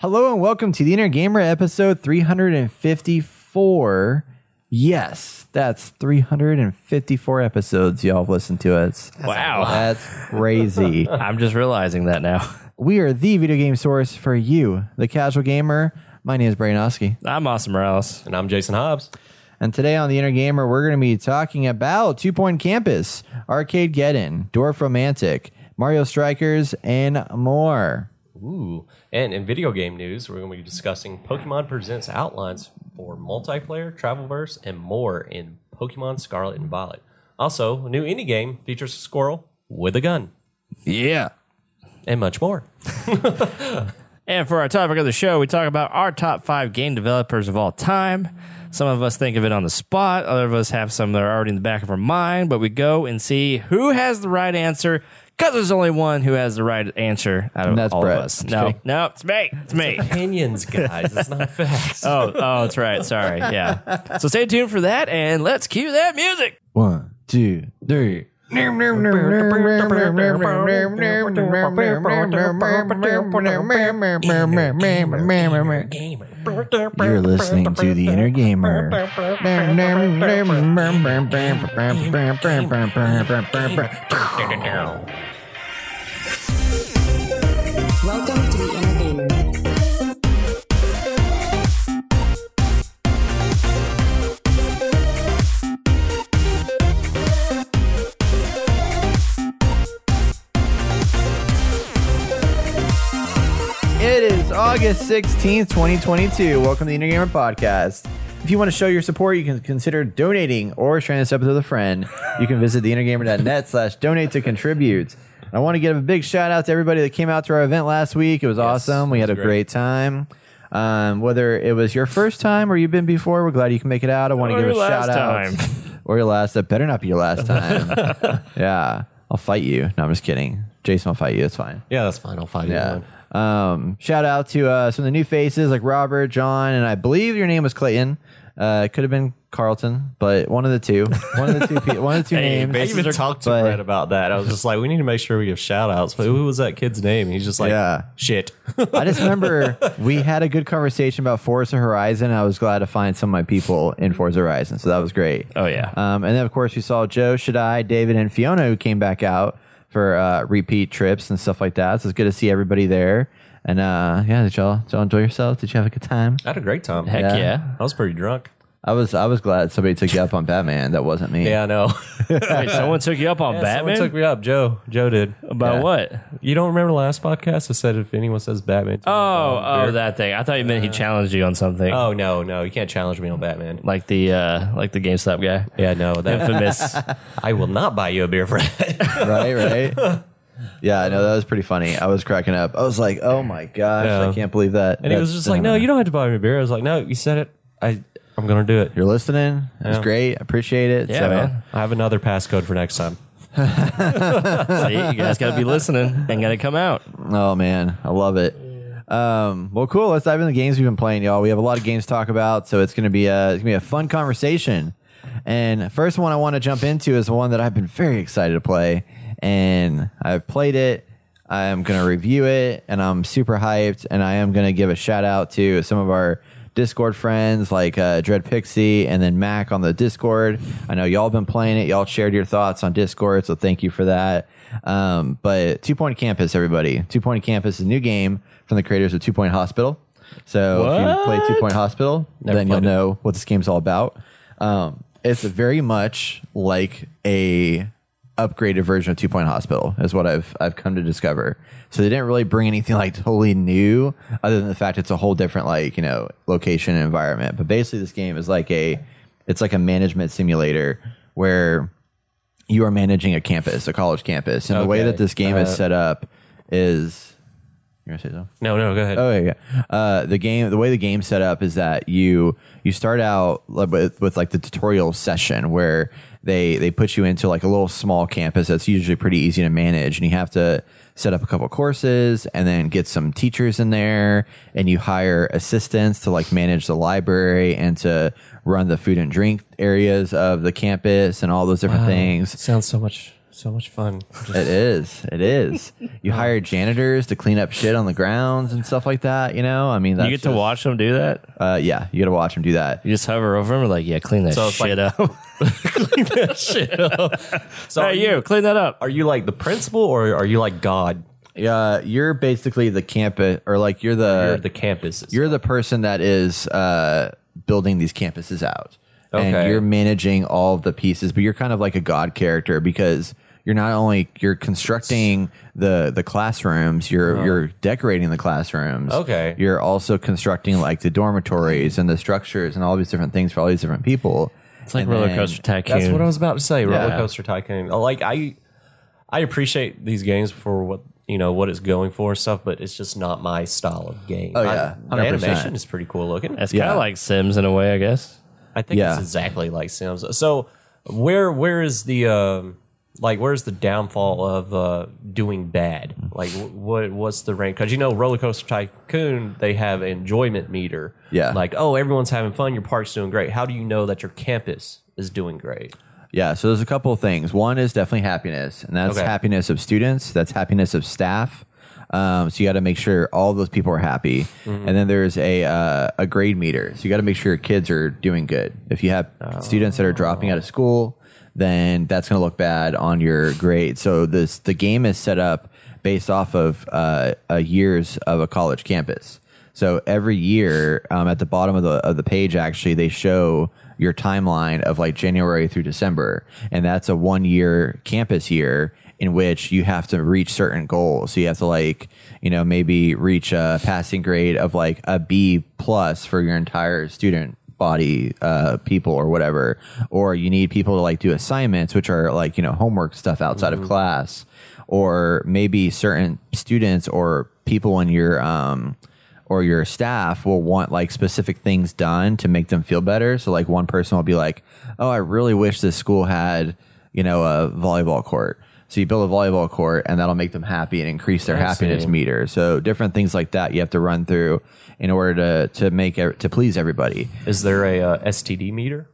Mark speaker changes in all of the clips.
Speaker 1: Hello and welcome to the Inner Gamer episode 354. Yes, that's 354 episodes y'all have listened to us.
Speaker 2: Wow.
Speaker 1: That's crazy.
Speaker 2: I'm just realizing that now.
Speaker 1: we are the video game source for you, the casual gamer. My name is Brian Oski.
Speaker 2: I'm Austin Morales.
Speaker 3: And I'm Jason Hobbs.
Speaker 1: And today on the Inner Gamer, we're going to be talking about Two Point Campus, Arcade Get In, Dwarf Romantic, Mario Strikers, and more.
Speaker 3: Ooh. And in video game news, we're going to be discussing Pokemon Presents outlines for multiplayer, Travelverse, and more in Pokemon Scarlet and Violet. Also, a new indie game features a squirrel with a gun
Speaker 1: Yeah.
Speaker 3: and much more.
Speaker 2: And for our topic of the show, we talk about our top five game developers of all time. Some of us think of it on the spot, other of us have some that are already in the back of our mind, but we go and see who has the right answer because there's only one who has the right answer out of
Speaker 1: that's
Speaker 2: all
Speaker 1: Brett.
Speaker 2: of us.
Speaker 1: Just
Speaker 2: No,
Speaker 1: kidding.
Speaker 2: no, it's me. It's me.
Speaker 3: Opinions, guys. It's not facts.
Speaker 2: oh, oh, that's right. Sorry. Yeah. So stay tuned for that and let's cue that music.
Speaker 1: One, two, three. You're listening to the Inner Gamer.
Speaker 4: Welcome to the Inner Gamer.
Speaker 1: It is August 16th, 2022. Welcome to the Inner Gamer Podcast. If you want to show your support, you can consider donating or sharing this episode with a friend. You can visit theinnergamer.net slash donate to contribute. And I want to give a big shout out to everybody that came out to our event last week. It was awesome. We had a great, time. Um, whether it was your first time or you've been before, we're glad you can make it out. I want to
Speaker 2: Or
Speaker 1: give a
Speaker 2: your last
Speaker 1: shout out. Or your last. That better not be your last time. yeah. I'll fight you. No, I'm just kidding. Jason will fight you. It's fine.
Speaker 3: yeah, that's fine. I'll find you
Speaker 1: Yeah.
Speaker 3: one.
Speaker 1: Um, shout out to uh, some of the new faces like Robert, John, and I believe your name was Clayton. Uh, it could have been Carlton, but one of the two, one of the two, pe- one of the two
Speaker 2: Hey,
Speaker 1: names.
Speaker 3: I
Speaker 2: Bases
Speaker 3: even
Speaker 2: are-
Speaker 3: talked to
Speaker 1: but-
Speaker 3: Brett about that. I was just like, we need to make sure we give shout outs. But who was that kid's name? He's just like,
Speaker 1: Yeah.
Speaker 3: shit.
Speaker 1: I just remember we had a good conversation about Forza Horizon. I was glad to find some of my people in Forza Horizon, so that was great.
Speaker 2: Oh, yeah.
Speaker 1: Um, and then of course we saw Joe, Shaddai, David, and Fiona who came back out for uh, repeat trips and stuff like that. So it's good to see everybody there. And uh, yeah, did y'all, did y'all enjoy yourself? Did you have a good time?
Speaker 3: I had a great time.
Speaker 2: Heck
Speaker 1: Yeah.
Speaker 2: yeah.
Speaker 3: I was pretty drunk.
Speaker 1: I was I was glad somebody took you up on Batman. That wasn't me.
Speaker 3: Yeah, I know.
Speaker 2: Wait, someone took you up on Batman?
Speaker 3: Someone took me up. Joe. Joe did.
Speaker 2: About
Speaker 1: Yeah.
Speaker 2: what?
Speaker 3: Um, You don't remember last podcast? I said if anyone says Batman. to me,
Speaker 2: Oh,
Speaker 3: I'm
Speaker 2: oh,
Speaker 3: weird.
Speaker 2: that thing. I thought you meant he challenged you on something.
Speaker 3: Oh no, no, you can't challenge me on Batman.
Speaker 2: Like the uh like the GameStop guy.
Speaker 3: Yeah, no, that
Speaker 2: Infamous.
Speaker 3: I will not buy you a beer for that.
Speaker 1: Right, right. yeah, I know that was pretty funny. I was cracking up. I was like, "Oh my gosh,
Speaker 3: Yeah.
Speaker 1: I can't believe that."
Speaker 3: And he was just like, "No, you don't have to buy me a beer." I was like, "No, you said it. I, I'm gonna do it.
Speaker 1: You're listening. It's
Speaker 3: Yeah.
Speaker 1: great. I appreciate it.
Speaker 2: Yeah,
Speaker 1: so,
Speaker 2: man.
Speaker 3: I have another passcode for next time."
Speaker 2: See, you guys gotta be listening and gotta come out.
Speaker 1: Oh man, I love it. Um, well, cool. Let's dive into the games we've been playing, y'all. We have a lot of games to talk about, so it's gonna be a it's gonna be a fun conversation. And first one I want to jump into is one that I've been very excited to play, and I've played it. I'm gonna review it, and I'm super hyped. And I am gonna give a shout out to some of our Discord friends like uh, Dread Pixie and then Mac on the Discord. I know y'all been playing it. Y'all shared your thoughts on Discord, so thank you for that. Um, but Two Point Campus, everybody. Two Point Campus is a new game from the creators of Two Point Hospital. So if you play Two Point Hospital, then you'll
Speaker 3: played it.
Speaker 1: know what this game's all about. Um, it's very much like a upgraded version of Two Point Hospital is what I've I've come to discover. So they didn't really bring anything like totally new, other than the fact it's a whole different like you know location and environment. But basically, this game is like a it's like a management simulator where you are managing a campus, a college campus, and the way
Speaker 3: Okay.
Speaker 1: that this game is set up is. You gonna say something?
Speaker 3: No, no, go ahead.
Speaker 1: Oh yeah, yeah. Uh, the game, the way the game's set up is that you you start out li- with, with like the tutorial session where they they put you into like a little small campus that's usually pretty easy to manage, and you have to set up a couple courses and then get some teachers in there, and you hire assistants to like manage the library and to run the food and drink areas of the campus and all those different things.
Speaker 3: Sounds so much So much fun. Just
Speaker 1: It is. It is. You hire janitors to clean up shit on the grounds and stuff like that. You know, I mean, that's
Speaker 2: you get to
Speaker 1: just-
Speaker 2: watch them do that.
Speaker 1: Uh, yeah, you got to watch them do that.
Speaker 2: You just hover over them, and like, yeah, clean that
Speaker 3: So it's
Speaker 2: shit up. clean that shit up.
Speaker 3: so are
Speaker 2: hey, you, clean that up.
Speaker 3: Are you like the principal or are you like God?
Speaker 1: Uh, you're basically the campus, or like you're the
Speaker 3: You're the campuses.
Speaker 1: you're the person that is uh, building these campuses out and
Speaker 3: Okay.
Speaker 1: you're managing all of the pieces but you're kind of like a god character because you're not only you're constructing the the classrooms you're you're decorating the classrooms
Speaker 3: Uh-huh. Okay.
Speaker 1: you're also constructing like the dormitories and the structures and all these different things for all these different people
Speaker 2: It's like
Speaker 1: And
Speaker 2: roller
Speaker 1: then-
Speaker 2: coaster tycoon.
Speaker 3: That's what I was about to say. Roller
Speaker 1: Yeah.
Speaker 3: Coaster Tycoon. Like I, I appreciate these games for what you know what it's going for and stuff, but it's just not my style of game.
Speaker 1: Oh,
Speaker 3: I-
Speaker 1: yeah,
Speaker 3: the
Speaker 1: 100%.
Speaker 3: animation is pretty cool looking.
Speaker 2: That's
Speaker 1: Yeah.
Speaker 2: kind of like Sims in a way, I guess.
Speaker 3: I think
Speaker 1: Yeah.
Speaker 3: it's exactly like Sims. So where where is the um, like where's the downfall of uh, doing bad? Like wh- what what's the rank? Because you know Roller Coaster Tycoon they have enjoyment meter.
Speaker 1: Yeah.
Speaker 3: Like oh everyone's having fun, your park's doing great. How do you know that your campus is doing great?
Speaker 1: Yeah, so there's a couple of things. One is definitely happiness, and that's
Speaker 3: Okay.
Speaker 1: happiness of students, that's happiness of staff. Um, so you got to make sure all those people are happy, and then there's a uh, a grade meter. So you got to make sure your kids are doing good. If you have students that are dropping out of school, then that's going to look bad on your grade. So this the game is set up based off of uh, uh, years of a college campus. So every year, um, at the bottom of the of the page, actually, they show your timeline of like January through December, and that's a one year campus year in which you have to reach certain goals. So you have to like you know maybe reach a passing grade of like a B plus for your entire student body uh, people or whatever, or you need people to like do assignments, which are like you know homework stuff outside of class, or maybe certain students or people in your um, or your staff will want like specific things done to make them feel better. So like one person will be like, "Oh, I really wish this school had, you know, a volleyball court." So you build a volleyball court and that'll make them happy and increase their happiness meter. So different things like that you have to run through in order to to make ev- to please everybody.
Speaker 3: Is there a uh, STD meter?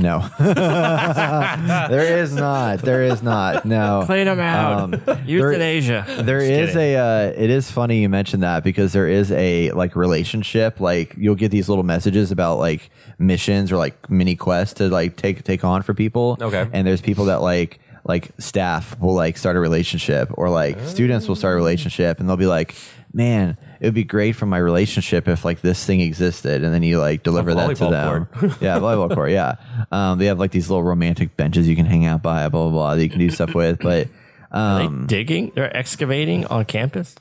Speaker 1: No. there is not. There is not. No.
Speaker 2: Clean them out. Euthanasia.
Speaker 1: There is a. Uh, it is funny you mentioned that because there is a like relationship. Like you'll get these little messages about like missions or like mini quests to like take take on for people.
Speaker 3: Okay.
Speaker 1: And there's people that like like staff will like start a relationship or like students will start a relationship and they'll be like, man. It would be great for my relationship if like this thing existed, and then you like deliver that to
Speaker 3: volleyball
Speaker 1: them.
Speaker 3: court.
Speaker 1: yeah, volleyball court. Yeah, um, they have like these little romantic benches you can hang out by, blah blah blah. That you can do stuff with, but
Speaker 2: Are they digging? They're excavating on campus?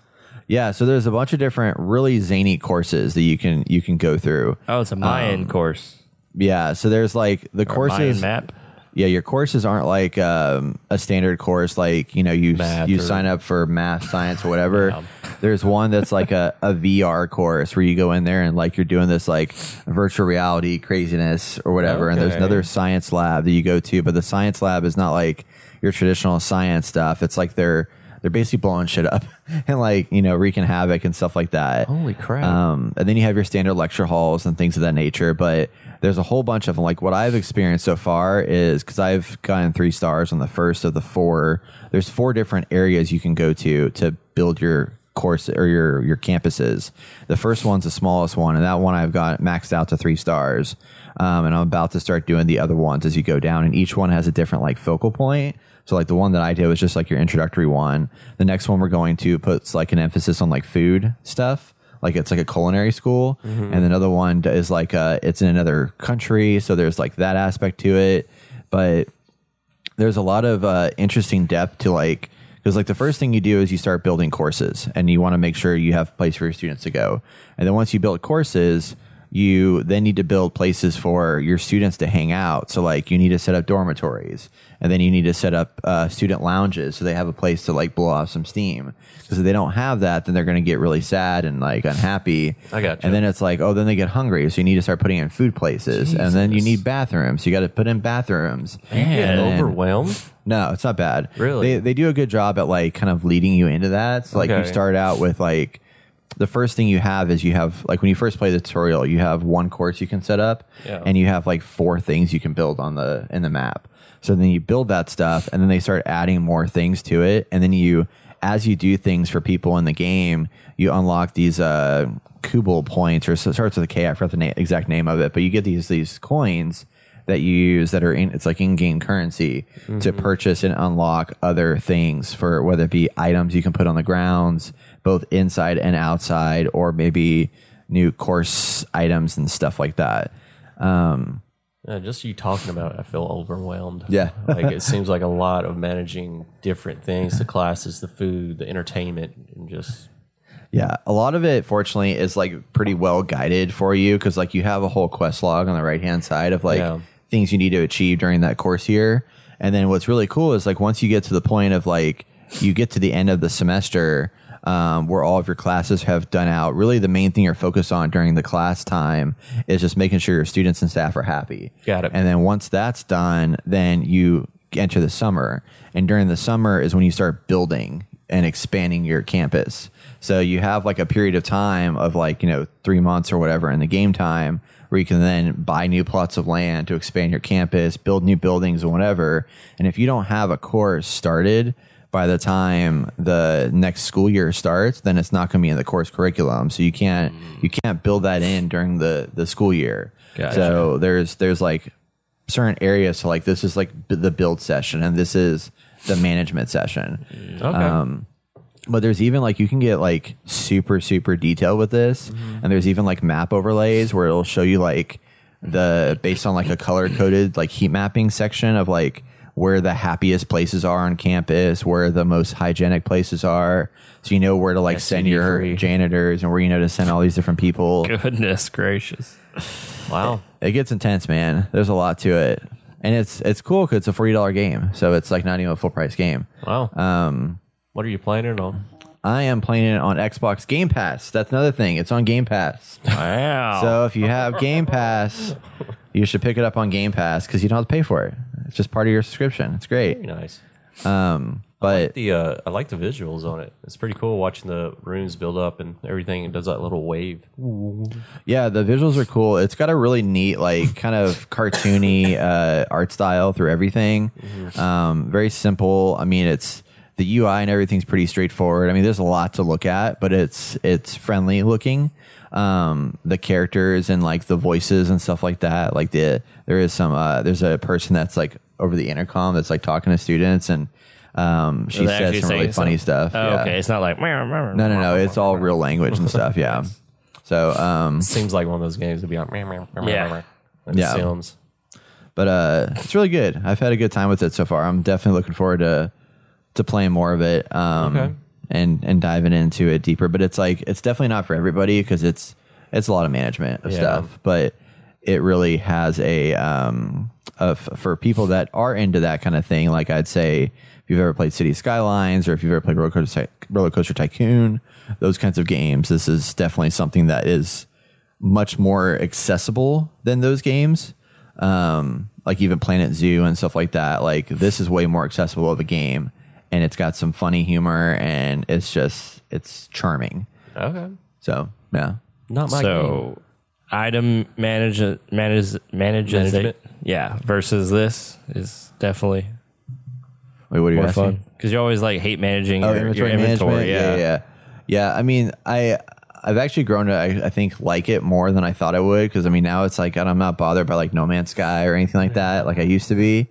Speaker 1: Yeah, so there's a bunch of different really zany courses that you can you can go through.
Speaker 2: Oh, it's a Mayan course.
Speaker 1: Yeah, so there's like the
Speaker 2: Mayan
Speaker 1: courses.
Speaker 2: map.
Speaker 1: Yeah, your courses aren't like um, a standard course. Like you know, you
Speaker 3: Math
Speaker 1: you
Speaker 3: or-
Speaker 1: sign up for math, science, or whatever. There's one that's like a, a VR course where you go in there and like you're doing this like virtual reality craziness or whatever. And there's
Speaker 3: Okay.
Speaker 1: another science lab that you go to, but the science lab is not like your traditional science stuff. It's like they're they're basically blowing shit up and like you know wreaking havoc and stuff like that.
Speaker 3: Holy crap.
Speaker 1: Um, and then you have your standard lecture halls and things of that nature. But there's a whole bunch of them. Like what I've experienced so far is because I've gotten three stars on the first of the four. There's four different areas you can go to to build your course or your your campuses. The first one's the smallest one, and that one I've got maxed out to three stars. Um, and I'm about to start doing the other ones as you go down, and each one has a different like focal point. So like the one that I did was just like your introductory one. The next one we're going to puts like an emphasis on like food stuff. Like it's like a culinary school, and another one is like uh, it's in another country, so there's like that aspect to it. But there's a lot of uh, interesting depth to like because like the first thing you do is you start building courses and you want to make sure you have a place for your students to go and then once you build courses you then need to build places for your students to hang out so like you need to set up dormitories and then you need to set up uh, student lounges so they have a place to like blow off some steam because if they don't have that then they're going to get really sad and like unhappy
Speaker 3: I gotcha.
Speaker 1: and then it's like oh then they get hungry so you need to start putting in food places and then you need bathrooms you got to put in bathrooms
Speaker 2: Man.
Speaker 1: And-
Speaker 3: overwhelmed.
Speaker 1: no, it's not bad.
Speaker 3: Really?
Speaker 1: They they do a good job at like kind of leading you into that. So like you
Speaker 3: Okay.
Speaker 1: start out with like the first thing you have is you have like when you first play the tutorial, you have one course you can set up,
Speaker 3: Yeah.
Speaker 1: and you have like four things you can build on the in the map. So then you build that stuff, and then they start adding more things to it, and then you, as you do things for people in the game, you unlock these uh, Kubel points, or so it starts with a K. I forgot the na- exact name of it, but you get these these coins that you use that are in it's like in-game currency to purchase and unlock other things for whether it be items you can put on the grounds both inside and outside or maybe new course items and stuff like that um,
Speaker 3: Yeah, just you talking about it, I feel overwhelmed.
Speaker 1: Yeah.
Speaker 3: like it seems like a lot of managing different things the classes, the food, the entertainment, and just
Speaker 1: yeah a lot of it fortunately is like pretty well guided for you because like you have a whole quest log on the right hand side of like
Speaker 3: Yeah.
Speaker 1: things you need to achieve during that course year and then what's really cool is like once you get to the point of like you get to the end of the semester um, where all of your classes have done out really the main thing you're focused on during the class time is just making sure your students and staff are happy
Speaker 3: Got it.
Speaker 1: and then once that's done then you enter the summer and during the summer is when you start building and expanding your campus so you have like a period of time of like you know three months or whatever in the game time where you can then buy new plots of land to expand your campus build new buildings and whatever and if you don't have a course started by the time the next school year starts, then it's not going to be in the course curriculum. So you can't you can't build that in during the the school year. So there's there's like certain areas. So like this is like b- the build session, and this is the management session.
Speaker 3: okay.
Speaker 1: But there's even like you can get like super super detailed with this, and there's even like map overlays where it'll show you like the based on like a color coded like heat mapping section of like where the happiest places are on campus, where the most hygienic places are, so you know where to like send your
Speaker 3: STD-free.
Speaker 1: janitors and where you know to send all these different people.
Speaker 2: Goodness gracious.
Speaker 3: wow.
Speaker 1: It gets intense, man. There's a lot to it, and it's it's cool because it's a forty dollar game, so it's like not even a full price game.
Speaker 3: Wow.
Speaker 1: Um,
Speaker 3: what are you playing it on?
Speaker 1: I am playing it on Xbox Game Pass. That's another thing. It's on Game Pass.
Speaker 2: Wow.
Speaker 1: So if you have Game Pass, you should pick it up on Game Pass because you don't have to pay for it. It's just part of your subscription. It's great.
Speaker 3: Very nice.
Speaker 1: But
Speaker 3: The uh, I like the visuals on it. It's pretty cool watching the rooms build up and everything. It does that little wave.
Speaker 1: yeah, the visuals are cool. It's got a really neat, like, kind of cartoony uh, art style through everything.
Speaker 2: Mm-hmm.
Speaker 1: Um, very simple. I mean, it's the UI and everything's pretty straightforward. I mean, there's a lot to look at, but it's it's friendly looking. Um, the characters and like the voices and stuff like that. Like the there is some uh, there's a person that's like over the intercom that's like talking to students and um, she
Speaker 2: They're actually
Speaker 1: says some really
Speaker 2: saying
Speaker 1: funny
Speaker 2: something.
Speaker 1: stuff.
Speaker 2: Oh,
Speaker 1: Yeah.
Speaker 2: Okay, it's not like no,
Speaker 1: No, no, no. It's all real language and stuff. Yeah. So, um,
Speaker 3: Seems like one of those games to be on. meow, meow, meow, meow,
Speaker 2: Yeah.
Speaker 3: meow, Like
Speaker 1: Yeah.
Speaker 3: Sims.
Speaker 1: but uh, it's really good. I've had a good time with it so far. I'm definitely looking forward to to playing more of it um,
Speaker 3: Okay.
Speaker 1: and and diving into it deeper. But it's like it's definitely not for everybody because it's it's a lot of management of
Speaker 3: Yeah.
Speaker 1: stuff. But it really has a um, of for people that are into that kind of thing. Like I'd say, if you've ever played City Skylines or if you've ever played Roller Coaster, Ty- Roller Coaster Tycoon, those kinds of games, this is definitely something that is much more accessible than those games. Um, like even Planet Zoo and stuff like that. Like this is way more accessible of a game, and it's got some funny humor, and it's just it's charming.
Speaker 3: Okay.
Speaker 1: So yeah,
Speaker 3: Not my game.
Speaker 2: So item manage manage manages
Speaker 3: Management.
Speaker 2: Yeah, versus this is definitely
Speaker 1: wait, what are you
Speaker 2: more
Speaker 1: asking?
Speaker 2: fun because you always like hate managing
Speaker 1: Oh,
Speaker 2: your your inventory.
Speaker 1: inventory, management.
Speaker 2: yeah.
Speaker 1: yeah, yeah, yeah. I mean, I I've actually grown to I, I think like it more than I thought I would because I mean now it's like I'm not bothered by like No Man's Sky or anything like that like I used to be,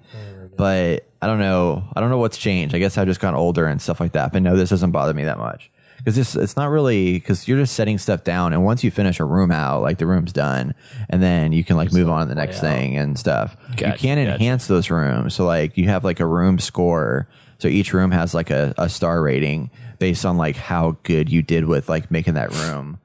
Speaker 1: but I don't know I don't know what's changed. I guess I've just gotten older and stuff like that. But no, this doesn't bother me that much because this it's not really because you're just setting stuff down and once you finish a room out like the room's done and then you can like move on to the next thing and stuff. you
Speaker 2: Gotcha,
Speaker 1: can
Speaker 2: gotcha.
Speaker 1: enhance enhance those rooms. So like you have like a room score. So each room has like a, a star rating based on like how good you did with like making that room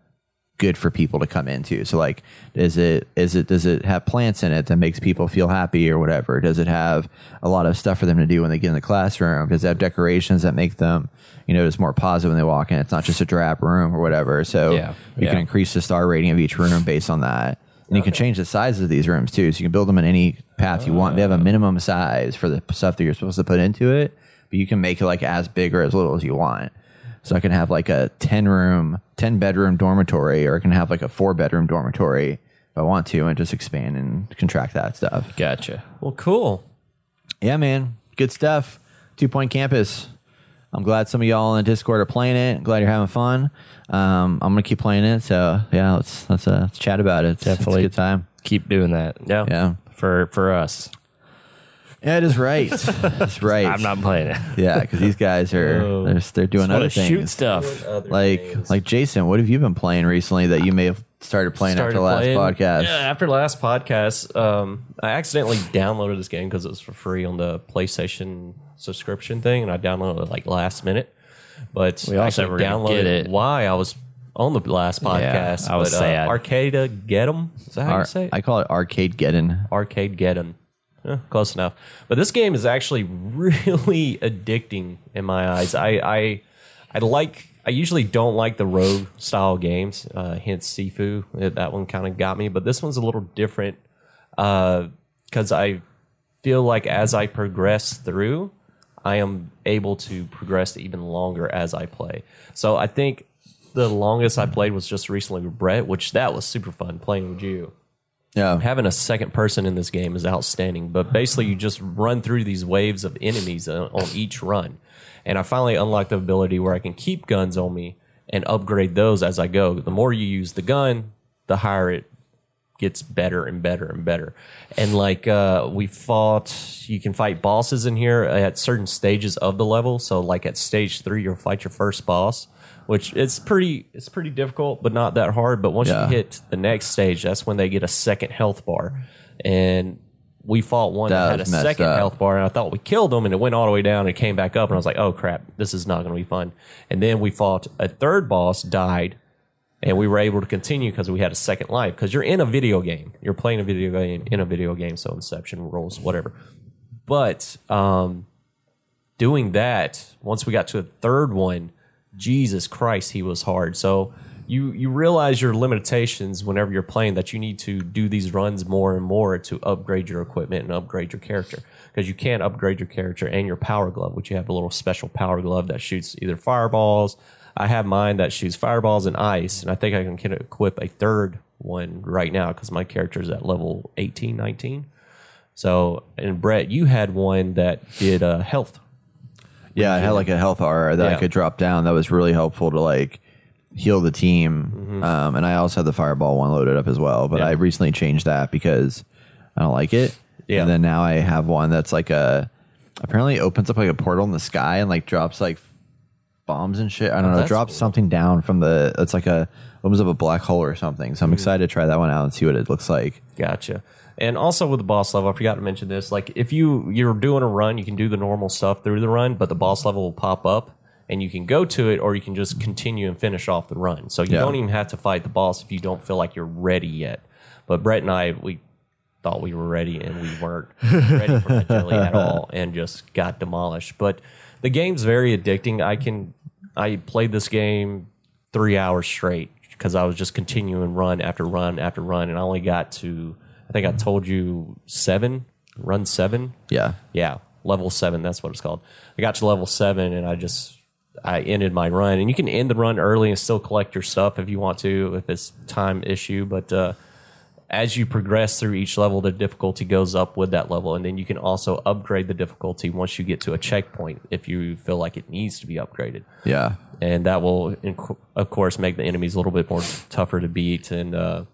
Speaker 1: good for people to come into. So like is it is it does it have plants in it that makes people feel happy or whatever? Does it have a lot of stuff for them to do when they get in the classroom? Does it have decorations that make them, you know, just more positive when they walk in? It's not just a drab room or whatever. So
Speaker 2: Yeah,
Speaker 1: you can
Speaker 2: yeah.
Speaker 1: increase the star rating of each room based on that. And you can change the size of these rooms too. So you can build them in any path you want. They have a minimum size for the stuff that you're supposed to put into it, but you can make it like as big or as little as you want. So I can have like a 10 room, 10 bedroom dormitory, or I can have like a four bedroom dormitory if I want to and just expand and contract that stuff.
Speaker 2: Gotcha.
Speaker 3: Well, cool.
Speaker 1: Yeah, man. Good stuff. Two Point Campus. I'm glad some of y'all in the Discord are playing it. glad you're having fun. Um, I'm gonna keep playing it. So yeah, let's let's, uh, let's chat about it. It's,
Speaker 2: Definitely.
Speaker 1: it's a good time.
Speaker 2: Keep doing that.
Speaker 3: Yeah.
Speaker 1: Yeah,
Speaker 2: For for us.
Speaker 1: yeah, it is right. it's right.
Speaker 2: I'm not playing it.
Speaker 1: Yeah, because these guys are they're, they're doing
Speaker 2: I
Speaker 1: other
Speaker 2: want to
Speaker 1: things.
Speaker 2: shoot stuff.
Speaker 1: like like Jason, what have you been playing recently that you may have started playing
Speaker 3: Started
Speaker 1: after the last
Speaker 3: playing-
Speaker 1: podcast?
Speaker 3: Yeah, after last podcast, um, I accidentally downloaded this game because it was for free on the PlayStation subscription thing, and I downloaded it like last minute. But
Speaker 2: We also were
Speaker 3: actually
Speaker 2: gonna get
Speaker 3: downloaded
Speaker 2: it.
Speaker 3: why I was on the last podcast.
Speaker 2: I was
Speaker 3: but,
Speaker 2: sad.
Speaker 3: Uh, Arcada Getem. Is that how you
Speaker 1: Ar-
Speaker 3: say it?
Speaker 1: I call it Arcade Geddon.
Speaker 3: Arcade Geddon. Eh, close enough. But this game is actually really addicting in my eyes. I, I I like. I usually don't like the rogue style games, uh, hence Sifu. Eh, That one kind of got me, but this one's a little different because I feel like as I progress through, I am able to progress even longer as I play. So I think the longest I played was just recently with Brett, which that was super fun playing with you
Speaker 1: Yeah,
Speaker 3: having a second person in this game is outstanding. But basically, you just run through these waves of enemies on, on each run. And I finally unlocked the ability where I can keep guns on me and upgrade those as I go. The more you use the gun, the higher it gets better and better and better. And like uh, we fought, you can fight bosses in here at certain stages of the level. So like at stage three, you'll fight your first boss, which it's pretty it's pretty difficult, but not that hard. But once
Speaker 1: Yeah.
Speaker 3: you hit the next stage, that's when they get a second health bar. And we fought one
Speaker 1: That
Speaker 3: that, had a
Speaker 1: was messed
Speaker 3: second
Speaker 1: up.
Speaker 3: health bar, and I thought we killed him, and it went all the way down and came back up, and I was like, oh crap, this is not going to be fun. And then we fought a third boss, died, and we were able to continue because we had a second life because you're in a video game you're playing a video game in a video game so inception rules whatever but um doing that once we got to a third one jesus christ he was hard so you you realize your limitations whenever you're playing that you need to do these runs more and more to upgrade your equipment and upgrade your character because you can't upgrade your character and your power glove which you have a little special power glove that shoots either fireballs i have mine that shoots fireballs and ice and i think i can kind of equip a third one right now because my character is at level 18 19 so and brett you had one that did uh, health
Speaker 1: yeah. I had like a health aura that I
Speaker 3: Yeah.
Speaker 1: could drop down. That was really helpful to like heal the team. Um, and I also had the fireball one loaded up as well. But
Speaker 3: Mm-hmm. Yeah.
Speaker 1: I recently changed that because I don't like it.
Speaker 3: Yeah.
Speaker 1: And then now I have one that's like a apparently opens up like a portal in the sky and like drops like bombs and shit. I don't know.
Speaker 3: that's
Speaker 1: Drops
Speaker 3: cool.
Speaker 1: something down from the. It's like a opens up a black hole or something.
Speaker 3: Mm-hmm.
Speaker 1: So I'm excited to try that one out and see what it looks like.
Speaker 3: Gotcha. And also with the boss level, I forgot to mention this. Like if you you're doing a run, you can do the normal stuff through the run, but the boss level will pop up and you can go to it or you can just continue and finish off the run. So you
Speaker 1: Yeah.
Speaker 3: don't even have to fight the boss if you don't feel like you're ready yet. But Brett and I we thought we were ready and we weren't ready for the jelly at all and just got demolished. But the game's very addicting. I can I played this game three hours straight because I was just continuing run after run after run and I only got to I think I told you seven, run seven.
Speaker 1: Yeah.
Speaker 3: Yeah, level seven. That's what it's called. I got to level seven, and I just I ended my run. And you can end the run early and still collect your stuff if you want to, if it's time issue. But uh, as you progress through each level, the difficulty goes up with that level, and then you can also upgrade the difficulty once you get to a checkpoint if you feel like it needs to be upgraded
Speaker 1: Yeah.
Speaker 3: and that will in- of course make the enemies a little bit more tougher to beat and uh,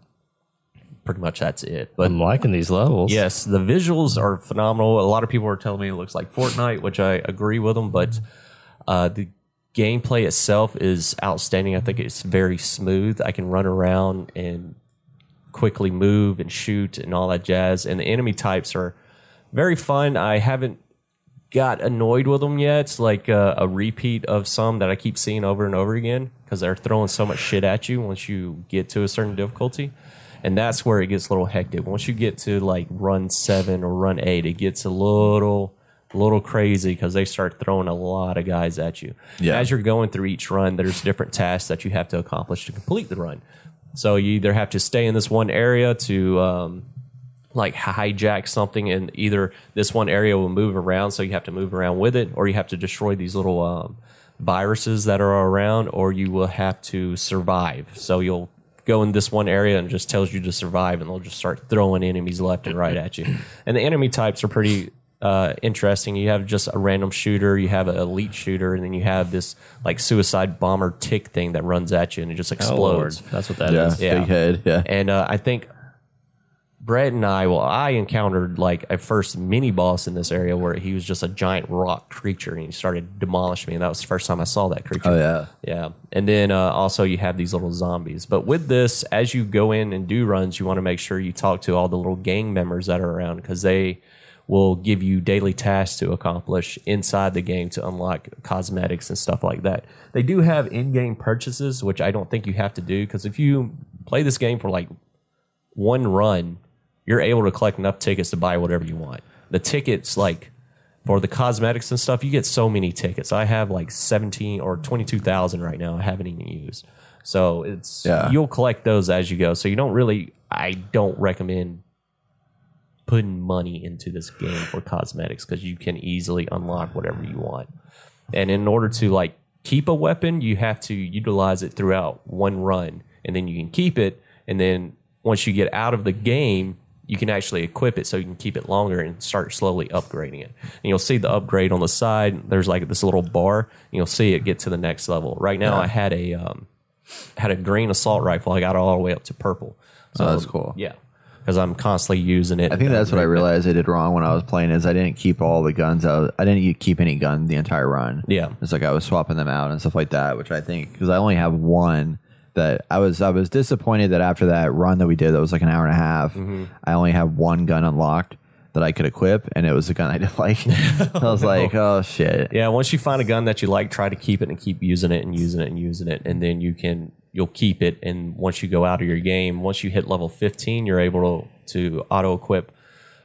Speaker 3: pretty much that's it but
Speaker 2: I'm liking these levels.
Speaker 3: yes the visuals are phenomenal a lot of people are telling me it looks like fortnite which i agree with them but uh, the gameplay itself is outstanding i think it's very smooth i can run around and quickly move and shoot and all that jazz and the enemy types are very fun i haven't got annoyed with them yet. Like uh, a repeat of some that I keep seeing over and over again because they're throwing so much shit at you once you get to a certain difficulty. And that's where it gets a little hectic. Once you get to like run seven or run eight, it gets a little, little crazy because they start throwing a lot of guys at you.
Speaker 1: Yeah.
Speaker 3: As you're going through each run, there's different tasks that you have to accomplish to complete the run. So you either have to stay in this one area to um, like hijack something and either this one area will move around so you have to move around with it or you have to destroy these little um, viruses that are around, or you will have to survive. So you'll go in this one area and it just tells you to survive, and they'll just start throwing enemies left and right at you. And the enemy types are pretty uh, interesting. You have just a random shooter, you have an elite shooter, and then you have this like suicide bomber tick thing that runs at you and it just
Speaker 2: Oh,
Speaker 3: explodes.
Speaker 2: That's what that is.
Speaker 1: Yeah,
Speaker 3: Yeah.
Speaker 1: big head. Yeah,
Speaker 3: And uh, I think Brett and I, well, I encountered like a first mini boss in this area where he was just a giant rock creature and he started to demolish me. And that was the first time I saw that creature.
Speaker 1: Oh, yeah.
Speaker 3: Yeah. And then uh, also you have these little zombies. But with this, as you go in and do runs, you want to make sure you talk to all the little gang members that are around because they will give you daily tasks to accomplish inside the game to unlock cosmetics and stuff like that. They do have in-game purchases, which I don't think you have to do because if you play this game for like one run, you're able to collect enough tickets to buy whatever you want. The tickets, like for the cosmetics and stuff, you get so many tickets. I have like 17 or 22,000 right now. I haven't even used. So it's,
Speaker 1: Yeah.
Speaker 3: you'll collect those as you go. So you don't really, I don't recommend putting money into this game for cosmetics because you can easily unlock whatever you want. And in order to like keep a weapon, you have to utilize it throughout one run, and then you can keep it. And then once you get out of the game, you can actually equip it so you can keep it longer and start slowly upgrading it. And you'll see the upgrade on the side. There's like this little bar. And you'll see it get to the next level. Right now, I had a um, had a green assault rifle. I got all the way up to purple. So
Speaker 1: Oh, that's cool.
Speaker 3: Yeah, because I'm constantly using it.
Speaker 1: I think that's what I realized I did wrong when I was playing is I didn't keep all the guns. I, was, I didn't keep any gun the entire run.
Speaker 3: Yeah.
Speaker 1: it's like I was swapping them out and stuff like that, which I think because I only have one that I was I was disappointed that after that run that we did that was like an hour and a half,
Speaker 3: Mm-hmm.
Speaker 1: I only have one gun unlocked that I could equip, and it was the gun I didn't like. I was like, oh shit.
Speaker 3: Yeah, once you find a gun that you like, try to keep it and keep using it and using it and using it, and then you can you'll keep it. And once you go out of your game, once you hit level fifteen, you're able to, to auto equip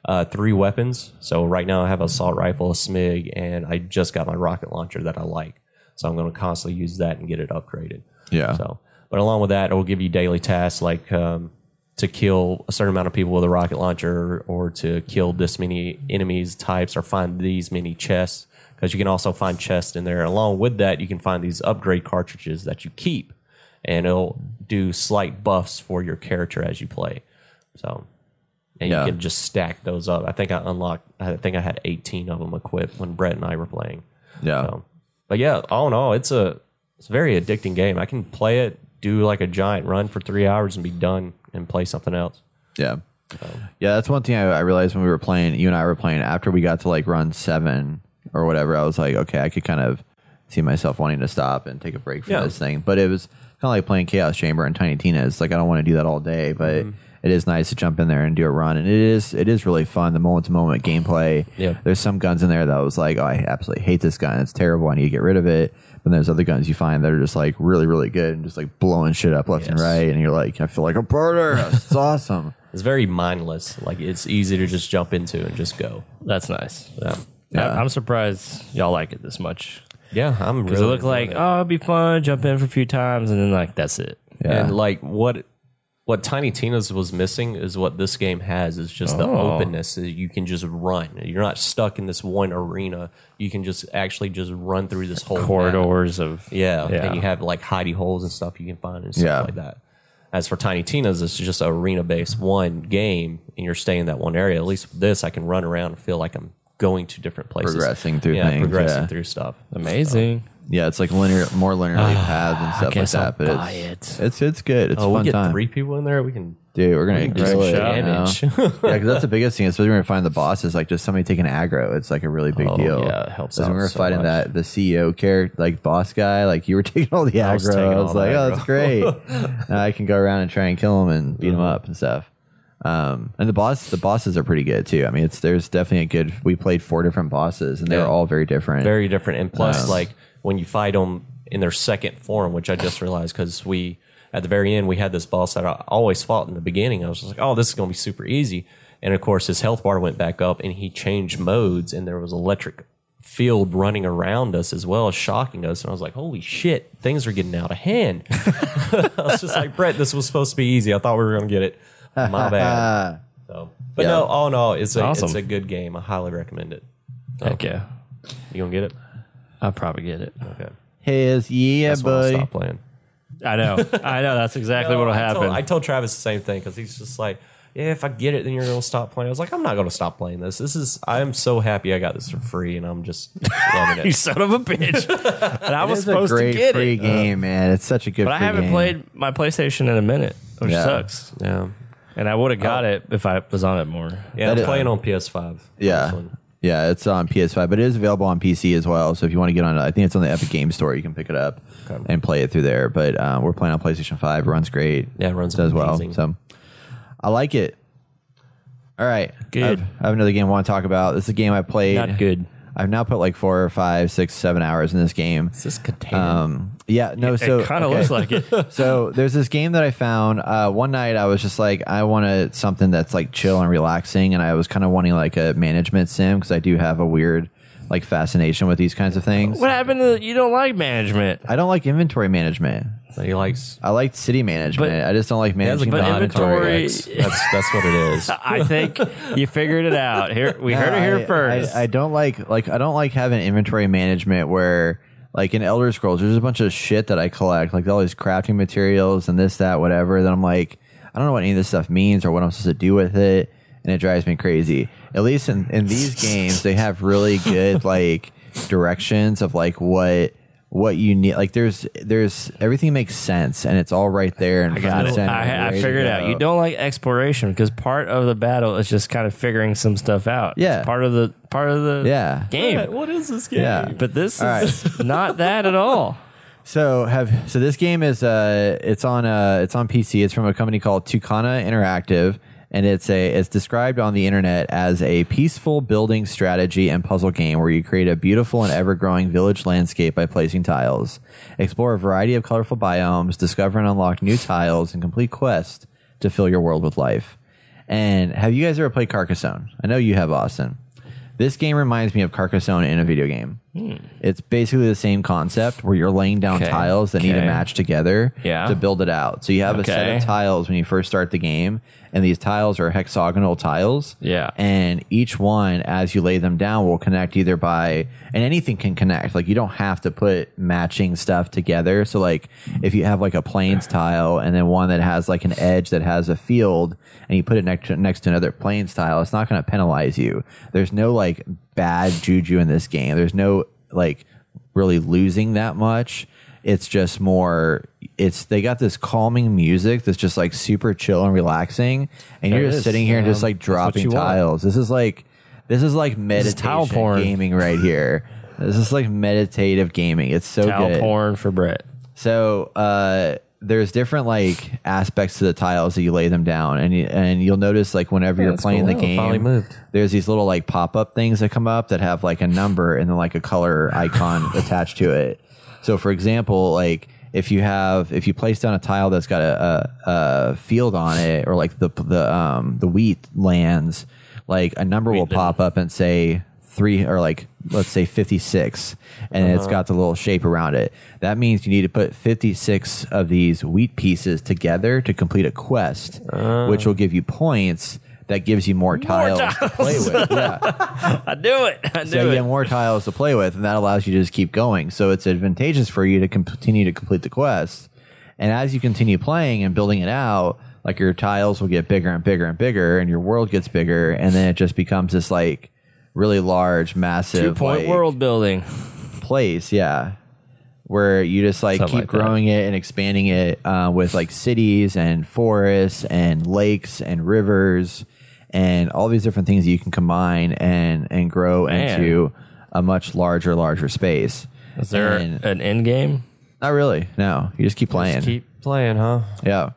Speaker 3: uh, three weapons. So right now I have a assault rifle, a SMIG, and I just got my rocket launcher that I like. So I'm going to constantly use that and get it upgraded.
Speaker 1: Yeah.
Speaker 3: So, but along with that, it will give you daily tasks like um, to kill a certain amount of people with a rocket launcher, or to kill this many enemies types, or find these many chests. Because you can also find chests in there. Along with that, you can find these upgrade cartridges that you keep, and it'll do slight buffs for your character as you play. So. And
Speaker 1: Yeah.
Speaker 3: you can just stack those up. I think I unlocked. I think I had 18 of them equipped when Brett and I were playing.
Speaker 1: Yeah.
Speaker 3: So, Um, but yeah, all in all, it's a it's a very addicting game. I can play it, do like a giant run for three hours, and be done, and play something else.
Speaker 1: Yeah. Yeah, that's one thing I, I realized when we were playing, you and I were playing after we got to like run seven or whatever, I was like, okay, I could kind of see myself wanting to stop and take a break from
Speaker 3: Yeah.
Speaker 1: this thing. But it was kind of like playing Chaos Chamber and Tiny Tina's. Like I don't want to do that all day, but
Speaker 3: Mm-hmm.
Speaker 1: it is nice to jump in there and do a run. And it is it is really fun, the moment to moment gameplay.
Speaker 3: Yeah.
Speaker 1: There's some guns in there that was like, oh, I absolutely hate this gun. It's terrible. I need to get rid of it. But there's other guns you find that are just like really, really good and just like blowing shit up left and
Speaker 3: Yes.
Speaker 1: right. And you're like, I feel like a birder. It's awesome.
Speaker 3: It's very mindless. Like it's easy to just jump into and just go.
Speaker 2: That's nice.
Speaker 3: Yeah,
Speaker 2: I, am surprised y'all like it this much.
Speaker 3: yeah. I'm
Speaker 2: Because
Speaker 3: really
Speaker 2: it looked like,
Speaker 3: enjoying it.
Speaker 2: oh, it'd be fun, jump in for a few times, and then, like, that's it.
Speaker 1: Yeah.
Speaker 3: and like what what Tiny Tina's was missing is what this game has is just the
Speaker 2: Oh.
Speaker 3: openness. that You can just run. You're not stuck in this one arena. You can just actually just run through this whole map.
Speaker 2: Corridors of.
Speaker 3: Yeah,
Speaker 2: Yeah.
Speaker 3: and you have like hidey holes and stuff you can find and stuff
Speaker 1: Yeah.
Speaker 3: like that. As for Tiny Tina's, it's just an arena based one game, and you're staying in that one area. At least with this, I can run around and feel like I'm going to different places,
Speaker 1: Progressing through
Speaker 3: yeah,
Speaker 1: things,
Speaker 3: progressing
Speaker 1: yeah.
Speaker 3: through stuff.
Speaker 2: Amazing.
Speaker 1: Yeah, it's like linear, more linearly
Speaker 3: Ah,
Speaker 1: paths and stuff like
Speaker 2: guess I'll
Speaker 1: that. But
Speaker 2: buy
Speaker 1: it's,
Speaker 2: it.
Speaker 1: it's it's good. It's a
Speaker 3: Oh, we
Speaker 1: fun
Speaker 3: get
Speaker 1: time,
Speaker 3: three people in there. We can
Speaker 1: dude. We're gonna
Speaker 3: do some
Speaker 1: grill it. you know?
Speaker 3: damage.
Speaker 1: yeah, because that's the biggest thing. Especially when we find the bosses, like just somebody taking aggro. It's like a really big
Speaker 3: Oh,
Speaker 1: deal.
Speaker 3: yeah, it helps
Speaker 1: 'Cause When
Speaker 3: out
Speaker 1: we were
Speaker 3: so
Speaker 1: fighting
Speaker 3: much.
Speaker 1: that the CEO character, like boss guy, like you were taking all the
Speaker 3: was
Speaker 1: aggro.
Speaker 3: taking
Speaker 1: I
Speaker 3: all
Speaker 1: was
Speaker 3: the
Speaker 1: like, oh,
Speaker 3: aggro.
Speaker 1: that's great. now I can go around and try and kill him and beat him
Speaker 3: Uh-huh.
Speaker 1: up and stuff. Um, and the boss, the bosses are pretty good too. I mean, it's there's definitely a good. We played four different bosses, and they were
Speaker 3: Yeah.
Speaker 1: all very different.
Speaker 3: very different. And plus,
Speaker 1: Nice.
Speaker 3: like when you fight them in their second form, which I just realized because we at the very end we had this boss that I always fought in the beginning. I was just like, oh, this is gonna be super easy. And of course, his health bar went back up, and he changed modes, and there was electric field running around us as well, shocking us. And I was like, holy shit, things are getting out of hand. I was just like, Brett, this was supposed to be easy. I thought we were gonna get it. My bad. So, but no, all in all, it's a it's
Speaker 2: Awesome.
Speaker 3: a good game. I highly recommend it.
Speaker 2: Heck yeah.
Speaker 3: You gonna get it?
Speaker 2: I'll probably get it.
Speaker 3: Okay.
Speaker 1: His yeah,
Speaker 3: That's when I'll
Speaker 1: boy.
Speaker 3: stop playing.
Speaker 2: I know. I know. That's exactly what'll
Speaker 3: Oh, I
Speaker 2: happen.
Speaker 3: Told, I told Travis the same thing because he's just like, yeah, if I get it, then you're gonna stop playing. I was like, I'm not gonna stop playing this. This is, I'm so happy I got this for free, and I'm just loving
Speaker 2: you
Speaker 3: it.
Speaker 2: son of a bitch. and I was
Speaker 1: It's a
Speaker 2: supposed to
Speaker 1: great
Speaker 2: get
Speaker 1: free
Speaker 2: it.
Speaker 1: game, man. It's such a good.
Speaker 2: But I
Speaker 1: free
Speaker 2: haven't
Speaker 1: game.
Speaker 2: played my PlayStation in a minute, which
Speaker 1: Yeah.
Speaker 2: sucks.
Speaker 3: Yeah,
Speaker 2: And I would have got it if I was on it more.
Speaker 3: yeah,
Speaker 1: That
Speaker 3: I'm
Speaker 1: is-
Speaker 3: playing on PS5. This
Speaker 1: Yeah,
Speaker 3: one.
Speaker 1: yeah, it's on PS5, but it is available on PC as well. So if you want to get on, it, I think it's on the Epic Game Store. You can pick it up and play it through there. But uh, we're playing on PlayStation Five. Runs great.
Speaker 3: Yeah, it runs
Speaker 1: as well.
Speaker 3: amazing.
Speaker 1: So I like it. All right,
Speaker 2: Good.
Speaker 1: I have, I have another game I want to talk about. This is a game I played.
Speaker 2: Not good.
Speaker 1: I've now put like four or five, six, seven hours in this game.
Speaker 3: Is this container?
Speaker 1: Um, yeah, no. So
Speaker 2: it kind of
Speaker 1: okay.
Speaker 2: looks like it.
Speaker 1: So there's this game that I found. Uh, one night I was just like, I wanted something that's like chill and relaxing, and I was kind of wanting like a management sim because I do have a weird like fascination with these kinds of things.
Speaker 2: What happened to you don't like management?
Speaker 1: I don't like inventory management.
Speaker 3: he likes.
Speaker 1: I like city management.
Speaker 2: But-
Speaker 1: I just don't like managing.
Speaker 2: but
Speaker 1: the
Speaker 2: inventory-
Speaker 3: That's that's what it is.
Speaker 2: I think you figured it out. Here we heard it
Speaker 1: Yeah,
Speaker 2: here
Speaker 1: I-
Speaker 2: first.
Speaker 1: I, I don't like like I don't like having inventory management where like in Elder Scrolls, there's a bunch of shit that I collect, like all these crafting materials and this, that, whatever. That I'm like, I don't know what any of this stuff means or what I'm supposed to do with it, and it drives me crazy. At least in, in these games, they have really good like directions of like what what you need. Like there's there's everything makes sense and it's all right there in front
Speaker 2: Got
Speaker 1: of
Speaker 2: it.
Speaker 1: center.
Speaker 2: I, I
Speaker 1: ready to
Speaker 2: figured it out.
Speaker 1: go.
Speaker 2: You don't like exploration because part of the battle is just kind of figuring some stuff out. It's
Speaker 1: Yeah.
Speaker 2: part of the part of the
Speaker 1: Yeah.
Speaker 2: game.
Speaker 3: What is this game?
Speaker 1: Yeah.
Speaker 2: But this
Speaker 1: All
Speaker 2: is not that at all.
Speaker 1: So have so this game is uh it's on uh it's on PC. It's from a company called Tucana Interactive, and it's a it's described on the internet as a peaceful building strategy and puzzle game where you create a beautiful and ever growing village landscape by placing tiles. Explore a variety of colorful biomes, discover and unlock new tiles, and complete quests to fill your world with life. And have you guys ever played Carcassonne? I know you have, Austin. This game reminds me of Carcassonne in a video game. It's basically the same concept where you're laying down
Speaker 2: Okay.
Speaker 1: tiles that need to
Speaker 2: Okay.
Speaker 1: match together
Speaker 2: Yeah.
Speaker 1: to build it out. So you have a set
Speaker 2: Okay.
Speaker 1: of tiles when you first start the game, and these tiles are hexagonal tiles.
Speaker 2: Yeah.
Speaker 1: And each one, as you lay them down, will connect either by, and anything can connect. Like you don't have to put matching stuff together. So, like if you have like a plains tile and then one that has like an edge that has a field and you put it next to, next to another plains tile, it's not going to penalize you. There's no like bad juju in this game. There's no like really losing that much. It's just more. It's they got this calming music that's just like super chill and relaxing, and you're
Speaker 2: It
Speaker 1: just
Speaker 2: is,
Speaker 1: sitting here and
Speaker 2: yeah.
Speaker 1: just like
Speaker 2: That's what
Speaker 1: dropping
Speaker 2: you want.
Speaker 1: tiles. This is like this is like
Speaker 2: is tile
Speaker 1: meditation
Speaker 2: porn.
Speaker 1: gaming right here. This is like meditative gaming. It's so
Speaker 2: Tile
Speaker 1: good.
Speaker 2: porn for Brett.
Speaker 1: So uh, there's different like aspects to the tiles that you lay them down, and you, and you'll notice like whenever you're
Speaker 3: that's
Speaker 1: playing
Speaker 3: cool.
Speaker 1: the
Speaker 3: Oh, finally
Speaker 1: game,
Speaker 3: moved.
Speaker 1: there's these little like pop up things that come up that have like a number and then like a color icon attached to it. So for example, like if you have if you place down a tile that's got a, a, a field on it or like the the um the wheat lands, like a number will pop up and say three or like let's say 56 and it's got the little shape around it that means you need to put 56 of these wheat pieces together to complete a quest which will give you points that gives you Uh. more tiles, to play with yeah
Speaker 2: I knew it. I knew
Speaker 1: so you
Speaker 2: it.
Speaker 1: have more tiles to play with and that allows you to just keep going so it's advantageous for you to com- continue to complete the quest and as you continue playing and building it out like your tiles will get bigger and bigger and bigger and your world gets bigger and then it just becomes this like really large massive
Speaker 2: Point
Speaker 1: like,
Speaker 2: world building.
Speaker 1: place, yeah, where you just like
Speaker 2: Something
Speaker 1: keep
Speaker 2: like that.
Speaker 1: growing it and expanding it uh, with like cities and forests and lakes and rivers and all these different things that you can combine and and grow
Speaker 2: Man.
Speaker 1: into a much larger, larger space.
Speaker 2: Is there
Speaker 1: And-
Speaker 2: an end game?
Speaker 1: not really. No, you just keep playing.
Speaker 3: Keep playing, huh?
Speaker 1: Yeah.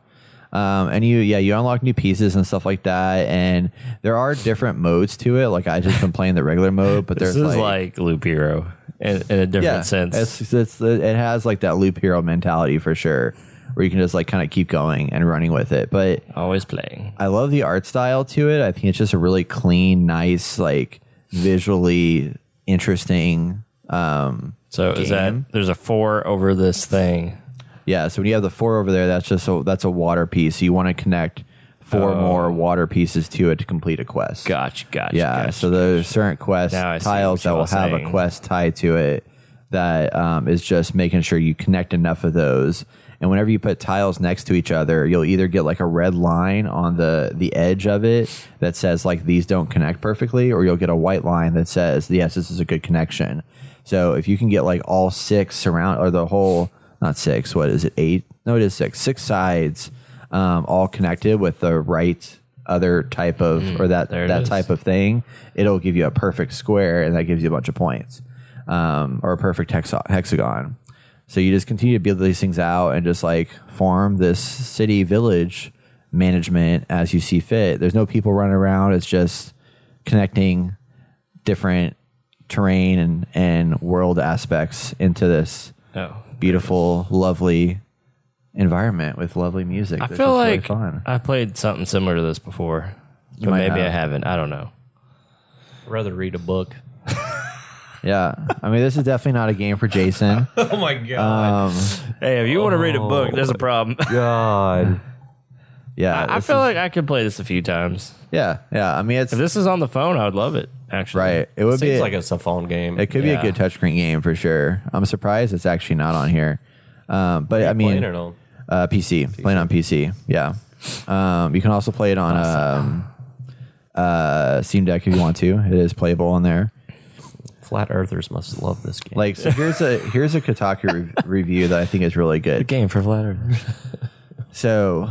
Speaker 1: Um, and you, yeah, you unlock new pieces and stuff like that. And there are different modes to it. Like I just been playing the regular mode, but
Speaker 2: This
Speaker 1: there's
Speaker 2: is like, Loop Hero in, in a different sense.
Speaker 1: It's, it's, it has like that loop hero mentality for sure, where you can just like kind of keep going and running with it. But
Speaker 2: Always playing.
Speaker 1: I love the art style to it. I think it's just a really clean, nice, like visually interesting. Um,
Speaker 2: So is that there's a four over this thing?
Speaker 1: yeah. So when you have the four over there, that's just a, that's a water piece. So you want to connect four more water pieces to it to complete a quest.
Speaker 2: Gotcha, gotcha.
Speaker 1: Yeah,
Speaker 2: gotcha.
Speaker 1: so there's certain quest
Speaker 2: Now I see
Speaker 1: tiles
Speaker 2: what
Speaker 1: that will
Speaker 2: y'all
Speaker 1: have
Speaker 2: saying.
Speaker 1: a quest tied to it. that um, is just making sure you connect enough of those. And whenever you put tiles next to each other, you'll either get like a red line on the the edge of it that says like these don't connect perfectly, or you'll get a white line that says yes, this is a good connection. So if you can get like all six surround or the whole not six, what is it eight? No, it is six. Six sides um, all connected with the right other type of or that
Speaker 2: Mm, it
Speaker 1: that
Speaker 2: is.
Speaker 1: type of thing, it'll give you a perfect square, and that gives you a bunch of points, um, or a perfect hexa- hexagon. So you just continue to build these things out and just like form this city village management as you see fit. There's no people running around. It's just connecting different terrain and, and world aspects into this
Speaker 2: Oh.
Speaker 1: beautiful, lovely environment with lovely music.
Speaker 2: I
Speaker 1: that's
Speaker 2: feel
Speaker 1: just really
Speaker 2: like
Speaker 1: fun.
Speaker 2: I played something similar to this before, but
Speaker 1: might
Speaker 2: maybe
Speaker 1: have.
Speaker 2: I haven't. I don't know.
Speaker 3: I'd rather read a book.
Speaker 1: Yeah, I mean, this is definitely not a game for Jason.
Speaker 3: Oh my
Speaker 1: Uh,
Speaker 3: god.
Speaker 2: Hey, if you want to read a book, there's a
Speaker 1: Oh.
Speaker 2: problem.
Speaker 3: Oh god.
Speaker 1: Yeah,
Speaker 2: I
Speaker 1: this
Speaker 2: feel
Speaker 1: is-
Speaker 2: like I could play this a few times.
Speaker 1: yeah, yeah. I mean, it's
Speaker 2: If this is on the phone, I would love it. Actually,
Speaker 1: right. It would be
Speaker 3: Seems like it's a phone game.
Speaker 1: It could
Speaker 2: Yeah.
Speaker 1: be a good touchscreen game for sure. I'm surprised it's actually not on here. Um, but I mean,
Speaker 3: Playing it on.
Speaker 1: uh, PC, playing on PC. Yeah. Um, you can also play it on um, uh, Steam Deck if you want to. It is playable on there.
Speaker 3: Flat Earthers must love this game.
Speaker 1: Like, so here's a here's a Kotaku re- review that I think is really good.
Speaker 2: Game for flat earthers.
Speaker 1: So,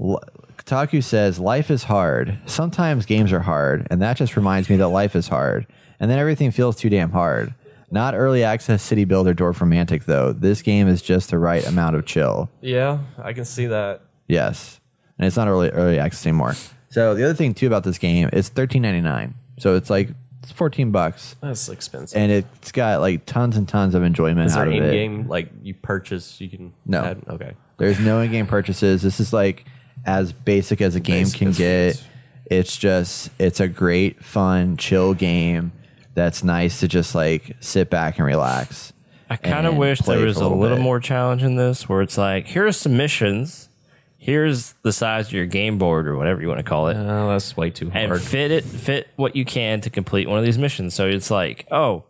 Speaker 1: l- Kotaku says life is hard. Sometimes games are hard, and that just reminds me that life is hard. And then everything feels too damn hard. Not early access city builder Dwarf Romantic though. This game is just the right amount of chill.
Speaker 3: yeah, I can see that.
Speaker 1: Yes, and it's not early early access anymore. So the other thing too about this game, it's thirteen ninety nine. So it's like it's fourteen bucks,
Speaker 3: That's expensive.
Speaker 1: and it's got like tons and tons of enjoyment
Speaker 3: is there
Speaker 1: out of
Speaker 3: in
Speaker 1: it.
Speaker 3: game like you purchase you can
Speaker 1: No.
Speaker 3: add- okay.
Speaker 1: There's no in-game purchases. This is like as basic as a game
Speaker 3: Basic
Speaker 1: can
Speaker 3: as it
Speaker 1: get.
Speaker 3: is.
Speaker 1: It's just it's a great, fun, chill game that's nice to just like sit back and relax.
Speaker 2: I kind of
Speaker 1: and
Speaker 2: wish
Speaker 1: play
Speaker 2: there
Speaker 1: for
Speaker 2: was
Speaker 1: a
Speaker 2: a little,
Speaker 1: little bit.
Speaker 2: more challenge in this, where it's like, here's some missions, here's the size of your game board or whatever you want to call
Speaker 1: Uh,
Speaker 2: it,
Speaker 3: Oh, that's way too
Speaker 2: and
Speaker 3: hard.
Speaker 2: fit it, fit what you can to complete one of these missions. So it's like, oh,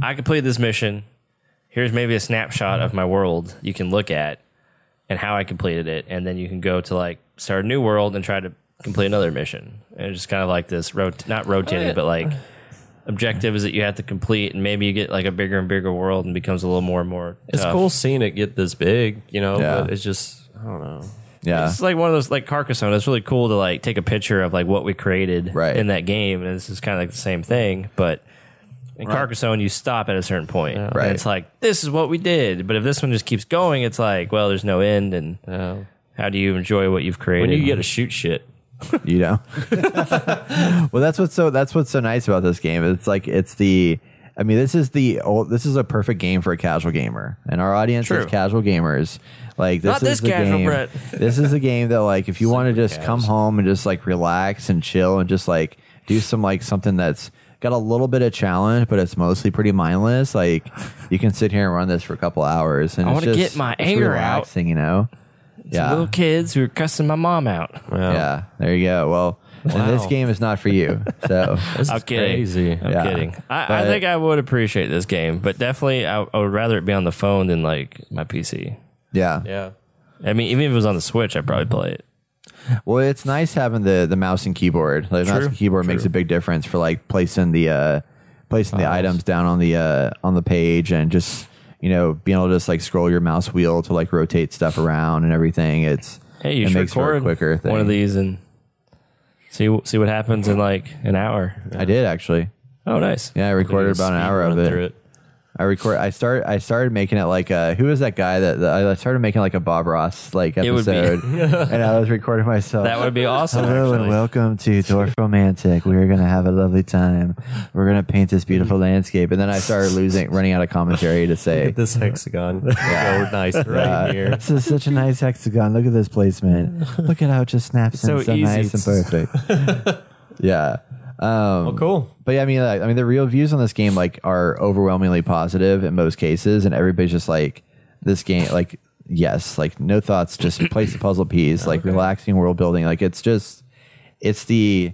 Speaker 2: I completed this mission. Here's maybe a snapshot of my world you can look at and how I completed it, and then you can go to like start a new world and try to complete another mission. And it's just kind of like this rot- not rotating, but like objectives that you have to complete, and maybe you get like a bigger and bigger world and becomes a little more and more. uh,
Speaker 3: it's
Speaker 2: tough.
Speaker 3: cool seeing it get this big, you know,
Speaker 1: Yeah.
Speaker 3: but it's just I don't know.
Speaker 1: Yeah,
Speaker 2: It's like one of those like Carcassonne. It's really cool to like take a picture of like what we created
Speaker 1: Right.
Speaker 2: in that game, and this is kind of like the same thing. But in Carcassonne, you stop at a certain point, And
Speaker 1: Right.
Speaker 2: it's like this is what we did. But if this one just keeps going, it's like well, there's no end, and
Speaker 3: Yeah.
Speaker 2: how do you enjoy what you've created?
Speaker 3: When you get to shoot shit.
Speaker 1: you know. well, that's what's so that's what's so nice about this game. It's like it's the. I mean, this is the old, this is a perfect game for a casual gamer, and our audience
Speaker 2: True.
Speaker 1: is casual gamers. Like this
Speaker 2: Not
Speaker 1: is
Speaker 2: this
Speaker 1: the
Speaker 2: casual,
Speaker 1: game.
Speaker 2: Brett.
Speaker 1: this is a game that like if you want to just come home and just like relax and chill and just like do some like something that's got a little bit of challenge, but it's mostly pretty mindless. Like you can sit here and run this for a couple hours, and
Speaker 2: I
Speaker 1: it's
Speaker 2: wanna
Speaker 1: just-
Speaker 2: get my
Speaker 1: it's
Speaker 2: anger out.
Speaker 1: relaxing, You know,
Speaker 2: Some little kids who are cussing my mom out.
Speaker 1: yeah, Oh, there you go. Well, and this
Speaker 3: Wow.
Speaker 1: game is not for you. So
Speaker 2: I'm kidding.
Speaker 3: crazy.
Speaker 2: I'm
Speaker 1: Yeah.
Speaker 2: kidding. I, I
Speaker 1: But-
Speaker 2: think I would appreciate this game, but definitely I, I would rather it be on the phone than like my PC.
Speaker 1: yeah.
Speaker 3: Yeah.
Speaker 2: I mean, even if it was on the Switch, I'd probably play it.
Speaker 1: Well, it's nice having the the mouse and keyboard. Like mouse and keyboard makes a big difference for like placing the uh placing the items down on the uh on the page and just you know being able to just like scroll your mouse wheel to like rotate stuff around and everything. It's
Speaker 2: Hey, you
Speaker 1: it
Speaker 2: should
Speaker 1: makes for a
Speaker 2: record
Speaker 1: quicker thing.
Speaker 2: one of these and see see what happens in like an hour.
Speaker 1: I did actually.
Speaker 2: Oh, nice.
Speaker 1: Yeah, I recorded about an hour of
Speaker 3: Speed
Speaker 1: it.
Speaker 3: run through
Speaker 1: I record. I start. I started making it like a. Who was that guy that, that I started making like a Bob Ross like
Speaker 2: would be-
Speaker 1: episode, and I was recording myself.
Speaker 2: That would be awesome.
Speaker 1: Hello and
Speaker 2: actually.
Speaker 1: welcome to Dwarf Romantic. We are going to have a lovely time. We're going to paint this beautiful landscape. And then I started losing, running out of commentary to say, uh,
Speaker 3: This hexagon. so nice right here.
Speaker 1: This is such a nice hexagon. Look at this placement. Look at how it just snaps
Speaker 2: So
Speaker 1: in so
Speaker 2: easy.
Speaker 1: nice and perfect. yeah. Um,
Speaker 3: Well, cool.
Speaker 1: but yeah, I mean, like, I mean, the real views on this game like are overwhelmingly positive in most cases, and everybody's just like, this game, like, yes, like no thoughts, just place the puzzle piece, like relaxing world building, like it's just, it's the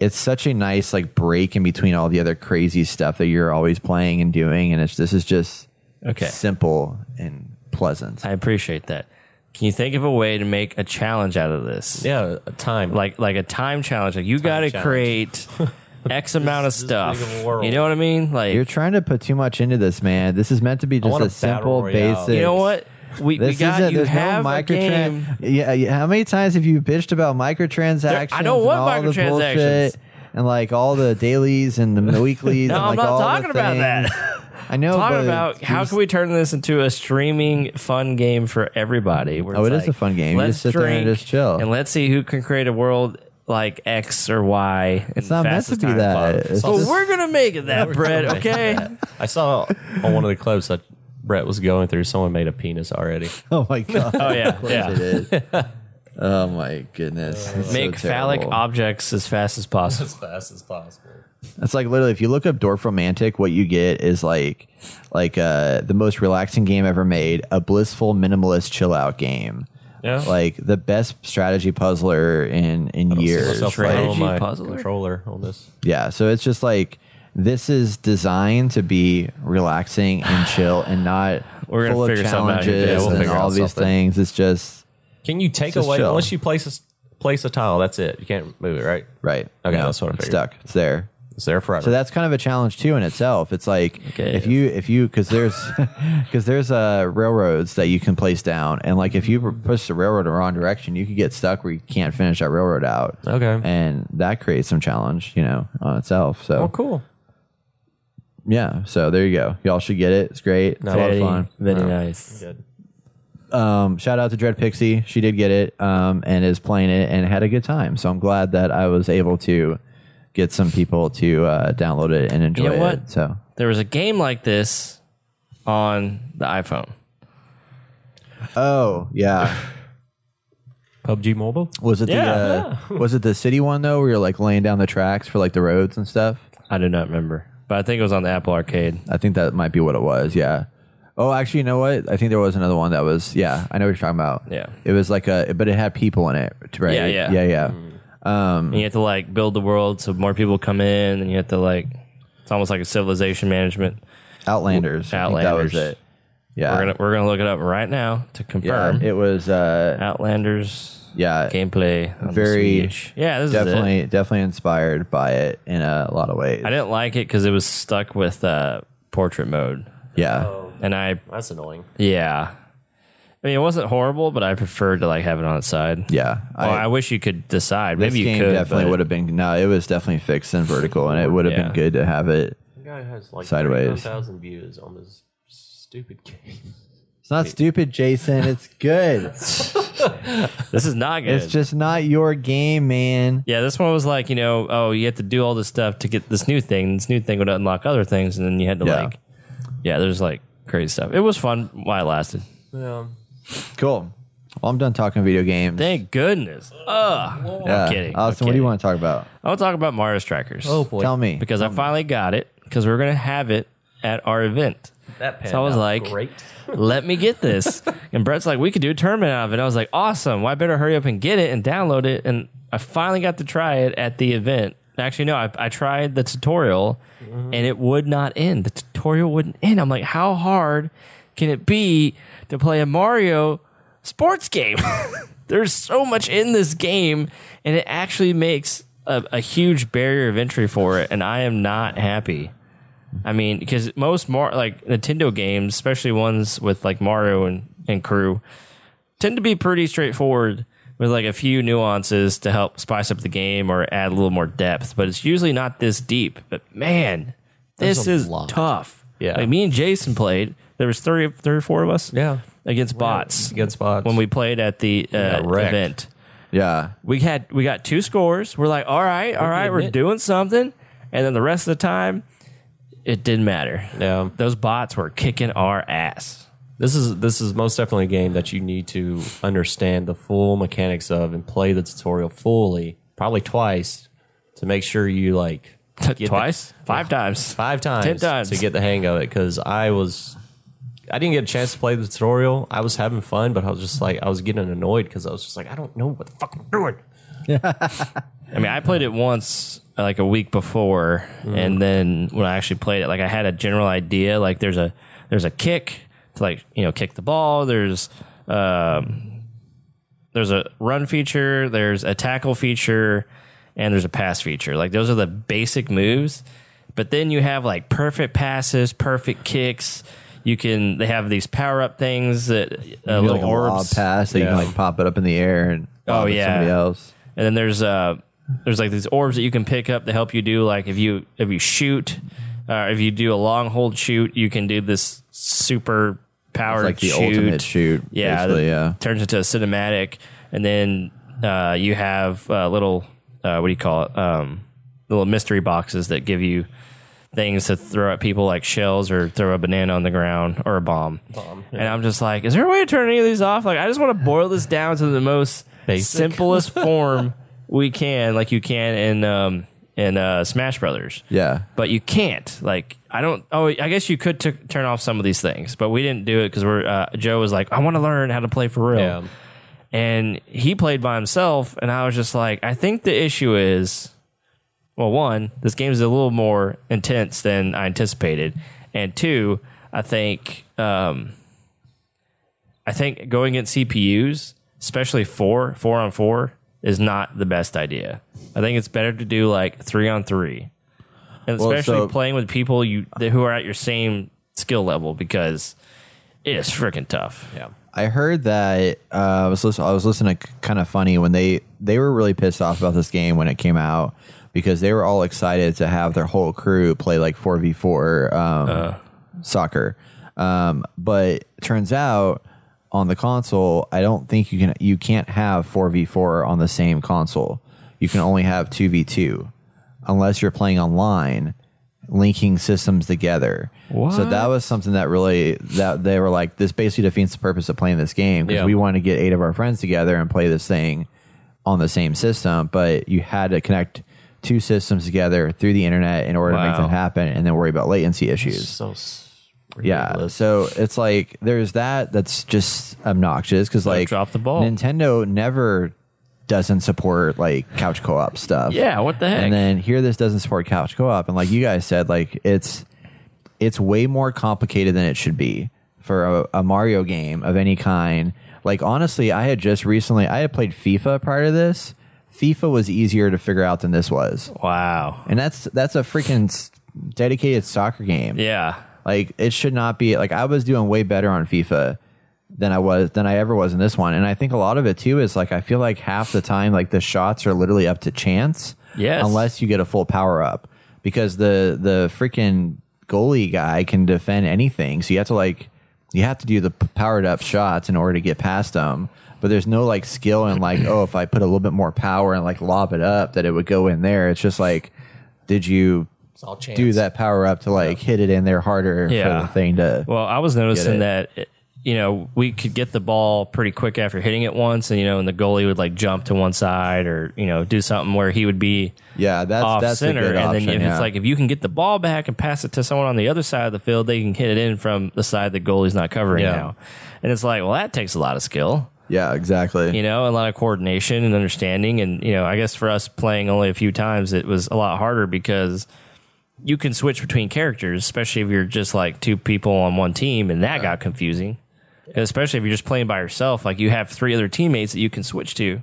Speaker 1: it's such a nice like break in between all the other crazy stuff that you're always playing and doing, and it's this is just
Speaker 2: Okay.
Speaker 1: simple and pleasant.
Speaker 2: I appreciate that. Can you think of a way to make a challenge out of this?
Speaker 3: Yeah, a time.
Speaker 2: Like like a time challenge. Like you got to
Speaker 3: challenge.
Speaker 2: create X amount of
Speaker 3: this big of
Speaker 2: stuff.
Speaker 3: a world.
Speaker 2: You know what I mean? Like
Speaker 1: You're trying to put too much into this, man. This is meant to be just
Speaker 3: want
Speaker 1: a
Speaker 3: a
Speaker 1: simple,
Speaker 3: battle royale.
Speaker 1: basic.
Speaker 2: you know what? We, we
Speaker 1: This
Speaker 2: got
Speaker 1: isn't.
Speaker 2: you
Speaker 1: There's
Speaker 2: have
Speaker 1: no
Speaker 2: a game.
Speaker 1: microtransaction. Yeah, yeah. How many times have you bitched about microtransactions?
Speaker 2: I don't want
Speaker 1: and all the
Speaker 2: microtransactions.
Speaker 1: bullshit And like all the dailies and the weeklies.
Speaker 2: No,
Speaker 1: and
Speaker 2: I'm
Speaker 1: like
Speaker 2: not
Speaker 1: all the
Speaker 2: talking about that.
Speaker 1: things. I know.
Speaker 2: Talking
Speaker 1: but
Speaker 2: about how
Speaker 1: just-
Speaker 2: can we turn this into a streaming fun game for everybody? where
Speaker 1: Oh,
Speaker 2: it's
Speaker 1: it is a fun game. You
Speaker 2: let's
Speaker 1: just sit there and
Speaker 2: drink
Speaker 1: just chill.
Speaker 2: and let's see who can create a world like X or Y. It's
Speaker 1: not meant to be that. It's
Speaker 2: But
Speaker 1: just-
Speaker 2: we're gonna make it that, Brett.
Speaker 3: gonna make it
Speaker 2: Okay.
Speaker 3: I saw on one of the clips that Brett was going through. Someone made a penis already.
Speaker 1: Oh my god.
Speaker 2: Oh yeah,
Speaker 1: Yes,
Speaker 2: yeah.
Speaker 1: it is. Oh my goodness. It's so
Speaker 2: Make phallic
Speaker 1: terrible.
Speaker 2: objects as fast as possible.
Speaker 3: As fast as possible.
Speaker 1: It's like literally, if you look up Dorf Romantic, what you get is like, like uh, the most relaxing game ever made, a blissful minimalist chill out game.
Speaker 3: Yeah.
Speaker 1: Like the best strategy puzzler in in years.
Speaker 3: Myself
Speaker 1: Like,
Speaker 3: playing on
Speaker 2: strategy
Speaker 3: my
Speaker 2: puzzler.
Speaker 3: controller on this.
Speaker 1: yeah, so it's just like this is designed to be relaxing and chill and not
Speaker 2: We're gonna
Speaker 1: full of
Speaker 2: figure something out
Speaker 1: challenges
Speaker 2: here. Yeah, we'll
Speaker 1: and
Speaker 3: figure
Speaker 1: all
Speaker 3: out
Speaker 1: these
Speaker 3: something.
Speaker 1: things. It's just
Speaker 3: Can you take
Speaker 1: Just
Speaker 3: away
Speaker 1: chill.
Speaker 3: once you place a s- place a tile? That's it. You can't move it, right?
Speaker 1: right.
Speaker 3: Okay,
Speaker 1: No,
Speaker 3: that's what I
Speaker 1: it's
Speaker 3: figured.
Speaker 1: stuck. It's there.
Speaker 3: It's there forever.
Speaker 1: So that's kind of a challenge too in itself. It's like
Speaker 2: Okay.
Speaker 1: if you if you because there's because there's uh, railroads that you can place down, and like if you push the railroad in the wrong direction, you could get stuck where you can't finish that railroad out.
Speaker 3: Okay.
Speaker 1: and that creates some challenge, you know, on itself. So
Speaker 3: oh, cool.
Speaker 1: yeah, so there you go. Y'all should get it. It's great. It's a lot of
Speaker 2: Very,
Speaker 1: fun.
Speaker 2: very nice.
Speaker 3: Good.
Speaker 1: Um, shout out to Dread Pixie. She did get it um, and is playing it and had a good time. So I'm glad that I was able to get some people to uh, download it and enjoy
Speaker 2: know
Speaker 1: it.
Speaker 2: what?
Speaker 1: So
Speaker 2: There was a game like this on the iPhone.
Speaker 1: oh yeah.
Speaker 3: PUBG Mobile.
Speaker 1: Was it
Speaker 2: Yeah.
Speaker 1: the uh, was it the city one though, where you're like laying down the tracks for like the roads and stuff?
Speaker 2: I do not remember, but I think it was on the Apple Arcade.
Speaker 1: I think that might be what it was. Yeah. Oh, actually, you know what? I think there was another one that was. Yeah, I know what you're talking about.
Speaker 2: Yeah.
Speaker 1: It was like a, but it had people in it, right?
Speaker 2: Yeah, yeah. Mm.
Speaker 1: yeah, yeah.
Speaker 2: And
Speaker 1: Hmm.
Speaker 2: you have to like build the world so more people come in, and you have to like it's almost like a civilization management.
Speaker 1: Outlanders. I think
Speaker 2: Outlanders.
Speaker 1: that was it. Yeah.
Speaker 2: We're gonna we're gonna look it up right now to
Speaker 1: Uh, yeah.
Speaker 2: confirm
Speaker 1: It was. Uh,
Speaker 2: Outlanders
Speaker 1: yeah.
Speaker 2: gameplay. on the
Speaker 1: Very-
Speaker 2: Switch. yeah, this is it.
Speaker 1: Definitely, definitely inspired by it in a lot of ways.
Speaker 2: I didn't like it because it was stuck with uh, portrait mode,
Speaker 1: yeah.
Speaker 2: and I
Speaker 3: That's annoying.
Speaker 2: yeah. I mean, it wasn't horrible, but I preferred to like have it on its side.
Speaker 1: Yeah.
Speaker 2: Well, I, wish you could decide.
Speaker 1: this
Speaker 2: Maybe you
Speaker 1: game
Speaker 2: could.
Speaker 1: definitely
Speaker 2: but-
Speaker 1: would have been. No, it was definitely fixed and vertical, and it would have
Speaker 2: Yeah.
Speaker 1: been good to have it.
Speaker 3: The guy has like
Speaker 1: Sideways.
Speaker 3: 31,000 views on this stupid game.
Speaker 1: It's not stupid, Jason. It's good.
Speaker 2: This is not good.
Speaker 1: It's just not your game, man.
Speaker 2: Yeah, this one was like, you know, oh, you have to do all this stuff to get this new thing. This new thing would unlock other things, and then you had to
Speaker 1: Yeah.
Speaker 2: like, yeah, there's like crazy stuff. It was fun while it lasted.
Speaker 3: Um,
Speaker 1: Cool. Well, I'm done talking video games.
Speaker 2: Thank goodness. Ugh,
Speaker 1: Yeah.
Speaker 2: I'm
Speaker 1: Austin,
Speaker 2: kidding. I'm
Speaker 1: what do
Speaker 2: kidding.
Speaker 1: you want to talk about?
Speaker 2: I want to talk about Mario Strikers.
Speaker 3: oh boy.
Speaker 1: Tell me.
Speaker 2: because I finally got it because we are gonna have it at our event.
Speaker 3: That
Speaker 2: So I was
Speaker 3: panned out
Speaker 2: like,
Speaker 3: great.
Speaker 2: let me get this. and Brett's like, we could do a tournament out of it. I was like, awesome. Why I better hurry up and get it and download it? And I finally got to try it at the event. Actually, no, I, I tried the tutorial
Speaker 3: Mm-hmm.
Speaker 2: and it would not end. The tutorial wouldn't end. I'm like, how hard can it be to play a Mario sports game? There's so much in this game and it actually makes a, a huge barrier of entry for it. And I am not happy. I mean, because most Mar- like Nintendo games, especially ones with like Mario and, and crew, tend to be pretty straightforward with like a few nuances to help spice up the game or add a little more depth. But it's usually not this deep. But man, this
Speaker 3: a
Speaker 2: is
Speaker 3: lot.
Speaker 2: tough.
Speaker 3: Yeah.
Speaker 2: like me and Jason played. There was three, three or four of us.
Speaker 3: Yeah.
Speaker 2: against bots.
Speaker 3: Good spots.
Speaker 2: when we played at the uh,
Speaker 3: wrecked.
Speaker 2: event
Speaker 1: Yeah.
Speaker 2: we had we got two scores. We're like, all right, all right, we're
Speaker 3: admit.
Speaker 2: doing something. And then the rest of the time, it didn't matter.
Speaker 3: Yeah.
Speaker 2: Those bots were kicking our ass.
Speaker 3: This is this is most definitely a game that you need to understand the full mechanics of and play the tutorial fully, probably twice, to make sure you like the-
Speaker 2: Twice, five times.
Speaker 3: five times,
Speaker 2: Ten times.
Speaker 3: to get the hang of it. Because I was, I didn't get a chance to play the tutorial. I was having fun, but I was just like I was getting annoyed because I was just like I don't know what the fuck I'm doing.
Speaker 2: I mean, I played it once uh, like a week before, and then when I actually played it, like I had a general idea. Like there's a there's a kick to like you know kick the ball. There's um, there's a run feature. There's a tackle feature, and there's a pass feature. Like those are the basic moves. But then you have like perfect passes, perfect kicks. You can they have these power up things that uh,
Speaker 1: You do,
Speaker 2: little
Speaker 1: like a lob
Speaker 2: orbs.
Speaker 1: pass that you
Speaker 3: Yeah.
Speaker 1: can like pop it up in the air and
Speaker 2: Oh,
Speaker 1: lob it at
Speaker 2: yeah.
Speaker 1: somebody else.
Speaker 2: and then there's uh there's like these orbs that you can pick up to help you do like if you if you shoot uh, if you do a long hold shoot you can do this super powered
Speaker 1: It's like the
Speaker 2: shoot.
Speaker 1: ultimate shoot.
Speaker 2: yeah
Speaker 1: basically,
Speaker 2: that
Speaker 1: yeah.
Speaker 2: turns into a cinematic and then uh you have uh, little uh what do you call it um little mystery boxes that give you things to throw at people like shells or throw a banana on the ground or a bomb.
Speaker 3: Bomb,
Speaker 2: And I'm just like, is there a way to turn any of these off? Like, I just want to boil this down to the most simplest form we can, like you can in um, in uh, Smash Brothers.
Speaker 1: Yeah.
Speaker 2: But you can't. Like, I don't. Oh, I guess you could t- turn off some of these things, but we didn't do it because we're uh, Joe was like, I want to learn how to play for real
Speaker 3: Yeah.
Speaker 2: and he played by himself and i was just like i think the issue is well one this game is a little more intense than i anticipated and two i think um i think going against cpus especially four four on four is not the best idea i think it's better to do like three on three and
Speaker 1: Well,
Speaker 2: especially
Speaker 1: so-
Speaker 2: playing with people you that, who are at your same skill level because it is freaking tough
Speaker 3: Yeah.
Speaker 1: I heard that uh, I was listen- I was listening to kind of funny when they they were really pissed off about this game when it came out because they were all excited to have their whole crew play like four v four um, soccer, um, but turns out on the console I don't think you can you can't have four v four on the same console. You can only have two v two unless you're playing online, linking systems together. So that was something that really that they were like, this basically defeats the purpose of playing this game because
Speaker 3: Yeah.
Speaker 1: we want to get eight of our friends together and play this thing on the same system, but you had to connect two systems together through the internet in order to make
Speaker 2: Wow.
Speaker 1: that happen and then worry about latency issues.
Speaker 3: So
Speaker 1: Yeah. So it's like there's that that's just obnoxious because like
Speaker 2: drop the ball.
Speaker 1: Nintendo never doesn't support like couch co-op stuff.
Speaker 2: Yeah, what the heck?
Speaker 1: And then here this doesn't support couch co-op and like you guys said like it's it's way more complicated than it should be for a, a Mario game of any kind. Like honestly, I had just recently I had played FIFA prior to this. FIFA was easier to figure out than this was.
Speaker 2: wow
Speaker 1: And that's that's a freaking s- dedicated soccer game.
Speaker 2: yeah
Speaker 1: Like it should not be like I was doing way better on FIFA than I was than I ever was in this one. And I think a lot of it too is like I feel like half the time like the shots are literally up to chance.
Speaker 2: Yes.
Speaker 1: Unless you get a full power up. Because the the freaking goalie guy can defend anything. So you have to like you have to do the p- powered up shots in order to get past them. But there's no like skill in like, oh, if I put a little bit more power and like lob it up that it would go in there. It's just like did you
Speaker 3: It's all chance.
Speaker 1: do that power up to like hit it in there harder
Speaker 2: Yeah.
Speaker 1: for the thing to.
Speaker 2: Well, I was
Speaker 1: it.
Speaker 2: noticing that you know we could get the ball pretty quick after hitting it once, and you know, and the goalie would like jump to one side or you know do something where he would be
Speaker 1: yeah, that's
Speaker 2: off
Speaker 1: that's
Speaker 2: center,
Speaker 1: a good
Speaker 2: and
Speaker 1: option.
Speaker 2: then if
Speaker 1: yeah.
Speaker 2: it's like if you can get the ball back and pass it to someone on the other side of the field, they can hit it in from the side the goalie's not covering
Speaker 3: Yeah.
Speaker 2: now, and it's like well that takes a lot of skill.
Speaker 1: yeah, exactly.
Speaker 2: you know, a lot of coordination and understanding. And, you know, I guess for us playing only a few times, it was a lot harder because you can switch between characters, especially if you're just like two people on one team. And that got confusing, And especially if you're just playing by yourself. Like you have three other teammates that you can switch to.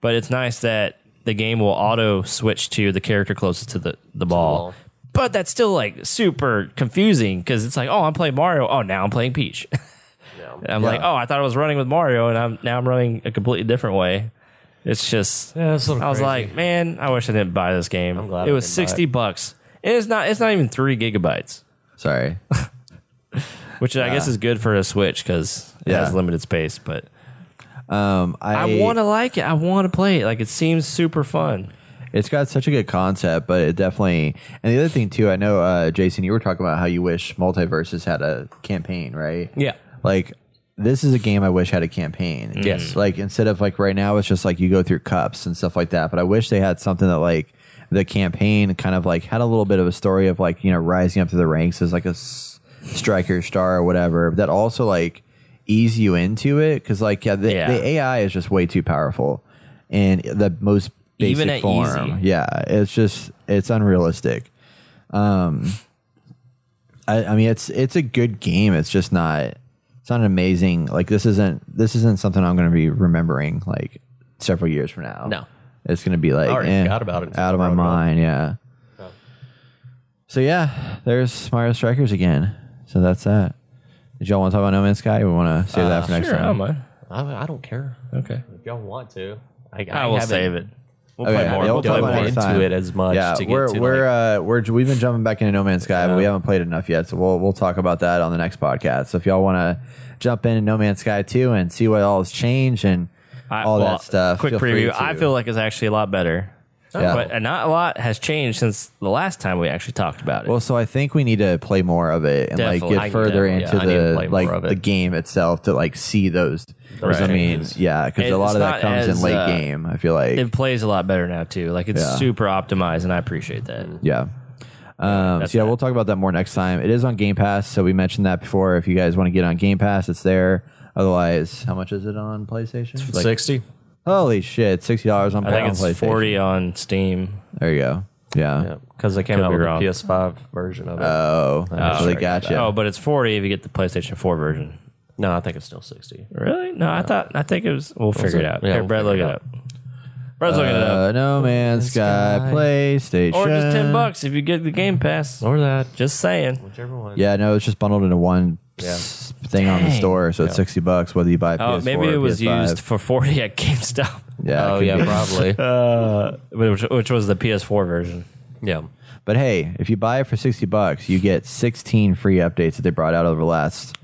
Speaker 2: But it's nice that the game will auto switch to the character closest to the, the ball.
Speaker 3: ball.
Speaker 2: But that's still like super confusing because it's like, oh, I'm playing Mario. Oh, now I'm playing Peach. And I'm like,
Speaker 1: Yeah.
Speaker 2: oh, I thought I was running with Mario, and I'm now I'm running a completely different way. It's just,
Speaker 3: Yeah, it's a little
Speaker 2: I was
Speaker 3: crazy.
Speaker 2: like, man, I wish I didn't buy this game.
Speaker 3: I'm glad
Speaker 2: it
Speaker 3: I
Speaker 2: was
Speaker 3: didn't buy it.
Speaker 2: sixty bucks. And it's not, it's not even three gigabytes,
Speaker 1: Sorry. Um,
Speaker 2: which I guess is good for a Switch because it
Speaker 1: Yeah.
Speaker 2: has limited space. But
Speaker 1: Um, I,
Speaker 2: I want to like it. I want to play it. Like it seems super fun.
Speaker 1: It's got such a good concept, but it definitely. And the other thing too, I know uh, Jason, you were talking about how you wish multiverses had a campaign, right?
Speaker 3: Yeah.
Speaker 1: Like this is a game I wish had a campaign.
Speaker 2: Mm.
Speaker 3: Yes.
Speaker 1: Like instead of like right now, it's just like you go through cups and stuff like that. But I wish they had something that like the campaign kind of like had a little bit of a story of like you know rising up to the ranks as like a s- striker star or whatever. But that also like ease you into it because like yeah the,
Speaker 2: Yeah.
Speaker 1: the AI is just way too powerful, and the most basic
Speaker 2: Even at
Speaker 1: form.
Speaker 2: easy.
Speaker 1: Yeah, it's just it's unrealistic. Um, I, I mean, it's it's a good game. It's just not. It's not an amazing. Like this isn't this isn't something I'm going to be remembering like several years from now.
Speaker 3: No.
Speaker 1: it's going to be like
Speaker 3: already
Speaker 1: eh,
Speaker 3: forgot about it.
Speaker 1: out of my
Speaker 3: Wrote it Oh. off.
Speaker 1: mind. Yeah. So yeah, there's Mario Strikers again. So that's that. Did y'all want to talk about No Man's Sky? We want to save
Speaker 3: Uh,
Speaker 1: that for next
Speaker 2: Sure, I
Speaker 1: time.
Speaker 2: don't mind.
Speaker 3: I, I don't care
Speaker 2: Okay.
Speaker 3: if y'all want to. I, I,
Speaker 2: I will
Speaker 3: haven't
Speaker 2: save it. We'll
Speaker 1: Okay,
Speaker 2: play more.
Speaker 1: yeah,
Speaker 2: We'll
Speaker 1: we'll
Speaker 2: play
Speaker 1: talk about
Speaker 2: more.
Speaker 1: it.
Speaker 3: Into
Speaker 1: time.
Speaker 3: it as much.
Speaker 1: yeah,
Speaker 3: to get
Speaker 1: we're
Speaker 3: to,
Speaker 1: we're
Speaker 3: like,
Speaker 1: uh, we're we've been jumping back into No Man's Sky, but we haven't played enough yet. So we'll we'll talk about that on the next podcast. So if y'all want to jump in No Man's Sky too and see what all has changed and
Speaker 2: I-
Speaker 1: all
Speaker 2: well,
Speaker 1: that stuff,
Speaker 2: Quick
Speaker 1: feel free
Speaker 2: preview. I
Speaker 1: to-
Speaker 2: feel like it's actually a lot better.
Speaker 1: Yeah.
Speaker 2: But uh, not a lot has changed since the last time we actually talked about it.
Speaker 1: Well, so I think we need to play more of it and
Speaker 2: Definitely.
Speaker 1: like
Speaker 2: I
Speaker 1: get
Speaker 2: need
Speaker 1: further
Speaker 2: to- yeah,
Speaker 1: into
Speaker 3: I need to play
Speaker 1: the
Speaker 3: more
Speaker 1: like
Speaker 3: of it.
Speaker 1: the game itself to like see those.
Speaker 3: Those
Speaker 1: I mean,
Speaker 3: changes.
Speaker 1: yeah, because a
Speaker 2: It's
Speaker 1: lot of that
Speaker 2: not
Speaker 1: comes in
Speaker 2: as,
Speaker 1: late
Speaker 2: uh,
Speaker 1: game. I feel like
Speaker 2: it plays a lot better now too. Like it's
Speaker 1: Yeah.
Speaker 2: super optimized, and I appreciate that.
Speaker 1: Yeah. Um,
Speaker 2: that's
Speaker 1: so yeah,
Speaker 2: that.
Speaker 1: we'll talk about that more next time. It is on Game Pass, so we mentioned that before. If you guys want to get on Game Pass, it's there. Otherwise, how much is it on PlayStation? Like,
Speaker 3: sixty.
Speaker 1: Holy shit, sixty dollars on,
Speaker 2: I think
Speaker 1: on
Speaker 2: it's
Speaker 1: PlayStation.
Speaker 2: forty on Steam.
Speaker 1: There you go. Yeah.
Speaker 3: Yeah, because they came
Speaker 2: Could
Speaker 3: out
Speaker 2: be
Speaker 3: with
Speaker 2: wrong.
Speaker 3: a PS5 version of it.
Speaker 1: Oh, so they
Speaker 2: sorry
Speaker 1: got you.
Speaker 2: Oh, but it's forty if you get the PlayStation Four version.
Speaker 3: no, I think it's still sixty.
Speaker 2: Really? No, I thought I think it was. We'll figure it
Speaker 3: it?
Speaker 2: out.
Speaker 3: Yeah,
Speaker 2: Here,
Speaker 3: we'll
Speaker 2: Brad, look it
Speaker 3: figure it
Speaker 2: up. Brad's looking it up.
Speaker 1: Uh, no Man's Sky, PlayStation,
Speaker 2: Or just ten bucks if you get the Game Pass.
Speaker 3: Or that,
Speaker 2: Just saying.
Speaker 3: whichever one.
Speaker 1: Yeah, no, it's just bundled into one
Speaker 3: Yeah.
Speaker 1: s- thing on the
Speaker 2: Dang.
Speaker 1: store, so it's sixty bucks whether you buy. a
Speaker 2: Oh,
Speaker 1: PS4
Speaker 2: maybe
Speaker 1: or
Speaker 2: it was
Speaker 1: PS5.
Speaker 2: used for forty at GameStop,
Speaker 1: Yeah. it
Speaker 3: Oh
Speaker 1: could
Speaker 3: yeah,
Speaker 1: be.
Speaker 3: probably.
Speaker 2: which, which was the PS4 version.
Speaker 3: yeah.
Speaker 1: But hey, if you buy it for sixty bucks, you get sixteen free updates that they brought out over the last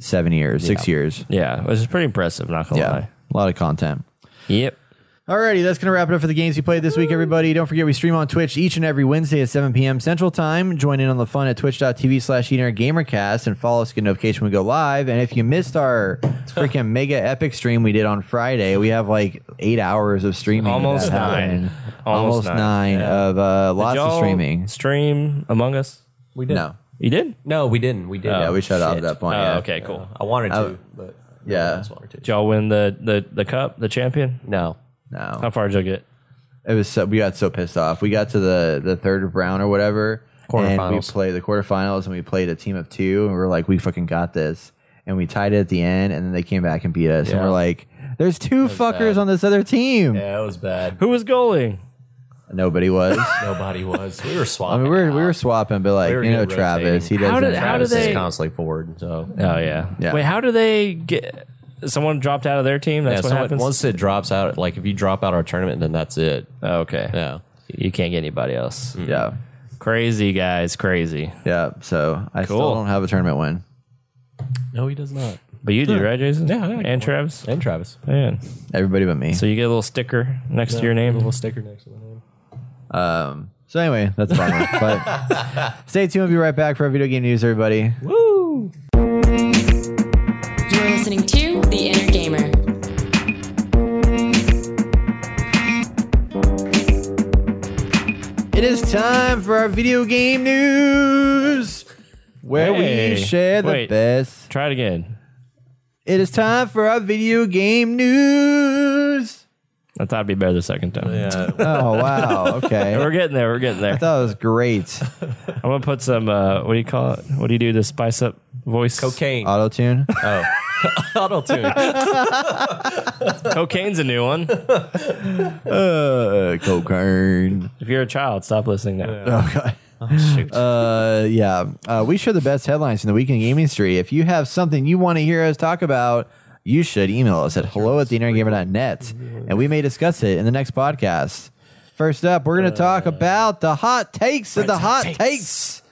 Speaker 1: seven years, six years.
Speaker 2: Yeah, which is pretty impressive. Not gonna
Speaker 1: Yeah,
Speaker 2: lie.
Speaker 1: a lot of content.
Speaker 2: Yep.
Speaker 1: Alrighty, that's gonna wrap it up for the games we played this week, everybody. Don't forget we stream on Twitch each and every Wednesday at 7 p.m. Central Time. Join in on the fun at twitch.tv slash gamercast and follow us to get notification when we go live. And if you missed our freaking mega epic stream we did on Friday, we have like eight hours of streaming. that
Speaker 2: Almost
Speaker 1: happened.
Speaker 2: nine.
Speaker 1: Almost,
Speaker 2: Almost
Speaker 1: nine,
Speaker 2: nine,
Speaker 1: of uh, lots of
Speaker 2: Y'all
Speaker 1: streaming.
Speaker 2: Stream Among Us.
Speaker 3: We did.
Speaker 1: no.
Speaker 2: You did?
Speaker 3: No, we didn't. We did.
Speaker 1: yeah, we shut off at
Speaker 3: Shit.
Speaker 1: that point.
Speaker 2: Oh,
Speaker 1: yeah.
Speaker 2: okay, cool.
Speaker 3: I wanted to,
Speaker 1: I-
Speaker 3: but
Speaker 1: Oh. yeah.
Speaker 3: I wanted
Speaker 2: Did
Speaker 3: to.
Speaker 2: y'all win the, the, the cup, the champion?
Speaker 3: No,
Speaker 1: No.
Speaker 2: How far did y'all get?
Speaker 1: It was so we got so pissed off. We got to the the third round or whatever, and we
Speaker 3: Quarterfinals.
Speaker 1: played the quarterfinals, and we played a team of two, and we are like, we fucking got this, and we tied it at the end, and then they came back and beat us, and
Speaker 3: Yeah.
Speaker 1: we're like, there's two fuckers on this other team.
Speaker 3: yeah, it was bad.
Speaker 2: Who was goaling?
Speaker 1: Nobody was.
Speaker 3: Nobody was. We were
Speaker 1: I
Speaker 3: swapping.
Speaker 1: mean, we were we were swapping, but like
Speaker 3: We were
Speaker 1: you know,
Speaker 3: good
Speaker 1: Travis, he
Speaker 3: rotating.
Speaker 1: doesn't.
Speaker 2: How did- how
Speaker 1: Travis
Speaker 2: did
Speaker 1: is-
Speaker 2: they-
Speaker 3: It's constantly forward. So
Speaker 2: Oh yeah.
Speaker 1: Yeah.
Speaker 2: Wait, how do they get? Someone dropped out of their team. That's
Speaker 3: yeah,
Speaker 2: what
Speaker 3: someone-
Speaker 2: happens.
Speaker 3: once it drops out, like if you drop out our tournament, then that's it.
Speaker 2: Oh, okay.
Speaker 3: Yeah.
Speaker 2: You can't get anybody else.
Speaker 1: Yeah,
Speaker 2: Crazy guys, crazy.
Speaker 1: yeah. So I still
Speaker 2: Cool.
Speaker 1: don't have a tournament win.
Speaker 3: No, he does not.
Speaker 2: But you do, right, Jason?
Speaker 3: Yeah, yeah.
Speaker 2: And Travis.
Speaker 3: And Travis.
Speaker 2: Man.
Speaker 1: Everybody but me.
Speaker 2: So
Speaker 1: So,
Speaker 2: you get a little sticker next to your
Speaker 3: A
Speaker 2: name.
Speaker 3: little sticker next to the name.
Speaker 1: um, so anyway, that's a bummer. but stay tuned. We'll be right back for our video game news, everybody.
Speaker 4: You're listening to The Inner Gamer.
Speaker 1: It is time for our video game news, where
Speaker 2: Hey.
Speaker 1: we share the
Speaker 2: Wait.
Speaker 1: best.
Speaker 2: Try it again.
Speaker 1: It is time for our video game news.
Speaker 2: I thought it'd be better the second time.
Speaker 3: Yeah.
Speaker 1: Oh wow! Okay,
Speaker 2: We're getting there. We're getting there.
Speaker 1: I thought it was great.
Speaker 2: I'm gonna put some. Uh, what do you call it? What do you do to spice up voice?
Speaker 3: Cocaine.
Speaker 1: Auto tune.
Speaker 3: oh. Auto tune.
Speaker 2: Cocaine's a new one.
Speaker 1: Uh, cocaine.
Speaker 2: If you're a child, stop listening now.
Speaker 1: Oh god.
Speaker 2: Shoot.
Speaker 1: Uh, yeah. Uh, we share the best headlines in the weekend gaming industry. If you have something you want to hear us talk about, you should email us at hello at theinnergamer.net and we may discuss it in the next podcast. First up, we're going to talk about the hot takes of the Uh, hot takes.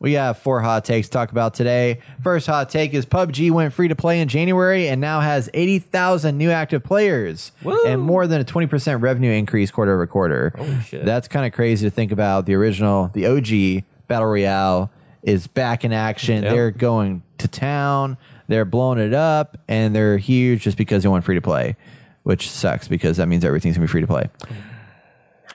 Speaker 1: We have four hot takes to talk about today. First hot take is PUBG went free to play in January and now has 80,000 new active players and more than a 20% revenue increase quarter over quarter.
Speaker 3: shit.
Speaker 1: That's kind of crazy to think about. The original, the OG Battle Royale is back in action. They're going to town, they're blowing it up, and they're huge just because they went free to play, which sucks because that means everything's going to be free to play.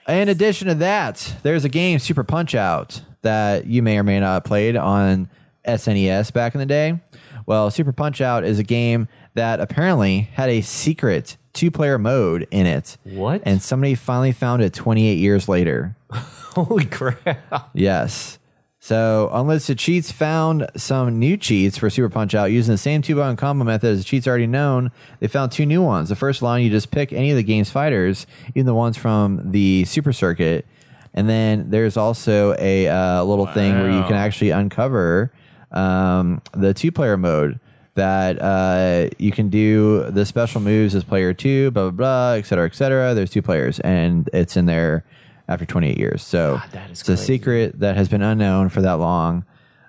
Speaker 1: In addition to that, there's a game, Super Punch Out, that you may or may not have played on E SNES back in the day. Well, Super Punch Out is a game that apparently had a secret two player mode in it.
Speaker 3: What?
Speaker 1: And somebody finally found it 28 years later.
Speaker 3: Holy crap!
Speaker 1: Yes. So unlisted cheats found some new cheats for Super Punch Out using the same two button combo method as the cheats already known. They found two new ones. The first allowing you to just pick any of the game's fighters, even the ones from the Super Circuit. And then there's also a uh, little thing where you can actually uncover um, the two player mode that uh, you can do the special moves as player two, blah, blah, blah, et cetera, et cetera. There's two players, and it's in there after 28 years. So
Speaker 3: is
Speaker 1: it's a secret that has been unknown for that long.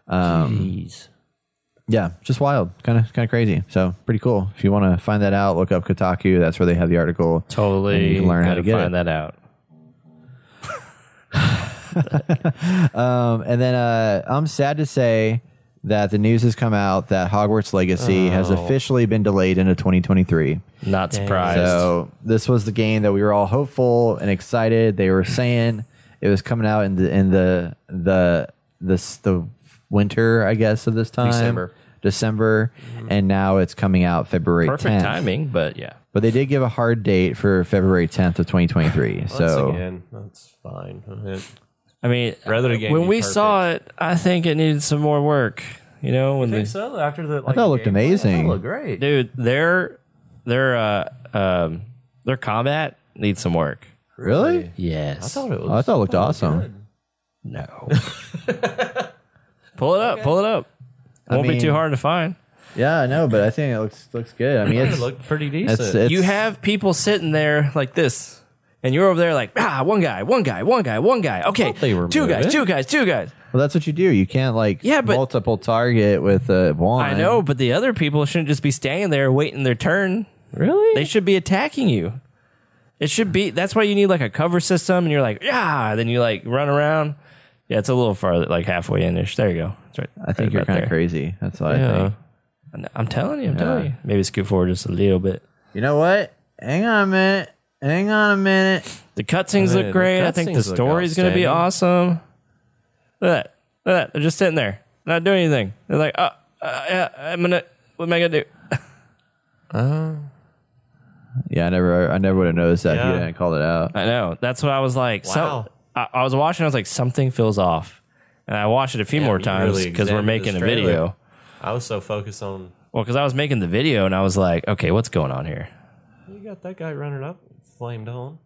Speaker 3: Um,
Speaker 2: Jeez.
Speaker 1: Yeah, just wild, kind of kind of crazy. So pretty cool. If you want to find that out, look up Kotaku. That's where they have the article. And
Speaker 2: Totally
Speaker 1: you can learn how to get
Speaker 2: find
Speaker 1: it.
Speaker 2: that out.
Speaker 1: Um, and then uh, I'm sad to say that the news has come out that Hogwarts Legacy has
Speaker 2: Oh.
Speaker 1: officially been delayed into 2023.
Speaker 2: Not surprised.
Speaker 1: So this was the game that we were all hopeful and excited. They were saying it was coming out in the in the the this the winter, I guess, of this time.
Speaker 3: December.
Speaker 1: December, and now it's coming out February
Speaker 2: Mm-hmm. Perfect
Speaker 1: 10th.
Speaker 2: timing, but yeah.
Speaker 1: But they did give a hard date for February 10th of 2023. so
Speaker 3: Once again, that's fine.
Speaker 2: I mean,
Speaker 3: Rather the game
Speaker 2: when
Speaker 3: be
Speaker 2: we
Speaker 3: perfect.
Speaker 2: saw it, I think it needed some more work. You know, when the
Speaker 3: so after the, like,
Speaker 1: thought it looked
Speaker 3: gameplay, I
Speaker 1: amazing.
Speaker 3: thought it looked great.
Speaker 2: dude, their their uh, um, their combat needs some work.
Speaker 1: really,
Speaker 2: Yes.
Speaker 3: I thought it was.
Speaker 1: oh, I thought it looked awesome.
Speaker 2: no. pull it up. Pull it up. Won't be
Speaker 1: mean-
Speaker 2: too hard to find.
Speaker 1: Yeah, I know, but I think it looks looks good. I mean,
Speaker 3: It
Speaker 1: it's
Speaker 3: looked pretty decent.
Speaker 1: it's, it's
Speaker 2: you have people sitting there like this, and you're over there like ah, one guy, one guy, one guy, one guy. Okay,
Speaker 3: they were
Speaker 2: two guys,
Speaker 3: moving.
Speaker 2: two guys, two guys.
Speaker 1: well, that's what you do. You can't like
Speaker 2: Yeah, but-
Speaker 1: multiple target with a one.
Speaker 2: I know, but the other people shouldn't just be standing there waiting their turn.
Speaker 3: really.
Speaker 2: They should be attacking you. It should be. That's why you need like a cover system, and you're like, yeah. Then you like run around. Yeah, it's a little farther, like halfway in-ish. There you go. That's right.
Speaker 1: I think you're kind of
Speaker 2: crazy.
Speaker 1: crazy. That's what I
Speaker 2: Yeah.
Speaker 1: think.
Speaker 2: And I'm telling you, I'm telling you. Maybe scoot forward just a little bit.
Speaker 1: You know what? Hang on a minute. Hang on a minute.
Speaker 2: The cutscenes
Speaker 3: the
Speaker 2: look great. I think the
Speaker 3: cutscenes look
Speaker 2: story's going to be awesome. Look at that. Look at that. They're just sitting there, not doing anything. They're like, oh, uh, yeah, I'm going to, what am I going to do?
Speaker 1: Yeah, I never, I never would have noticed that if
Speaker 3: Yeah.
Speaker 1: you hadn't called it out.
Speaker 2: I know. That's what I was like.
Speaker 3: Wow.
Speaker 2: So I, I was watching. I was like, something feels off. And I watched it a few more
Speaker 3: you
Speaker 2: times
Speaker 3: really
Speaker 2: because we're
Speaker 3: examined
Speaker 2: making a
Speaker 3: this trailer.
Speaker 2: video.
Speaker 3: I was so focused on.
Speaker 2: Well, because I was making the video and I was like, okay, what's going on here?
Speaker 3: You got that guy running up, flamed on.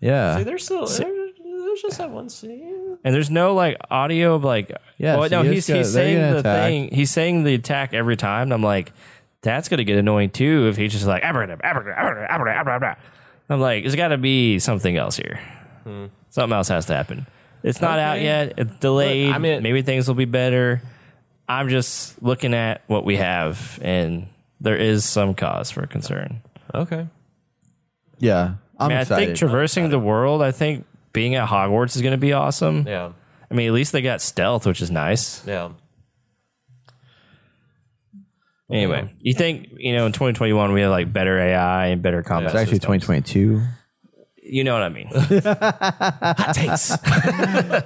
Speaker 1: Yeah,
Speaker 3: See, there's still there's, there's just that one scene.
Speaker 2: And there's no like audio of like
Speaker 1: Yeah,
Speaker 2: yeah. Well,
Speaker 1: so
Speaker 2: no,
Speaker 1: you
Speaker 2: he's
Speaker 1: just go-
Speaker 2: he's
Speaker 1: they're
Speaker 2: saying
Speaker 1: gonna
Speaker 2: the
Speaker 1: attack.
Speaker 2: thing. He's saying the attack every time. And I'm like, that's gonna get annoying too if he's just like abracadabra, abracadabra, abracadabra, abracadabra. I'm like, there's got to be something else here. Something else has to happen. It's not out
Speaker 3: Hmm. Okay.
Speaker 2: yet. It's delayed.
Speaker 3: I mean-
Speaker 2: Maybe things will be better. I'm just looking at what we have, and there is some cause for concern.
Speaker 3: Okay.
Speaker 1: yeah. I'm
Speaker 2: I, mean, I
Speaker 1: excited.
Speaker 2: think traversing the world. I think being at Hogwarts is going to be awesome.
Speaker 3: Yeah.
Speaker 2: I mean, at least they got stealth, which is nice.
Speaker 3: Yeah.
Speaker 2: Anyway, you think you know in 2021 we have like better AI and better combat?
Speaker 1: it's actually
Speaker 2: systems.
Speaker 1: 2022.
Speaker 2: You know what I mean?
Speaker 3: Hot takes.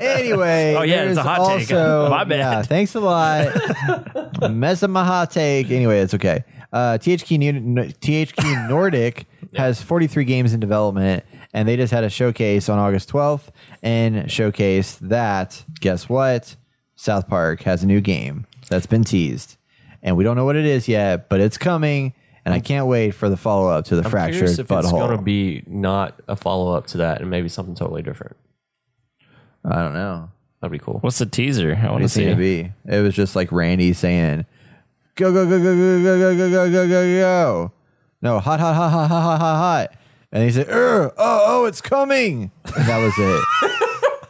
Speaker 1: Anyway,
Speaker 2: Oh, yeah, it's
Speaker 1: there's
Speaker 2: a hot take.
Speaker 1: also-
Speaker 2: My bad.
Speaker 1: Yeah, thanks a lot. Mess up my hot take. Anyway, it's okay. Uh, THQ, Nu- THQ Nordic has 43 games in development, and they just had a showcase on August 12th and showcased that. Guess what? South Park has a new game that's been teased, and we don't know what it is yet, but it's coming, and I can't wait for the follow up to the fractured
Speaker 3: Curious if it's
Speaker 1: butthole.
Speaker 3: going to be not a follow up to that and maybe something totally different.
Speaker 1: I don't know.
Speaker 3: That'd be cool.
Speaker 2: What's the teaser? I want to
Speaker 1: It
Speaker 2: see.
Speaker 1: seemed to
Speaker 2: it.
Speaker 1: be. It was just like Randy saying, "Go go go go go go go go go go go go." No, hot hot hot hot hot hot hot hot. And he said, "Er, "Oh oh, it's coming." And that was it.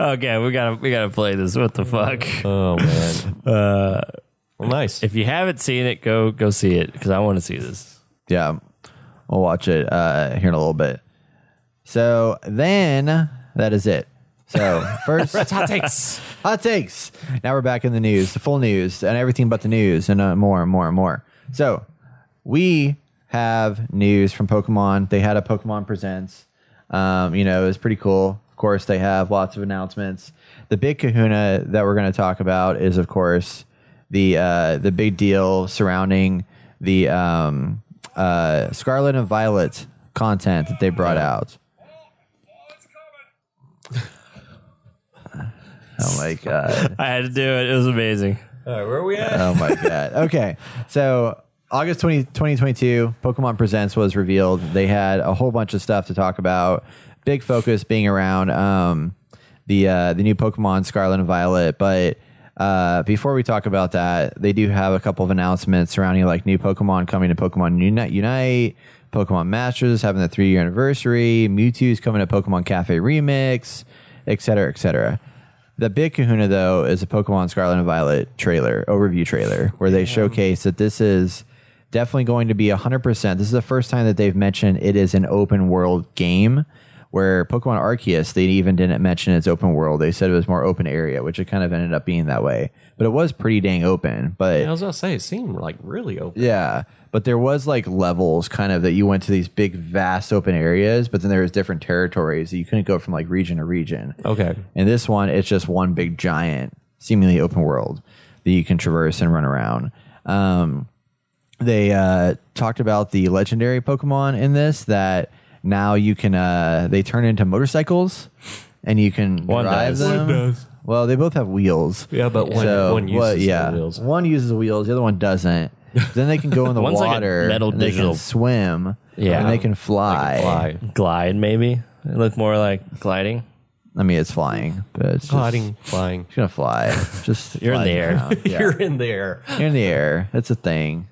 Speaker 2: Okay, we gotta we gotta play this. What the fuck?
Speaker 3: Oh man. uh, well, nice.
Speaker 2: If you haven't seen it, go go see it because I want to see this.
Speaker 1: yeah, we'll watch it uh, here in a little bit. So then that is it. So first
Speaker 3: hot takes.
Speaker 1: Hot takes. Now we're back in the news, the full news, and everything but the news, and uh, more and more and more. So we have news from Pokemon. They had a Pokemon Presents. Um, you know, it was pretty cool. Of course, they have lots of announcements. The big kahuna that we're going to talk about is, of course, the uh, the big deal surrounding the um, uh, Scarlet and Violet content that they brought out. oh my god.
Speaker 2: I had to do it. It was amazing.
Speaker 3: All right, where are we at?
Speaker 1: Oh my god. Okay. So August 20, 2022, Pokemon Presents was revealed. They had a whole bunch of stuff to talk about. Big focus being around um, the uh, the new Pokemon Scarlet and Violet. But uh, before we talk about that, they do have a couple of announcements surrounding like new Pokemon coming to Pokemon Uni- Unite, Pokemon Masters having the three year anniversary, Mewtwo's coming to Pokemon Cafe Remix, et cetera, et cetera. The big kahuna, though, is a Pokemon Scarlet and Violet trailer, overview trailer, where they showcase that this is definitely going to be 100%. This is the first time that they've mentioned it is an open world game, where Pokemon Arceus, they even didn't mention it's open world. They said it was more open area, which it kind of ended up being that way. But it was pretty dang open. But
Speaker 3: I was about to say it seemed like really open.
Speaker 1: yeah, but there was like levels kind of that you went to these big vast open areas, but then there was different territories that you couldn't go from like region to region.
Speaker 3: Okay.
Speaker 1: And this one, it's just one big giant, seemingly open world that you can traverse and run around. Um, they uh, talked about the legendary Pokemon in this that now you can uh, they turn into motorcycles and you can
Speaker 2: One
Speaker 1: drive
Speaker 2: does.
Speaker 1: them. Well, they both have wheels.
Speaker 3: Yeah, but one- one uses the
Speaker 1: yeah,
Speaker 3: wheels.
Speaker 1: One uses the wheels, the other one doesn't. then they can go in the
Speaker 2: One's like a
Speaker 1: water.
Speaker 2: metal
Speaker 1: and they
Speaker 2: digital-
Speaker 1: can swim.
Speaker 2: Yeah.
Speaker 1: and they can fly.
Speaker 3: Fly.
Speaker 2: Glide, maybe. It looked more like gliding.
Speaker 1: I mean, it's flying, but it's just-
Speaker 3: Gliding, flying.
Speaker 1: It's gonna fly. Just
Speaker 2: You're in
Speaker 1: flies
Speaker 2: the air.
Speaker 1: around. Yeah.
Speaker 3: You're in there.
Speaker 1: in the air. It's a thing.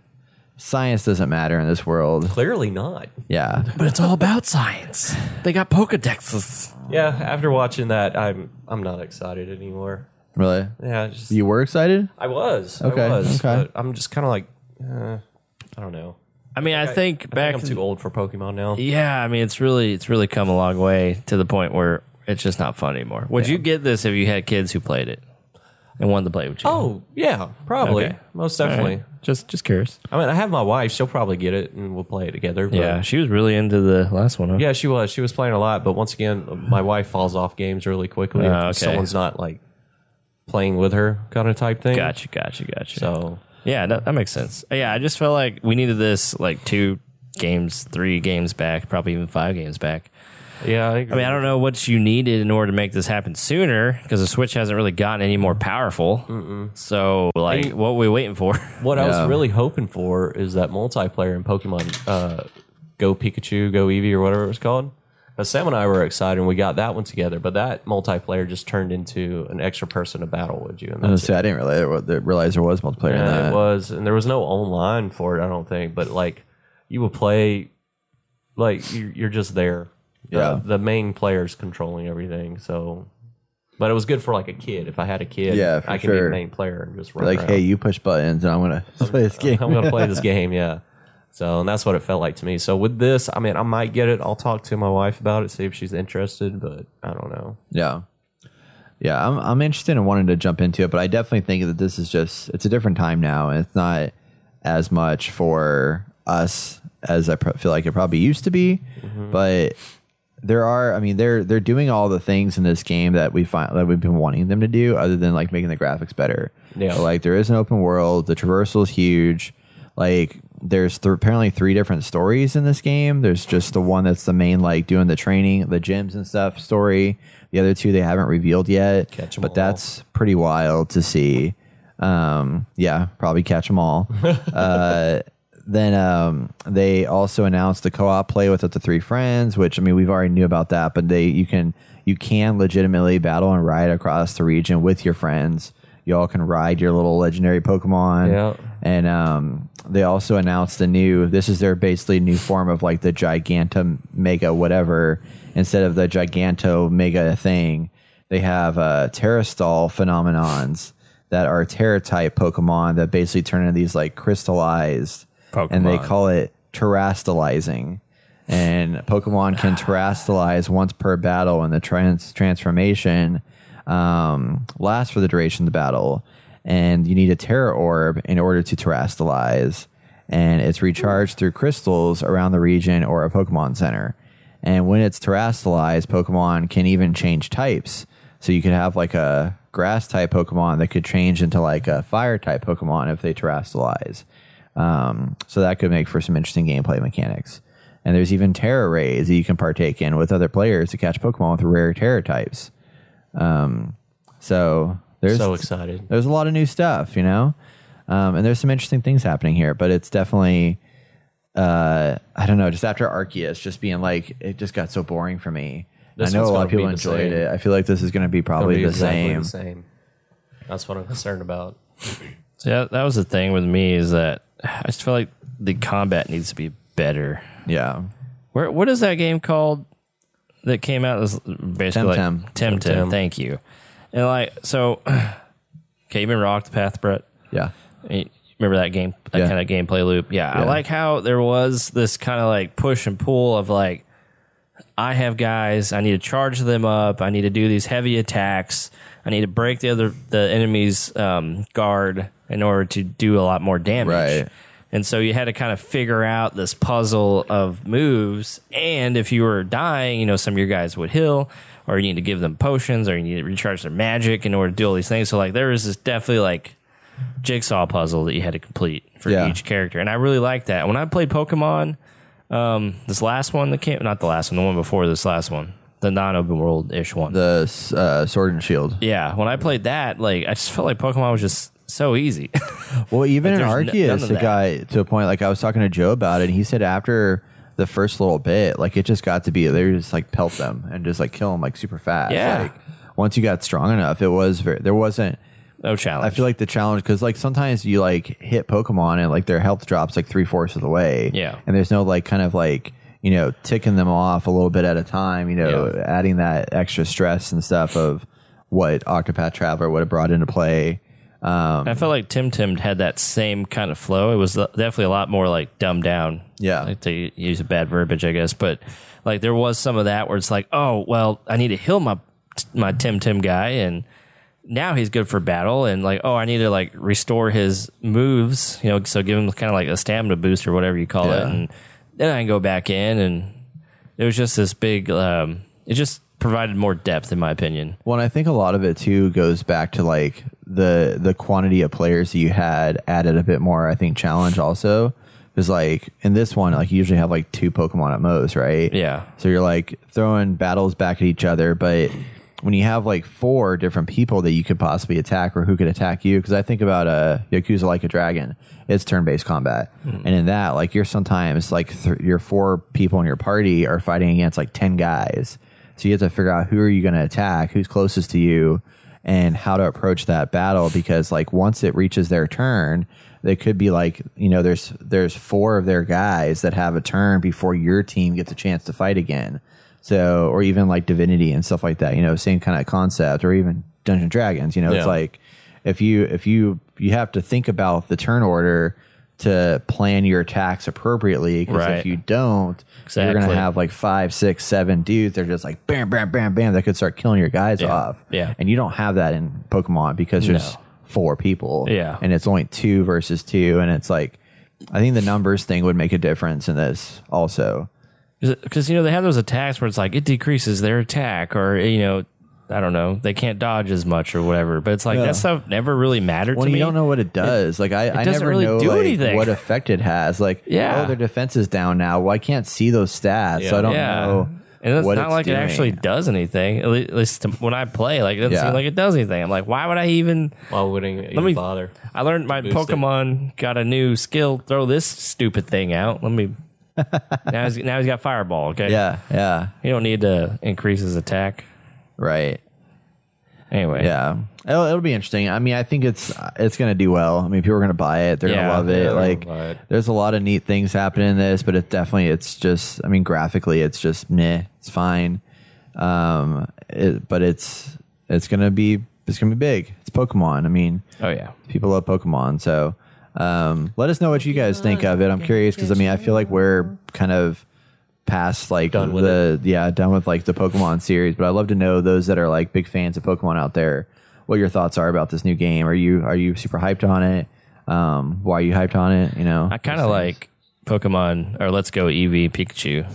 Speaker 1: Science doesn't matter in this world.
Speaker 3: Clearly not.
Speaker 1: Yeah.
Speaker 2: But it's all about science. They got Pokedexes.
Speaker 3: Yeah, after watching that, I'm I'm not excited anymore.
Speaker 1: Really?
Speaker 3: Yeah, I just
Speaker 1: You were excited?
Speaker 3: I was.
Speaker 1: Okay,
Speaker 3: I was.
Speaker 1: okay.
Speaker 3: But I'm just kind of like, uh, I don't know.
Speaker 2: I mean, I think back
Speaker 3: I think I'm too old for Pokemon now.
Speaker 2: Yeah, I mean, it's really it's really come a long way to the point where it's just not fun anymore. Would you get this if you had kids who played it and wanted to play it with you?
Speaker 3: Oh yeah, probably,
Speaker 2: Okay.
Speaker 3: most
Speaker 2: All right.
Speaker 3: definitely.
Speaker 2: Just just curious.
Speaker 3: I mean, I have my wife; she'll probably get it, and we'll play it together. But
Speaker 2: Yeah, she was really into the last one. Huh?
Speaker 3: yeah, she was. She was playing a lot, but once again, my wife falls off games really quickly.
Speaker 2: Oh,
Speaker 3: if
Speaker 2: okay.
Speaker 3: Someone's not like playing with her, kind of type thing.
Speaker 2: gotcha, gotcha, gotcha.
Speaker 3: So
Speaker 2: yeah, that, that makes sense. Yeah, I just felt like we needed this like two games, three games back, probably even five games back.
Speaker 3: yeah, I,
Speaker 2: I mean, I don't know what you needed in order to make this happen sooner because the Switch hasn't really gotten any more powerful. So, like, what were we waiting for?
Speaker 3: What I
Speaker 1: Yeah.
Speaker 3: was really hoping for is that multiplayer in Pokemon uh, Go Pikachu, Go Eevee, or whatever it was called. Now, Sam and I were excited, and we got that one together. But that multiplayer just turned into an extra person to battle with you, and
Speaker 2: Oh,
Speaker 1: I,
Speaker 3: that's
Speaker 1: was gonna say, I didn't realize, realize there was multiplayer in
Speaker 3: and
Speaker 1: that.
Speaker 3: it was, and there was no online for it, I don't think. But like, you would play, like you- you're just there. The,
Speaker 1: Yeah.
Speaker 3: the main player's controlling everything. So, but it was good for like a kid. If I had a kid,
Speaker 1: Yeah, for
Speaker 3: I could be
Speaker 1: sure.
Speaker 3: the main player and just run
Speaker 1: like,
Speaker 3: around.
Speaker 1: hey, you push buttons and I'm going to play this game.
Speaker 3: I'm gonna play this game, yeah. So and that's what it felt like to me. So with this, I mean, I might get it. I'll talk to my wife about it, see if she's interested, but I don't know.
Speaker 1: Yeah. Yeah, I'm I'm interested in wanting to jump into it, but I definitely think that this is just it's a different time now, and it's not as much for us as I pro- feel like it probably used to be.
Speaker 3: Mm-hmm.
Speaker 1: But there are, I mean, they're they're doing all the things in this game that we find that we've been wanting them to do, other than like making the graphics better.
Speaker 3: Yeah.
Speaker 1: But, like there is an open world, the traversal is huge. Like there's th- apparently three different stories in this game. There's just the one that's the main like doing the training, the gyms and stuff story. The other two they haven't revealed yet,
Speaker 3: Catch 'em
Speaker 1: but
Speaker 3: all.
Speaker 1: that's pretty wild to see. Um, yeah, probably catch them all. uh, then um, they also announced the co-op play with up to three friends, which I mean we've already knew about that, but they you can you can legitimately battle and ride across the region with your friends. You all can ride your little legendary Pokemon.
Speaker 3: Yeah.
Speaker 1: And um, they also announced the new. This is their basically new form of like the Giganta Mega whatever instead of the Giganto Mega thing. They have uh, Terrastall phenomenons that are Terra type Pokemon that basically turn into these like crystallized, and they
Speaker 2: Pokemon.
Speaker 1: call it terrastalizing. And Pokemon can terrastalize once per battle, and the trans- transformation um, lasts for the duration of the battle. And you need a Terra Orb in order to terrastalize, and it's recharged through crystals around the region or a Pokemon Center. And when it's terrastalized, Pokemon can even change types. So you could have like a grass type Pokemon that could change into like a fire type Pokemon if they terrastalize Um, so that could make for some interesting gameplay mechanics. And there's even terror raids that you can partake in with other players to catch Pokemon with rare terror types. Um, so there's
Speaker 3: So excited.
Speaker 1: there's a lot of new stuff, you know, um, and there's some interesting things happening here. But it's definitely, uh, I don't know, just after Arceus, just being like, it just got so boring for me.
Speaker 3: This
Speaker 1: I know a
Speaker 3: one's
Speaker 1: lot
Speaker 3: gonna
Speaker 1: of people
Speaker 3: be the
Speaker 1: enjoyed
Speaker 3: same.
Speaker 1: it. I feel like this is going to be probably
Speaker 3: It'll be
Speaker 1: the,
Speaker 3: exactly
Speaker 1: same.
Speaker 3: the same. That's what I'm concerned about.
Speaker 2: So yeah, that was the thing with me is that I just feel like the combat needs to be better.
Speaker 1: Yeah,
Speaker 2: Where what is that game called that came out this basically
Speaker 1: Temtem.
Speaker 2: like Temtem.
Speaker 3: Temtem.
Speaker 2: Thank you. And like so, okay, you've been rocked the path, Brett.
Speaker 1: yeah,
Speaker 2: You Remember that game, that
Speaker 1: Yeah.
Speaker 2: kind of gameplay loop? Yeah, I
Speaker 1: Yeah.
Speaker 2: like how there was this kind of like push and pull of like, I have guys, I need to charge them up, I need to do these heavy attacks, I need to break the other the enemy's um, guard in order to do a lot more damage.
Speaker 1: Right.
Speaker 2: And so you had to kind of figure out this puzzle of moves, and if you were dying, you know some of your guys would heal, or you need to give them potions, or you need to recharge their magic in order to do all these things. So like there is this definitely like jigsaw puzzle that you had to complete for
Speaker 1: Yeah.
Speaker 2: each character. And I really liked that. When I played Pokemon, um, this last one that came, not the last one, the one before this last one, the non open world ish one.
Speaker 1: the uh, Sword and Shield.
Speaker 2: yeah, when I played that, like I just felt like Pokemon was just so easy.
Speaker 1: Well, even in
Speaker 2: But there's n- none
Speaker 1: Arceus,
Speaker 2: of
Speaker 1: it
Speaker 2: that.
Speaker 1: got to a point. Like I was talking to Joe about it, and he said after the first little bit, like it just got to be they were just like pelt them and just like kill them like super fast.
Speaker 2: Yeah.
Speaker 1: Like, once you got strong enough, it was very, there wasn't.
Speaker 2: no challenge.
Speaker 1: I feel like the challenge because like sometimes you like hit Pokemon and like their health drops like three fourths of the way.
Speaker 2: Yeah.
Speaker 1: and there's no like kind of like you know ticking them off a little bit at a time. You know,
Speaker 2: Yeah.
Speaker 1: adding that extra stress and stuff of what Octopath Traveler would have brought into play.
Speaker 2: I felt like Tim Tim had that same kind of flow. It was definitely a lot more like dumbed down.
Speaker 1: Yeah.
Speaker 2: Like to use a bad verbiage, I guess, but like there was some of that where it's like, oh well, I need to heal my my Tim Tim guy, and now he's good for battle, and like oh, I need to like restore his moves, you know, so give him kind of like a stamina boost or whatever you call
Speaker 1: Yeah.
Speaker 2: it, and then I can go back in, and it was just this big. um It just provided more depth, in my opinion.
Speaker 1: Well, and I think a lot of it too goes back to like the the quantity of players that you had added a bit more. I think challenge also because like in this one, like you usually have like two Pokemon at most, right?
Speaker 2: Yeah.
Speaker 1: So you're like throwing battles back at each other, but when you have like four different people that you could possibly attack or who could attack you, because I think about uh, Yakuza Like a Dragon, it's turn-based combat, and in that, like you're sometimes like th- your four people in your party are fighting against like ten guys, so you have to figure out who are you going to attack, who's closest to you, and how to approach that battle because like once it reaches their turn they could be like you know there's there's four of their guys that have a turn before your team gets a chance to fight again so or even like divinity and stuff like that you know same kind of concept or even dungeon and dragons you know
Speaker 3: Yeah.
Speaker 1: it's like if you if you you have to think about the turn order to plan your attacks appropriately because
Speaker 2: Right.
Speaker 1: if you don't you're
Speaker 2: Exactly.
Speaker 1: gonna have like five six seven dudes they're just like bam bam bam bam that could start killing your guys off
Speaker 2: Yeah.
Speaker 1: and you don't have that in Pokemon because there's
Speaker 2: No.
Speaker 1: four people.
Speaker 2: Yeah.
Speaker 1: And it's only two versus two. And it's like, I think the numbers thing would make a difference in this also.
Speaker 2: because you know they have those attacks where it's like it decreases their attack or you know I don't know they can't dodge as much or whatever. But it's like
Speaker 1: Yeah.
Speaker 2: that stuff never really mattered
Speaker 1: Well,
Speaker 2: to
Speaker 1: you
Speaker 2: me.
Speaker 1: don't know what it does. like, I, I
Speaker 2: doesn't
Speaker 1: never
Speaker 2: really
Speaker 1: know
Speaker 2: do
Speaker 1: like,
Speaker 2: anything.
Speaker 1: what effect it has. Like,
Speaker 2: Yeah.
Speaker 1: oh, their defense is down now. Well, I can't see those stats. So
Speaker 3: Yeah.
Speaker 1: I don't
Speaker 2: yeah,
Speaker 1: know.
Speaker 2: and it's
Speaker 1: what
Speaker 2: not
Speaker 1: it's
Speaker 2: like
Speaker 1: doing.
Speaker 2: it actually does anything. At le- at least to- when I play, like it doesn't
Speaker 1: Yeah.
Speaker 2: seem like it does anything. I'm like, why would I even?
Speaker 3: Why wouldn't even
Speaker 2: me-
Speaker 3: bother?
Speaker 2: I learned my
Speaker 3: Boost it.
Speaker 2: Pokemon got a new skill. Throw this stupid thing out. Let me. now he's now he's got Fireball. Okay,
Speaker 1: Yeah. Yeah.
Speaker 2: you don't need to increase his attack.
Speaker 1: Right.
Speaker 2: Anyway,
Speaker 1: Yeah, it'll, it'll be interesting. I mean, I think it's it's gonna do well. I mean, people are gonna buy it. They're
Speaker 2: Yeah,
Speaker 1: gonna love
Speaker 2: yeah,
Speaker 1: it.
Speaker 2: they're
Speaker 3: gonna
Speaker 1: like,
Speaker 3: buy it.
Speaker 1: there's a lot of neat things happening in this, but it definitely it's just. I mean, graphically, it's just meh. It's fine. Um, it, but it's it's gonna be it's gonna be big. It's Pokemon. I mean,
Speaker 2: Oh yeah.
Speaker 1: people love Pokemon. So um, let us know what you guys think of it. I'm curious because I mean I feel like we're kind of past like
Speaker 3: Done with
Speaker 1: the yeah done with like the Pokemon series, but I'd love to know those that are like big fans of Pokemon out there what your thoughts are about this new game. Are you are you super hyped on it? Um, why are you hyped on it? You know,
Speaker 2: I kind of like Pokemon or Let's Go Eevee Pikachu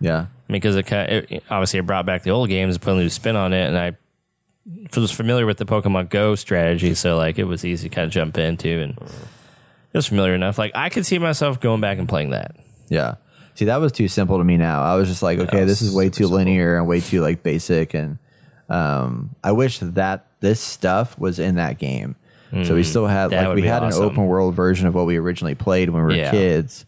Speaker 1: yeah
Speaker 2: because it, kind it obviously it brought back the old games, put a new spin on it, and I was familiar with the Pokemon Go strategy, so like it was easy to kind of jump into and It was familiar enough. Like I could see myself going back and playing that.
Speaker 1: Yeah. See, that was too simple to me now. I was just like, okay, this is way too linear and way too like basic and um I wish that this stuff was in that game. so we still had
Speaker 2: Mm, that
Speaker 1: like
Speaker 2: would
Speaker 1: we
Speaker 2: be
Speaker 1: had
Speaker 2: awesome.
Speaker 1: an open world version of what we originally played when we were
Speaker 2: Yeah.
Speaker 1: kids.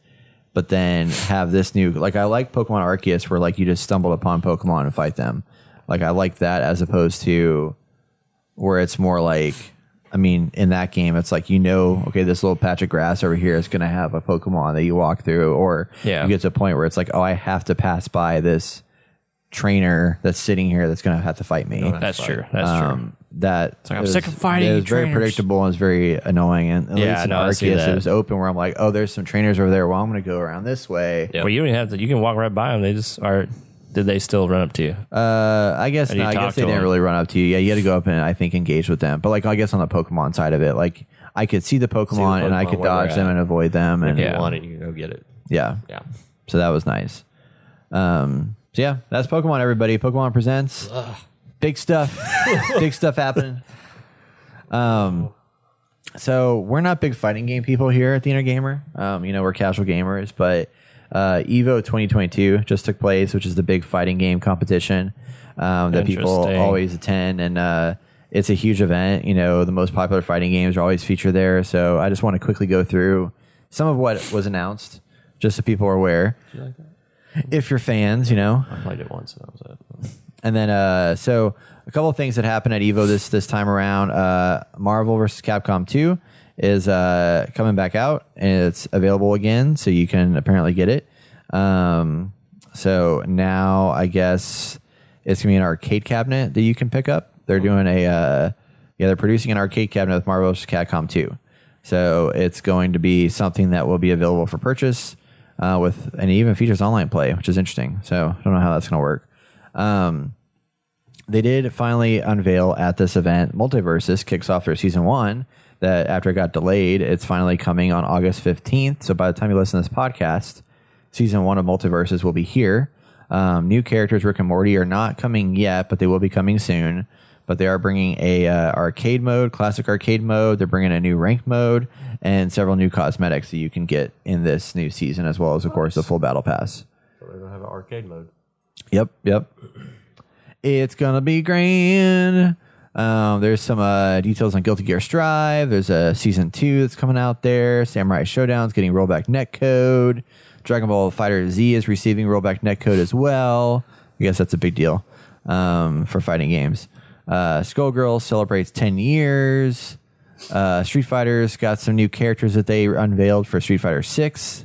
Speaker 1: But then have this new like I like Pokemon Arceus where like you just stumbled upon Pokemon and fight them. Like I like that as opposed to where it's more like I mean, in that game, it's like you know, okay, this little patch of grass over here is going to have a Pokemon that you walk through, or
Speaker 2: Yeah.
Speaker 1: you get to a point where it's like, oh, I have to pass by this trainer that's sitting here that's going to have to fight me.
Speaker 2: That's true. That's true.
Speaker 1: Um, that
Speaker 2: like, I'm
Speaker 1: it was-
Speaker 2: sick of fighting
Speaker 1: It was
Speaker 2: you
Speaker 1: very
Speaker 2: trainers.
Speaker 1: predictable and it's very annoying. And at
Speaker 2: Yeah,
Speaker 1: least in
Speaker 2: no, I see
Speaker 1: Arceus,
Speaker 2: that.
Speaker 1: it was open where I'm like, oh, there's some trainers over there. Well, I'm going to go around this way.
Speaker 3: Yeah.
Speaker 2: Well, you don't even have to. You can walk right by them. They just are. Did they still run up to you?
Speaker 1: Uh, I guess
Speaker 2: you
Speaker 1: no, I
Speaker 2: talk
Speaker 1: guess they
Speaker 2: to
Speaker 1: didn't
Speaker 2: them.
Speaker 1: really run up to you. Yeah, you had to go up and I think engage with them. But like I guess on the Pokemon side of it, like I could see the Pokemon, and I
Speaker 3: Pokemon
Speaker 1: could
Speaker 3: where they're
Speaker 1: dodge them
Speaker 3: at.
Speaker 1: and avoid them and
Speaker 3: If
Speaker 2: Yeah.
Speaker 3: you want it, you can go get it.
Speaker 1: yeah.
Speaker 3: Yeah.
Speaker 1: So that was nice. Um, so yeah, that's Pokemon everybody. Pokemon presents big stuff. big stuff happening. Um so we're not big fighting game people here at the Inner Gamer. Um, you know, we're casual gamers, but uh, Evo 2022 just took place, which is the big fighting game competition um, that people
Speaker 2: Interesting.
Speaker 1: always attend, and uh, it's a huge event. You know, the most popular fighting games are always featured there. So I just want to quickly go through some of what was announced, just so people are aware. If you're fans, you know,
Speaker 3: I played it once and that was it.
Speaker 1: and then uh, so a couple of things that happened at Evo this this time around. Uh, Marvel vs. Capcom Two is uh, coming back out and it's available again, so you can apparently get it. Um, so now I guess it's gonna be an arcade cabinet that you can pick up. They're doing a uh, yeah, they're producing an arcade cabinet with Marvel vs. Capcom Two. So it's going to be something that will be available for purchase uh, with and it even features online play, which is interesting. So I don't know how that's gonna work. Um, they did finally unveil at this event, Multiversus kicks off their season one. That after it got delayed, it's finally coming on August 15th. So by the time you listen to this podcast, season one of Multiversus will be here. Um, new characters, Rick and Morty, are not coming yet, but they will be coming soon. But they are bringing a uh, arcade mode, classic arcade mode. They're bringing a new rank mode and several new cosmetics that you can get in this new season, as well as, of course, the full battle pass.
Speaker 3: So they don't have an arcade mode.
Speaker 1: Yep, yep. It's gonna be grand. Um, there's some uh, details on Guilty Gear Strive. There's a season two that's coming out there. Samurai Showdown's getting rollback netcode. Dragon Ball Fighter Z is receiving rollback netcode as well. I guess that's a big deal um, for fighting games. Uh, Skullgirls celebrates 10 years. Uh, Street Fighter's got some new characters that they unveiled for Street Fighter Six,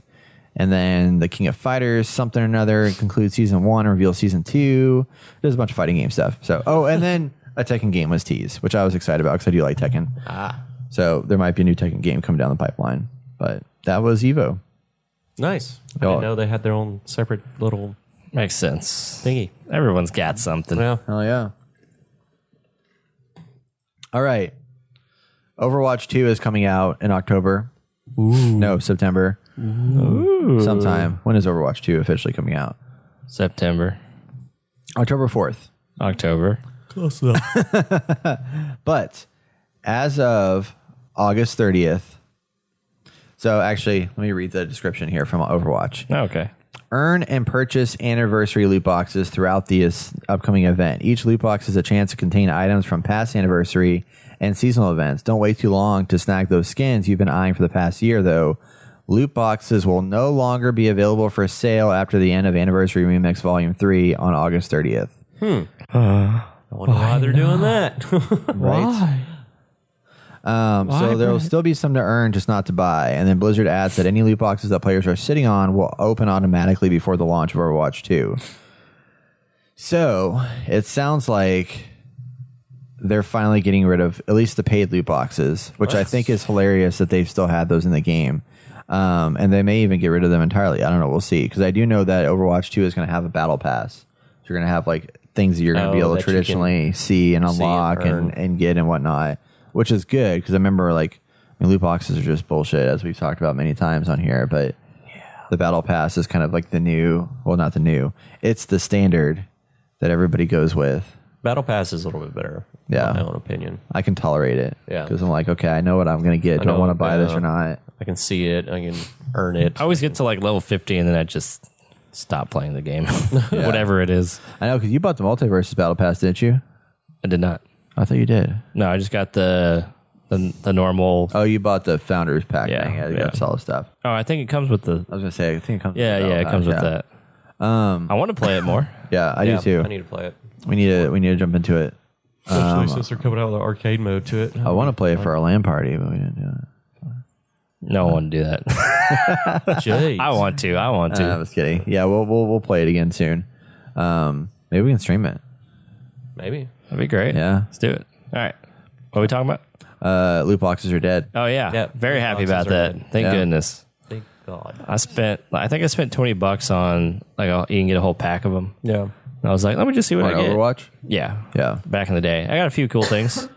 Speaker 1: and then the King of Fighters, something or another, and concludes season one and reveals season two. There's a bunch of fighting game stuff. So, oh, and then a Tekken game was teased, which I was excited about because I do like Tekken. Ah, so there might be a new Tekken game coming down the pipeline. But that was Evo.
Speaker 3: Nice. I
Speaker 1: Oh.
Speaker 3: didn't know they had their own separate little
Speaker 2: Makes sense.
Speaker 3: thingy.
Speaker 2: Everyone's got something.
Speaker 3: Yeah.
Speaker 1: Hell yeah. All right. Overwatch 2 is coming out in October. No, September. Sometime. When is Overwatch 2 officially coming out?
Speaker 2: September,
Speaker 1: October 4th.
Speaker 2: October.
Speaker 1: But as of August 30th, so actually, let me read the description here from Overwatch.
Speaker 2: Oh, Okay.
Speaker 1: Earn and purchase anniversary loot boxes throughout the is- upcoming event. Each loot box is a chance to contain items from past anniversary and seasonal events. Don't wait too long to snag those skins you've been eyeing for the past year, though. Loot boxes will no longer be available for sale after the end of Anniversary Remix Volume 3 on August 30th.
Speaker 3: Oh, I wonder why, they're doing that.
Speaker 1: Right? Um, so there will still be some to earn, just not to buy. And then Blizzard adds that any loot boxes that players are sitting on will open automatically before the launch of Overwatch 2. So it sounds like they're finally getting rid of at least the paid loot boxes, which I think is hilarious that they've still had those in the game. Um, and they may even get rid of them entirely. I don't know. We'll see. Because I do know that Overwatch 2 is going to have a battle pass. So you're going to have like things that you're going to be
Speaker 3: Oh,
Speaker 1: able
Speaker 3: that
Speaker 1: to
Speaker 3: you can
Speaker 1: traditionally see and unlock
Speaker 3: earn.
Speaker 1: and, and get and whatnot, which is good because I remember like I mean, loot boxes are just bullshit as we've talked about many times on here, but the battle pass is kind of like the new, well, not the new, it's the standard that everybody goes with
Speaker 3: Battle Pass is a little bit better.
Speaker 1: Yeah.
Speaker 3: in my own opinion.
Speaker 1: I can tolerate it.
Speaker 3: Yeah.
Speaker 1: Because I'm like, okay, I know what I'm gonna get. Do I,
Speaker 3: know,
Speaker 1: want to buy
Speaker 3: yeah.
Speaker 1: this or not?
Speaker 3: I can see it. I can earn it.
Speaker 2: I always get to like level 50 and then I just stop playing the game, whatever it is.
Speaker 1: I know because you bought the multiverses battle pass, didn't you?
Speaker 2: I did not.
Speaker 1: I thought you did.
Speaker 2: No, I just got the the, the normal.
Speaker 1: Oh, you bought the founders pack.
Speaker 2: Yeah,
Speaker 1: thing. Yeah, you got
Speaker 2: yeah.
Speaker 1: solid stuff.
Speaker 2: Oh, I think it comes with the.
Speaker 1: I was gonna say, I think it comes.
Speaker 2: Yeah,
Speaker 1: with the
Speaker 2: yeah,
Speaker 1: battle pass,
Speaker 2: it comes with
Speaker 1: Oh, uh, yeah. Um,
Speaker 2: that. I want to play it more.
Speaker 1: Yeah, I
Speaker 3: Yeah,
Speaker 1: do too.
Speaker 3: I need to play it.
Speaker 1: we need to we need to jump into it.
Speaker 3: Especially since they're coming out with an arcade mode to it.
Speaker 1: I want to play it for our LAN party, but we didn't do it.
Speaker 2: No, I want to do that.
Speaker 3: Jeez.
Speaker 2: I want to. I want to.
Speaker 1: I was kidding. Yeah, we'll we'll we'll play it again soon. Um, maybe we can stream it.
Speaker 3: Maybe.
Speaker 2: That'd be great.
Speaker 1: Yeah.
Speaker 2: Let's do it. All right. What are we talking about?
Speaker 1: Uh, loot boxes are dead.
Speaker 2: Oh, yeah.
Speaker 3: Yeah.
Speaker 2: Very happy
Speaker 3: Boxes
Speaker 2: about
Speaker 3: are
Speaker 2: that.
Speaker 3: good.
Speaker 2: Thank
Speaker 1: Yeah.
Speaker 2: goodness.
Speaker 3: Thank God.
Speaker 2: I spent, I think I spent 20 bucks on, like, a, you can get a whole pack of them.
Speaker 3: Yeah.
Speaker 2: And I was like, let me just see what
Speaker 1: Or
Speaker 2: I get.
Speaker 1: Overwatch.
Speaker 2: Yeah.
Speaker 1: Yeah.
Speaker 2: Back in the day. I got a few cool things.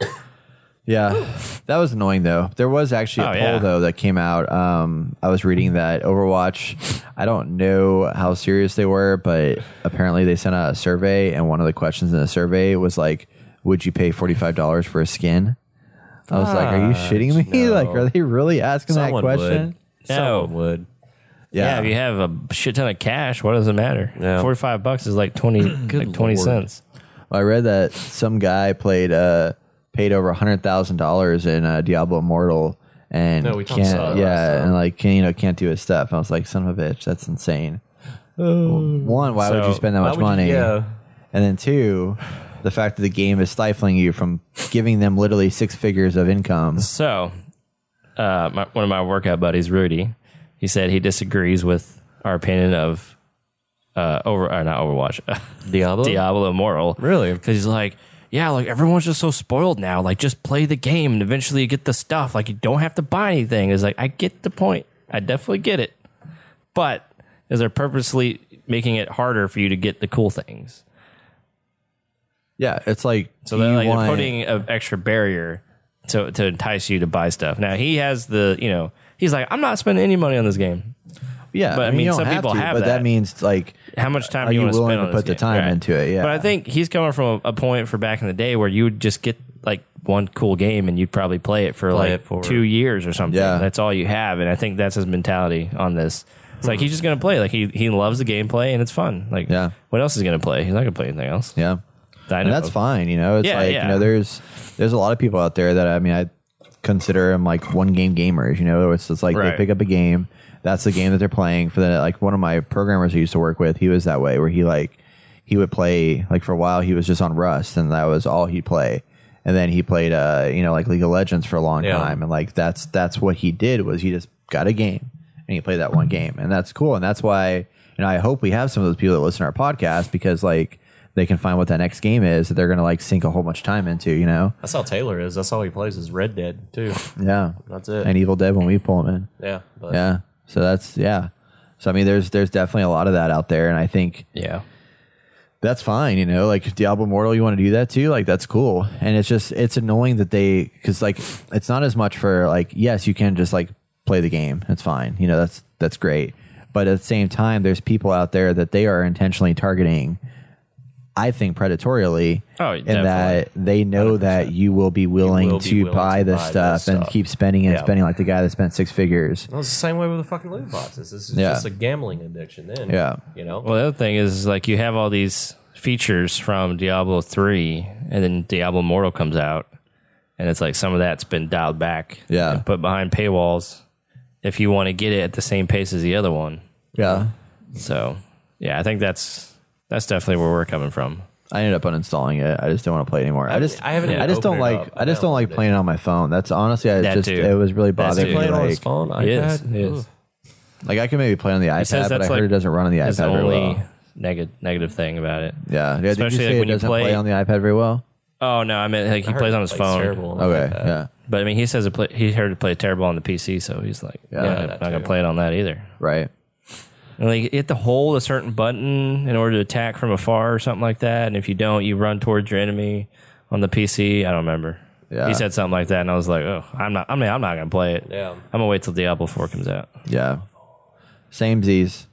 Speaker 1: Yeah, that was annoying though. There was actually a
Speaker 2: Oh,
Speaker 1: poll
Speaker 2: yeah.
Speaker 1: though that came out. Um, I was reading that Overwatch. I don't know how serious they were, but apparently they sent out a survey, and one of the questions in the survey was like, "Would you pay forty five dollars for a skin?" I was like, "Are you
Speaker 2: Uh,
Speaker 1: shitting me?
Speaker 3: no.
Speaker 1: Like, are they really asking
Speaker 3: Someone
Speaker 1: that question?"
Speaker 3: would.
Speaker 2: No.
Speaker 3: Someone would.
Speaker 2: Yeah. if you have a shit ton of cash, what does it matter?
Speaker 3: Yeah.
Speaker 2: Forty-five bucks is like twenty, like twenty
Speaker 3: Lord.
Speaker 2: cents.
Speaker 1: I read that some guy played uh paid over a hundred thousand dollars in uh, Diablo Immortal and
Speaker 3: No, we talked about
Speaker 1: can't
Speaker 3: that last
Speaker 1: yeah
Speaker 3: time.
Speaker 1: and like can, you know can't do his stuff. I was like, son of a bitch, that's insane. One, why would
Speaker 2: Um, So,
Speaker 1: you spend that
Speaker 3: why
Speaker 1: much
Speaker 3: would you-
Speaker 1: money?
Speaker 3: yeah.
Speaker 1: And then two, the fact that the game is stifling you from giving them literally six figures of income.
Speaker 2: So, uh, my, one of my workout buddies, Rudy, he said he disagrees with our opinion of uh, over or not Overwatch,
Speaker 3: Diablo?
Speaker 2: Diablo Immortal.
Speaker 3: Really?
Speaker 2: Because he's like, yeah, like everyone's just so spoiled now. Like, just play the game and eventually you get the stuff. Like, you don't have to buy anything. It's like I get the point. I definitely get it. But is they're purposely making it harder for you to get the cool things?
Speaker 1: Yeah, it's like
Speaker 2: So
Speaker 1: do
Speaker 2: they're,
Speaker 1: you
Speaker 2: like, they're
Speaker 1: want-
Speaker 2: putting an extra barrier to to entice you to buy stuff. Now he has the you know he's like I'm not spending any money on this game.
Speaker 1: yeah,
Speaker 2: but, I mean,
Speaker 1: you don't
Speaker 2: some
Speaker 1: have
Speaker 2: people
Speaker 1: to,
Speaker 2: have
Speaker 1: but that.
Speaker 2: that.
Speaker 1: means like
Speaker 2: How much time
Speaker 1: Are
Speaker 2: do you,
Speaker 1: you
Speaker 2: want to
Speaker 1: willing
Speaker 2: spend
Speaker 1: to
Speaker 2: on this
Speaker 1: put the
Speaker 2: game?
Speaker 1: time into it? Yeah.
Speaker 2: But I think he's coming from a, a point for back in the day where you would just get like one cool game and you'd probably play it for like
Speaker 3: it for-
Speaker 2: two years or something.
Speaker 1: Yeah.
Speaker 2: That's all you have, and I think that's his mentality on this. It's like he's just gonna play. Like he he loves the gameplay and it's fun. Like
Speaker 1: Yeah.
Speaker 2: what else is he gonna play? He's not gonna play anything else.
Speaker 1: yeah.
Speaker 2: that I
Speaker 1: and
Speaker 2: know
Speaker 1: that's
Speaker 2: of.
Speaker 1: fine. You know, it's
Speaker 2: Yeah,
Speaker 1: like
Speaker 2: yeah.
Speaker 1: you know, there's there's a lot of people out there that I mean, I consider them like one game gamers. You know, it's just like
Speaker 2: Right.
Speaker 1: they pick up a game, that's the game that they're playing. For the like, one of my programmers I used to work with, he was that way, where he like he would play like for a while, he was just on Rust, and that was all he'd play. And then he played, uh, you know, like League of Legends for a long
Speaker 3: Yeah.
Speaker 1: time, and like that's that's what he did was he just got a game and he played that one game, and that's cool, and that's why you know I hope we have some of those people that listen to our podcast because like they can find what that next game is that they're gonna like sink a whole bunch of time into, you know?
Speaker 3: That's how Taylor is. That's all he plays is Red Dead too.
Speaker 1: Yeah,
Speaker 3: That's it.
Speaker 1: And Evil Dead when we pull them in.
Speaker 3: Yeah. But
Speaker 1: Yeah, so that's yeah. So I mean, there's there's definitely a lot of that out there, and I think
Speaker 2: Yeah.
Speaker 1: that's fine, you know. Like if Diablo Immortal, you want to do that too, like that's cool. And it's just it's annoying that they because like it's not as much for like yes, you can just like play the game, it's fine, you know. That's that's great. But at the same time, there's people out there that they are intentionally targeting. I think predatorially,
Speaker 2: Oh,
Speaker 1: in
Speaker 2: definitely.
Speaker 1: that they know that you will be willing
Speaker 3: will be
Speaker 1: to
Speaker 3: willing
Speaker 1: buy
Speaker 3: to
Speaker 1: this
Speaker 3: buy this
Speaker 1: stuff and
Speaker 3: stuff.
Speaker 1: keep spending and
Speaker 3: Yeah.
Speaker 1: spending like the guy that spent six figures.
Speaker 3: Well, it's the same way with the fucking loot boxes. This is
Speaker 1: Yeah.
Speaker 3: just a gambling addiction then.
Speaker 1: Yeah.
Speaker 3: You know?
Speaker 2: Well, the other thing is, is, like you have all these features from Diablo three, and then Diablo Immortal comes out, and it's like some of that's been dialed back,
Speaker 1: Yeah.
Speaker 2: and put behind paywalls if you want to get it at the same pace as the other one.
Speaker 1: Yeah,
Speaker 2: So, yeah, I think that's that's definitely where we're coming from.
Speaker 1: I ended up uninstalling it. I just didn't want to play anymore. I just
Speaker 3: I haven't even
Speaker 1: I just don't
Speaker 3: opened it
Speaker 1: like
Speaker 3: up.
Speaker 1: I just don't like
Speaker 3: downloaded it.
Speaker 1: playing it on my phone. That's honestly I
Speaker 2: That
Speaker 1: just
Speaker 2: too.
Speaker 1: it was really
Speaker 2: That
Speaker 1: bothering
Speaker 2: too.
Speaker 1: me.
Speaker 3: Playing on his
Speaker 1: Like,
Speaker 3: phone, iPad.
Speaker 2: It is, it
Speaker 3: Ugh.
Speaker 2: is.
Speaker 1: like, I can maybe play on the iPad,
Speaker 2: says
Speaker 1: but I
Speaker 2: that's,
Speaker 1: heard
Speaker 2: like,
Speaker 1: it doesn't run on the iPad
Speaker 2: That's the
Speaker 1: very
Speaker 2: only
Speaker 1: well.
Speaker 2: neg- negative thing about it.
Speaker 1: Yeah, yeah. Did you
Speaker 2: Especially, like,
Speaker 1: say it
Speaker 2: when you
Speaker 1: doesn't play,
Speaker 2: play-
Speaker 1: on the iPad very well?
Speaker 2: Oh no, I mean like he
Speaker 3: I heard
Speaker 2: plays
Speaker 3: it
Speaker 2: on his
Speaker 3: plays
Speaker 2: phone,
Speaker 3: terrible on
Speaker 1: Okay,
Speaker 3: iPad.
Speaker 1: yeah,
Speaker 2: but I mean he says it play, he heard it play terrible on the PC, so he's like, yeah, I'm not
Speaker 3: that
Speaker 2: gonna
Speaker 3: too.
Speaker 2: play it on that either.
Speaker 1: right.
Speaker 2: And like you have to hold a certain button in order to attack from afar or something like that. And if you don't, you run towards your enemy on the PC. I don't remember.
Speaker 1: Yeah.
Speaker 2: He said something like that, and I was like, "Oh, I'm not. I mean, I'm not gonna play it.
Speaker 3: Yeah.
Speaker 2: I'm gonna wait till Diablo Four comes out."
Speaker 1: Yeah, same Z's.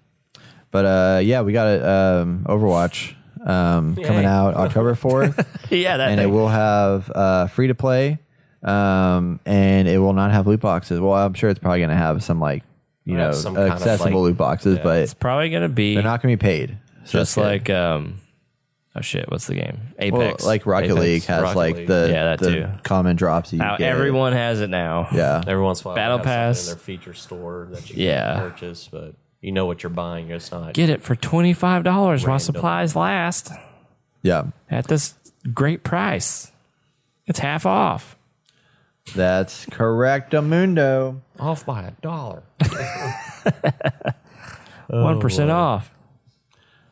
Speaker 1: But uh, yeah, we got it. Um, Overwatch. um, coming
Speaker 3: Yay.
Speaker 1: out October 4th.
Speaker 2: yeah, that
Speaker 1: and
Speaker 2: thing.
Speaker 1: it will have uh, free to play, um, and it will not have loot boxes. Well, I'm sure it's probably going to have some like you
Speaker 3: Well,
Speaker 1: know
Speaker 3: some kind of,
Speaker 1: accessible
Speaker 3: like-
Speaker 1: loot boxes,
Speaker 2: it's
Speaker 1: but
Speaker 2: probably gonna be
Speaker 1: they're not going to be paid. So that's
Speaker 2: just
Speaker 1: good.
Speaker 2: like um, oh shit, what's the game?
Speaker 1: Well,
Speaker 2: Apex,
Speaker 1: like Rocket
Speaker 2: Apex.
Speaker 1: League has
Speaker 3: Rocket
Speaker 1: like
Speaker 3: League.
Speaker 1: the
Speaker 2: Yeah, that
Speaker 1: the
Speaker 2: too.
Speaker 1: common drops that you
Speaker 2: Now
Speaker 1: get.
Speaker 2: everyone has it now.
Speaker 1: yeah,
Speaker 3: Every once in a while, they
Speaker 2: Battle
Speaker 3: have something
Speaker 2: Pass.
Speaker 3: in their feature store that you
Speaker 2: Yeah.
Speaker 3: can purchase, but you know what you're buying. It's not
Speaker 2: Get it for twenty five dollars while
Speaker 3: Random.
Speaker 2: supplies last
Speaker 1: yeah,
Speaker 2: at this great price. It's half off.
Speaker 1: that's correct, Amundo.
Speaker 3: off by a dollar.
Speaker 1: Oh,
Speaker 2: One off.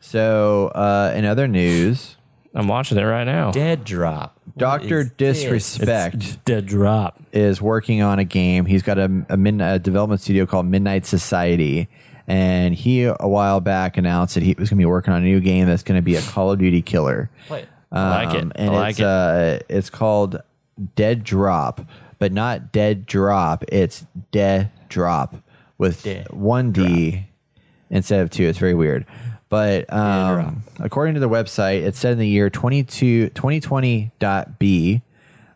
Speaker 1: So, uh, in other news,
Speaker 2: I'm watching it right now.
Speaker 3: Dead drop.
Speaker 1: Doctor
Speaker 3: this?
Speaker 1: Disrespect.
Speaker 2: Dead drop.
Speaker 1: is working on a game. He's got a, a, midnight, a development studio called Midnight Society. And he, a while back, announced that he was going to be working on a new game that's going to be a Call of Duty killer.
Speaker 3: Wait.
Speaker 2: I like it.
Speaker 1: Um,
Speaker 2: I
Speaker 1: And
Speaker 2: like
Speaker 1: it's,
Speaker 2: it.
Speaker 1: Uh, it's called Dead Drop, but not Dead Drop. It's Dead Drop with
Speaker 3: Dead
Speaker 1: one D instead of two. It's very weird. But um, according to the website, it said in the year 22, 2020.b,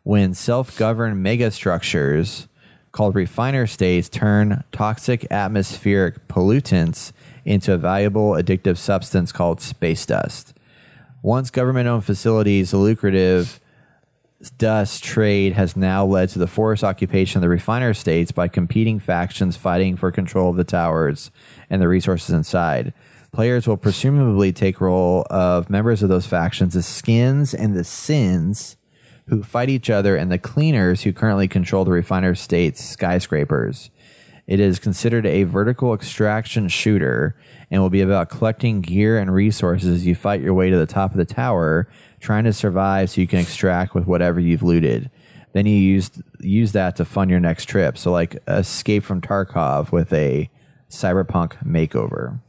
Speaker 1: when self governed megastructures called refiner states turn toxic atmospheric pollutants into a valuable addictive substance called space dust. Once government owned facilities, the lucrative dust trade has now led to the forced occupation of the refiner states by competing factions fighting for control of the towers and the resources inside. Players will presumably take role of members of those factions as skins and the sins who fight each other and the cleaners who currently control the refiner states skyscrapers. It is considered a vertical extraction shooter and will be about collecting gear and resources as you fight your way to the top of the tower, trying to survive so you can extract with whatever you've looted. Then you use use that to fund your next trip. So like Escape from Tarkov with a cyberpunk makeover.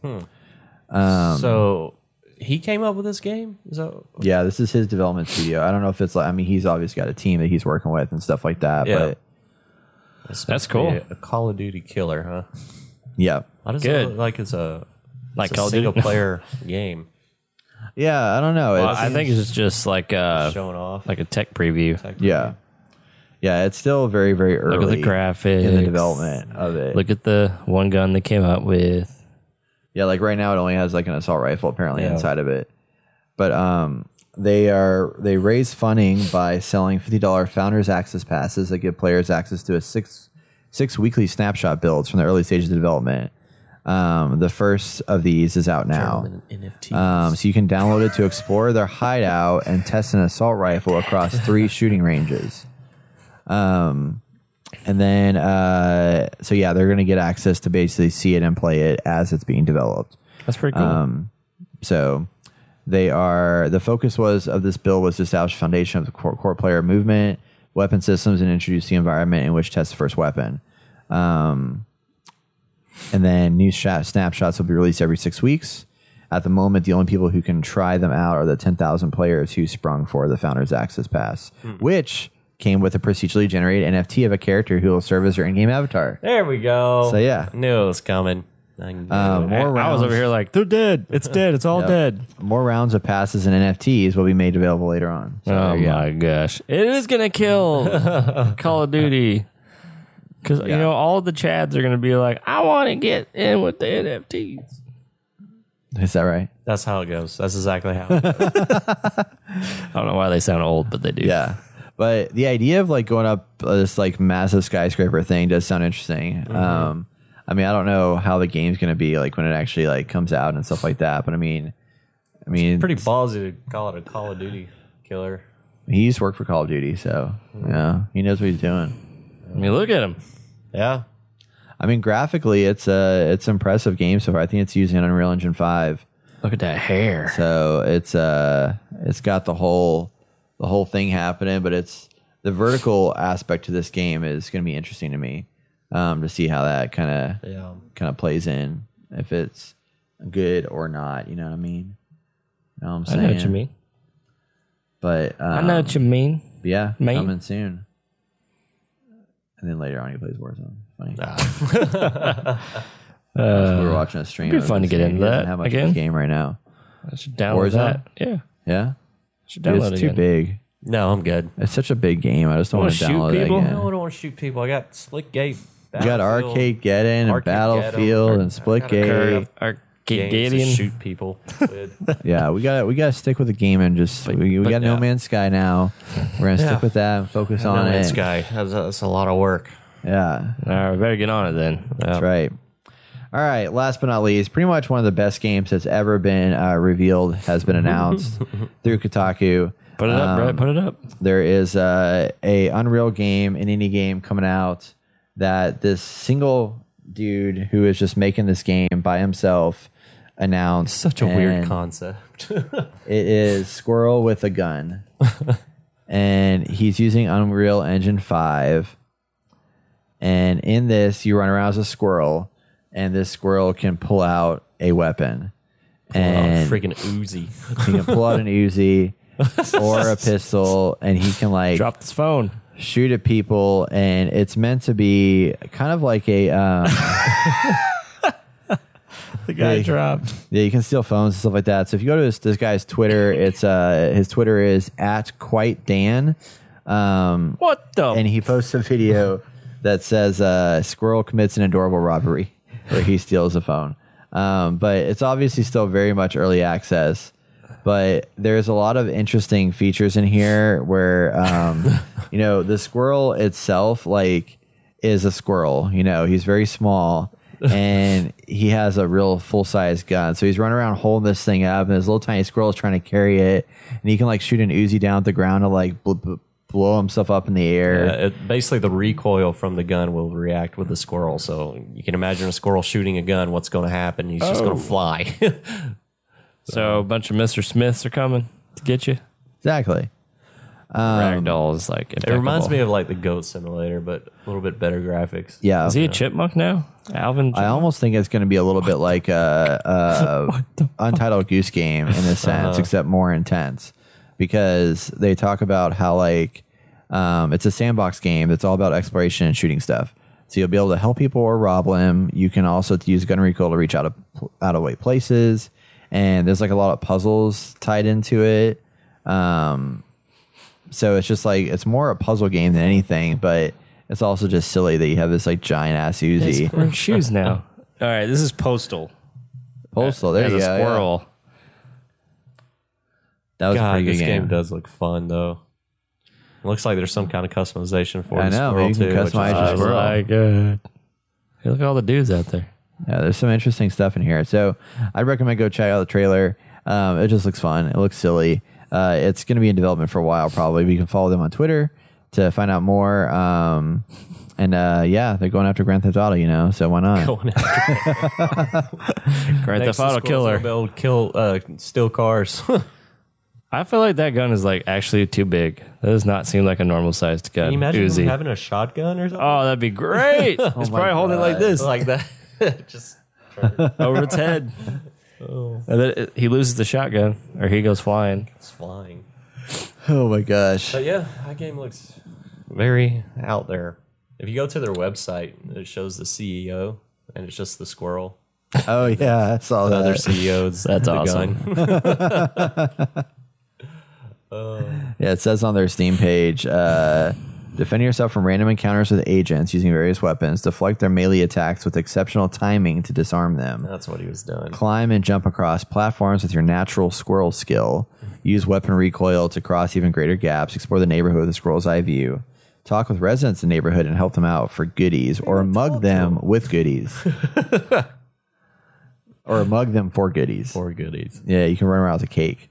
Speaker 1: Um,
Speaker 3: so he came up with this game? Is that
Speaker 1: Yeah, this is his development studio. I don't know if it's like I mean he's obviously got a team that he's working with and stuff like that,
Speaker 3: Yeah.
Speaker 1: but
Speaker 2: That's cool.
Speaker 3: A, a Call of Duty killer, huh?
Speaker 1: yeah.
Speaker 3: Why does
Speaker 2: Good.
Speaker 3: it look like it's a
Speaker 2: Like
Speaker 3: it's a
Speaker 2: Call of Duty?
Speaker 3: single player game?
Speaker 1: Yeah, I don't know. It's,
Speaker 2: I think it's just like a,
Speaker 3: Showing off.
Speaker 2: like a tech preview.
Speaker 3: Like,
Speaker 1: yeah. Yeah, it's still very very early.
Speaker 2: Look at the graphics.
Speaker 1: in the development of it.
Speaker 2: Look at the one gun they came up with.
Speaker 1: yeah, like right now it only has like an assault rifle apparently
Speaker 3: Yeah.
Speaker 1: inside of it. But um they are they raise funding by selling fifty dollar founders access passes that give players access to a six six weekly snapshot builds from the early stages of development. Um, the first of these is out now.
Speaker 3: German NFTs.
Speaker 1: Um, so you can download it to explore their hideout and test an assault rifle across three shooting ranges. Um, and then, uh, so yeah, they're going to get access to basically see it and play it as it's being developed.
Speaker 2: That's pretty cool.
Speaker 1: Uh, So they are the focus was of this bill was to establish a foundation of the core, core player movement, weapon systems, and introduce the environment in which tests the first weapon. Um, and then new sha- snapshots will be released every six weeks. At the moment, the only people who can try them out are the 10,000 players who sprung for the Founders Access Pass,
Speaker 2: Hmm.
Speaker 1: which came with a procedurally generated NFT of a character who will serve as your in game avatar.
Speaker 3: there we go.
Speaker 1: So, yeah.
Speaker 3: Knew it was coming. I knew
Speaker 1: Um,
Speaker 3: it.
Speaker 2: I,
Speaker 1: more
Speaker 2: I was
Speaker 1: rounds.
Speaker 2: over here like, they're dead. It's dead. It's all dead.
Speaker 1: More rounds of passes and NFTs will be made available later on. So
Speaker 2: Oh
Speaker 1: there you go.
Speaker 2: my gosh. It is going to kill Call of Duty. Because, you know, all the Chads are going to be like, I want to get in with the NFTs.
Speaker 1: Is that right?
Speaker 3: That's how it goes. That's exactly how it goes.
Speaker 2: I don't know why they sound old, but they do.
Speaker 1: Yeah. But the idea of like going up uh, this like massive skyscraper thing does sound interesting. Um, I mean, I don't know how the game's going to be like when it actually like comes out and stuff like that. But I mean, I mean,
Speaker 3: Pretty ballsy to call it a Call of Duty killer.
Speaker 1: he used to work for Call of Duty, so yeah, he knows what he's doing.
Speaker 2: I mean, look at them.
Speaker 3: Yeah.
Speaker 1: I mean, graphically, it's a it's impressive game so far. I think it's using Unreal Engine five.
Speaker 2: Look at that hair.
Speaker 1: So it's uh it's got the whole the whole thing happening, but it's the vertical aspect to this game is going to be interesting to me um, to see how that kind of
Speaker 3: Yeah.
Speaker 1: kind of plays in if it's good or not. You know what I mean? You know what I'm
Speaker 2: I
Speaker 1: saying?
Speaker 2: know what you mean.
Speaker 1: But um,
Speaker 2: I know what you mean.
Speaker 1: yeah,
Speaker 2: mean.
Speaker 1: coming soon. And then later on, he plays Warzone. Funny. we were watching a stream.
Speaker 2: be
Speaker 1: of
Speaker 2: fun to
Speaker 1: this
Speaker 2: get
Speaker 1: game.
Speaker 2: into
Speaker 1: He doesn't
Speaker 2: that
Speaker 1: have much of
Speaker 2: again.
Speaker 1: this game right now.
Speaker 2: I should download
Speaker 1: Warzone?
Speaker 2: that. Yeah, I
Speaker 1: Yeah,
Speaker 2: should
Speaker 1: Dude,
Speaker 2: download
Speaker 1: it's
Speaker 2: it
Speaker 1: too
Speaker 2: again.
Speaker 1: big.
Speaker 3: No, I'm good.
Speaker 1: It's such a big game. I just don't
Speaker 2: Wanna
Speaker 1: want to
Speaker 2: shoot
Speaker 1: download it
Speaker 2: people?
Speaker 1: again.
Speaker 3: No, I don't want to shoot people. I got Slick Gate.
Speaker 1: You got
Speaker 3: Battlefield,
Speaker 1: Arcade Get In and
Speaker 3: Arcade
Speaker 1: Battlefield
Speaker 3: Geddon, or-
Speaker 1: and Split
Speaker 3: I gotta
Speaker 1: Gate.
Speaker 3: curve. games to
Speaker 2: Arcadian.
Speaker 3: shoot people. with.
Speaker 1: Yeah, we got to we got to stick with the game and just we, we
Speaker 2: but
Speaker 1: got No
Speaker 2: yeah.
Speaker 1: Man's Sky now. We're gonna
Speaker 3: Yeah.
Speaker 1: stick with that and focus on
Speaker 3: No
Speaker 1: it.
Speaker 3: Man's Sky. That's a, that's a lot of work.
Speaker 1: Yeah,
Speaker 2: All right, we better get on it then. Uh,
Speaker 1: that's right. All right. Last but not least, pretty much one of the best games that's ever been uh, revealed has been announced through Kotaku.
Speaker 2: Put it up,
Speaker 1: Um,
Speaker 2: Brett. Put it up.
Speaker 1: there is uh, a Unreal game, an indie game coming out that this single dude who is just making this game by himself announced.
Speaker 3: Such a weird
Speaker 1: and
Speaker 3: concept.
Speaker 1: It is Squirrel with a Gun, and he's using Unreal Engine Five. And in this, you run around as a squirrel, and this squirrel can pull out a weapon, and
Speaker 3: Oh, freaking Uzi.
Speaker 1: he can pull out an Uzi or a pistol, and he can like
Speaker 2: Drop this phone.
Speaker 1: shoot at people and it's meant to be kind of like a um,
Speaker 2: The guy
Speaker 1: Hey.
Speaker 2: dropped.
Speaker 1: yeah you can steal phones and stuff like that so if you go to this, this guy's twitter it's uh his twitter is at quite dan um
Speaker 2: What the?
Speaker 1: and he posts a video that says uh squirrel commits an adorable robbery where he steals a phone um but it's obviously still very much early access but there's a lot of interesting features in here where um you know the squirrel itself like is a squirrel you know he's very small and he has a real full-size gun so he's running around holding this thing up and this little tiny squirrel is trying to carry it and he can like shoot an Uzi down at the ground to like bl- bl- blow himself up in the air
Speaker 3: Uh, it, basically, the recoil from the gun will react with the squirrel. So you can imagine a squirrel shooting a gun. What's going to happen? He's just going to fly.
Speaker 2: so a bunch of Mr. Smiths are coming to get you.
Speaker 1: exactly Um,
Speaker 2: Ragdoll is like.
Speaker 3: it reminds me of like the goat simulator, but a little bit better graphics.
Speaker 1: yeah
Speaker 2: Is he a chipmunk now? Alvin.
Speaker 1: I almost think it's going to be a little bit like a, a Untitled Goose Game in a sense, except more intense, because they talk about how like um, it's a sandbox game that's all about exploration and shooting stuff. So you'll be able to help people or rob them. You can also use gun recoil to reach out of out of way places, and there's like a lot of puzzles tied into it. Um, so it's just like it's more a puzzle game than anything, but it's also just silly that you have this like giant ass Uzi.
Speaker 2: He's wearing shoes now. All right, this is Postal.
Speaker 1: Postal. There
Speaker 2: As
Speaker 1: you
Speaker 2: a
Speaker 1: go. yeah.
Speaker 2: squirrel.
Speaker 1: That was a
Speaker 3: God,
Speaker 1: pretty
Speaker 3: this
Speaker 1: good
Speaker 3: game.
Speaker 1: game.
Speaker 3: does look fun though. It looks like there's some kind of customization for
Speaker 1: I
Speaker 3: the
Speaker 1: know,
Speaker 3: squirrel
Speaker 1: you can
Speaker 3: too. which is
Speaker 1: customize your
Speaker 2: I was
Speaker 3: awesome.
Speaker 1: squirrel.
Speaker 2: like, uh, hey, look at all the dudes out there.
Speaker 1: Yeah, there's some interesting stuff in here. So I recommend go check out the trailer. Um, it just looks fun. It looks silly. Uh, it's going to be in development for a while, probably. But you can follow them on Twitter to find out more. Um, and uh, yeah, they're going after Grand Theft Auto, you know, so why not?
Speaker 3: Going after
Speaker 2: Grand Theft
Speaker 3: next to
Speaker 2: Auto
Speaker 3: squirrels
Speaker 2: Killer.
Speaker 3: that'll be able to kill, uh, steal cars. Can
Speaker 2: I feel like that gun is like actually too big. That does not seem like a normal sized gun.
Speaker 3: you Oh imagine him
Speaker 2: Uzi.
Speaker 3: having a shotgun or something
Speaker 2: oh, that'd be great. it's probably holding it like this,
Speaker 3: like that? Just
Speaker 2: over its head.
Speaker 3: Oh.
Speaker 2: And then it- he loses the shotgun, or he goes flying.
Speaker 3: it's flying.
Speaker 1: Oh my gosh.
Speaker 3: But yeah, that game looks very out there. If you go to their website, it shows the CEO, and it's just the squirrel.
Speaker 1: Oh, yeah. I saw
Speaker 3: Other
Speaker 1: that.
Speaker 3: CEOs,
Speaker 2: That's
Speaker 3: the
Speaker 2: awesome.
Speaker 3: gun.
Speaker 1: Yeah, it says on their Steam page uh, defend yourself from random encounters with agents using various weapons, deflect their melee attacks with exceptional timing to disarm them.
Speaker 3: That's what he was doing.
Speaker 1: climb and jump across platforms with your natural squirrel skill. Use weapon recoil to cross even greater gaps. Explore the neighborhood with a squirrel's eye view. Talk with residents in the neighborhood and help them out for goodies, or mug them with goodies, or mug them for goodies.
Speaker 3: Four goodies.
Speaker 1: yeah, you can run around with a cake.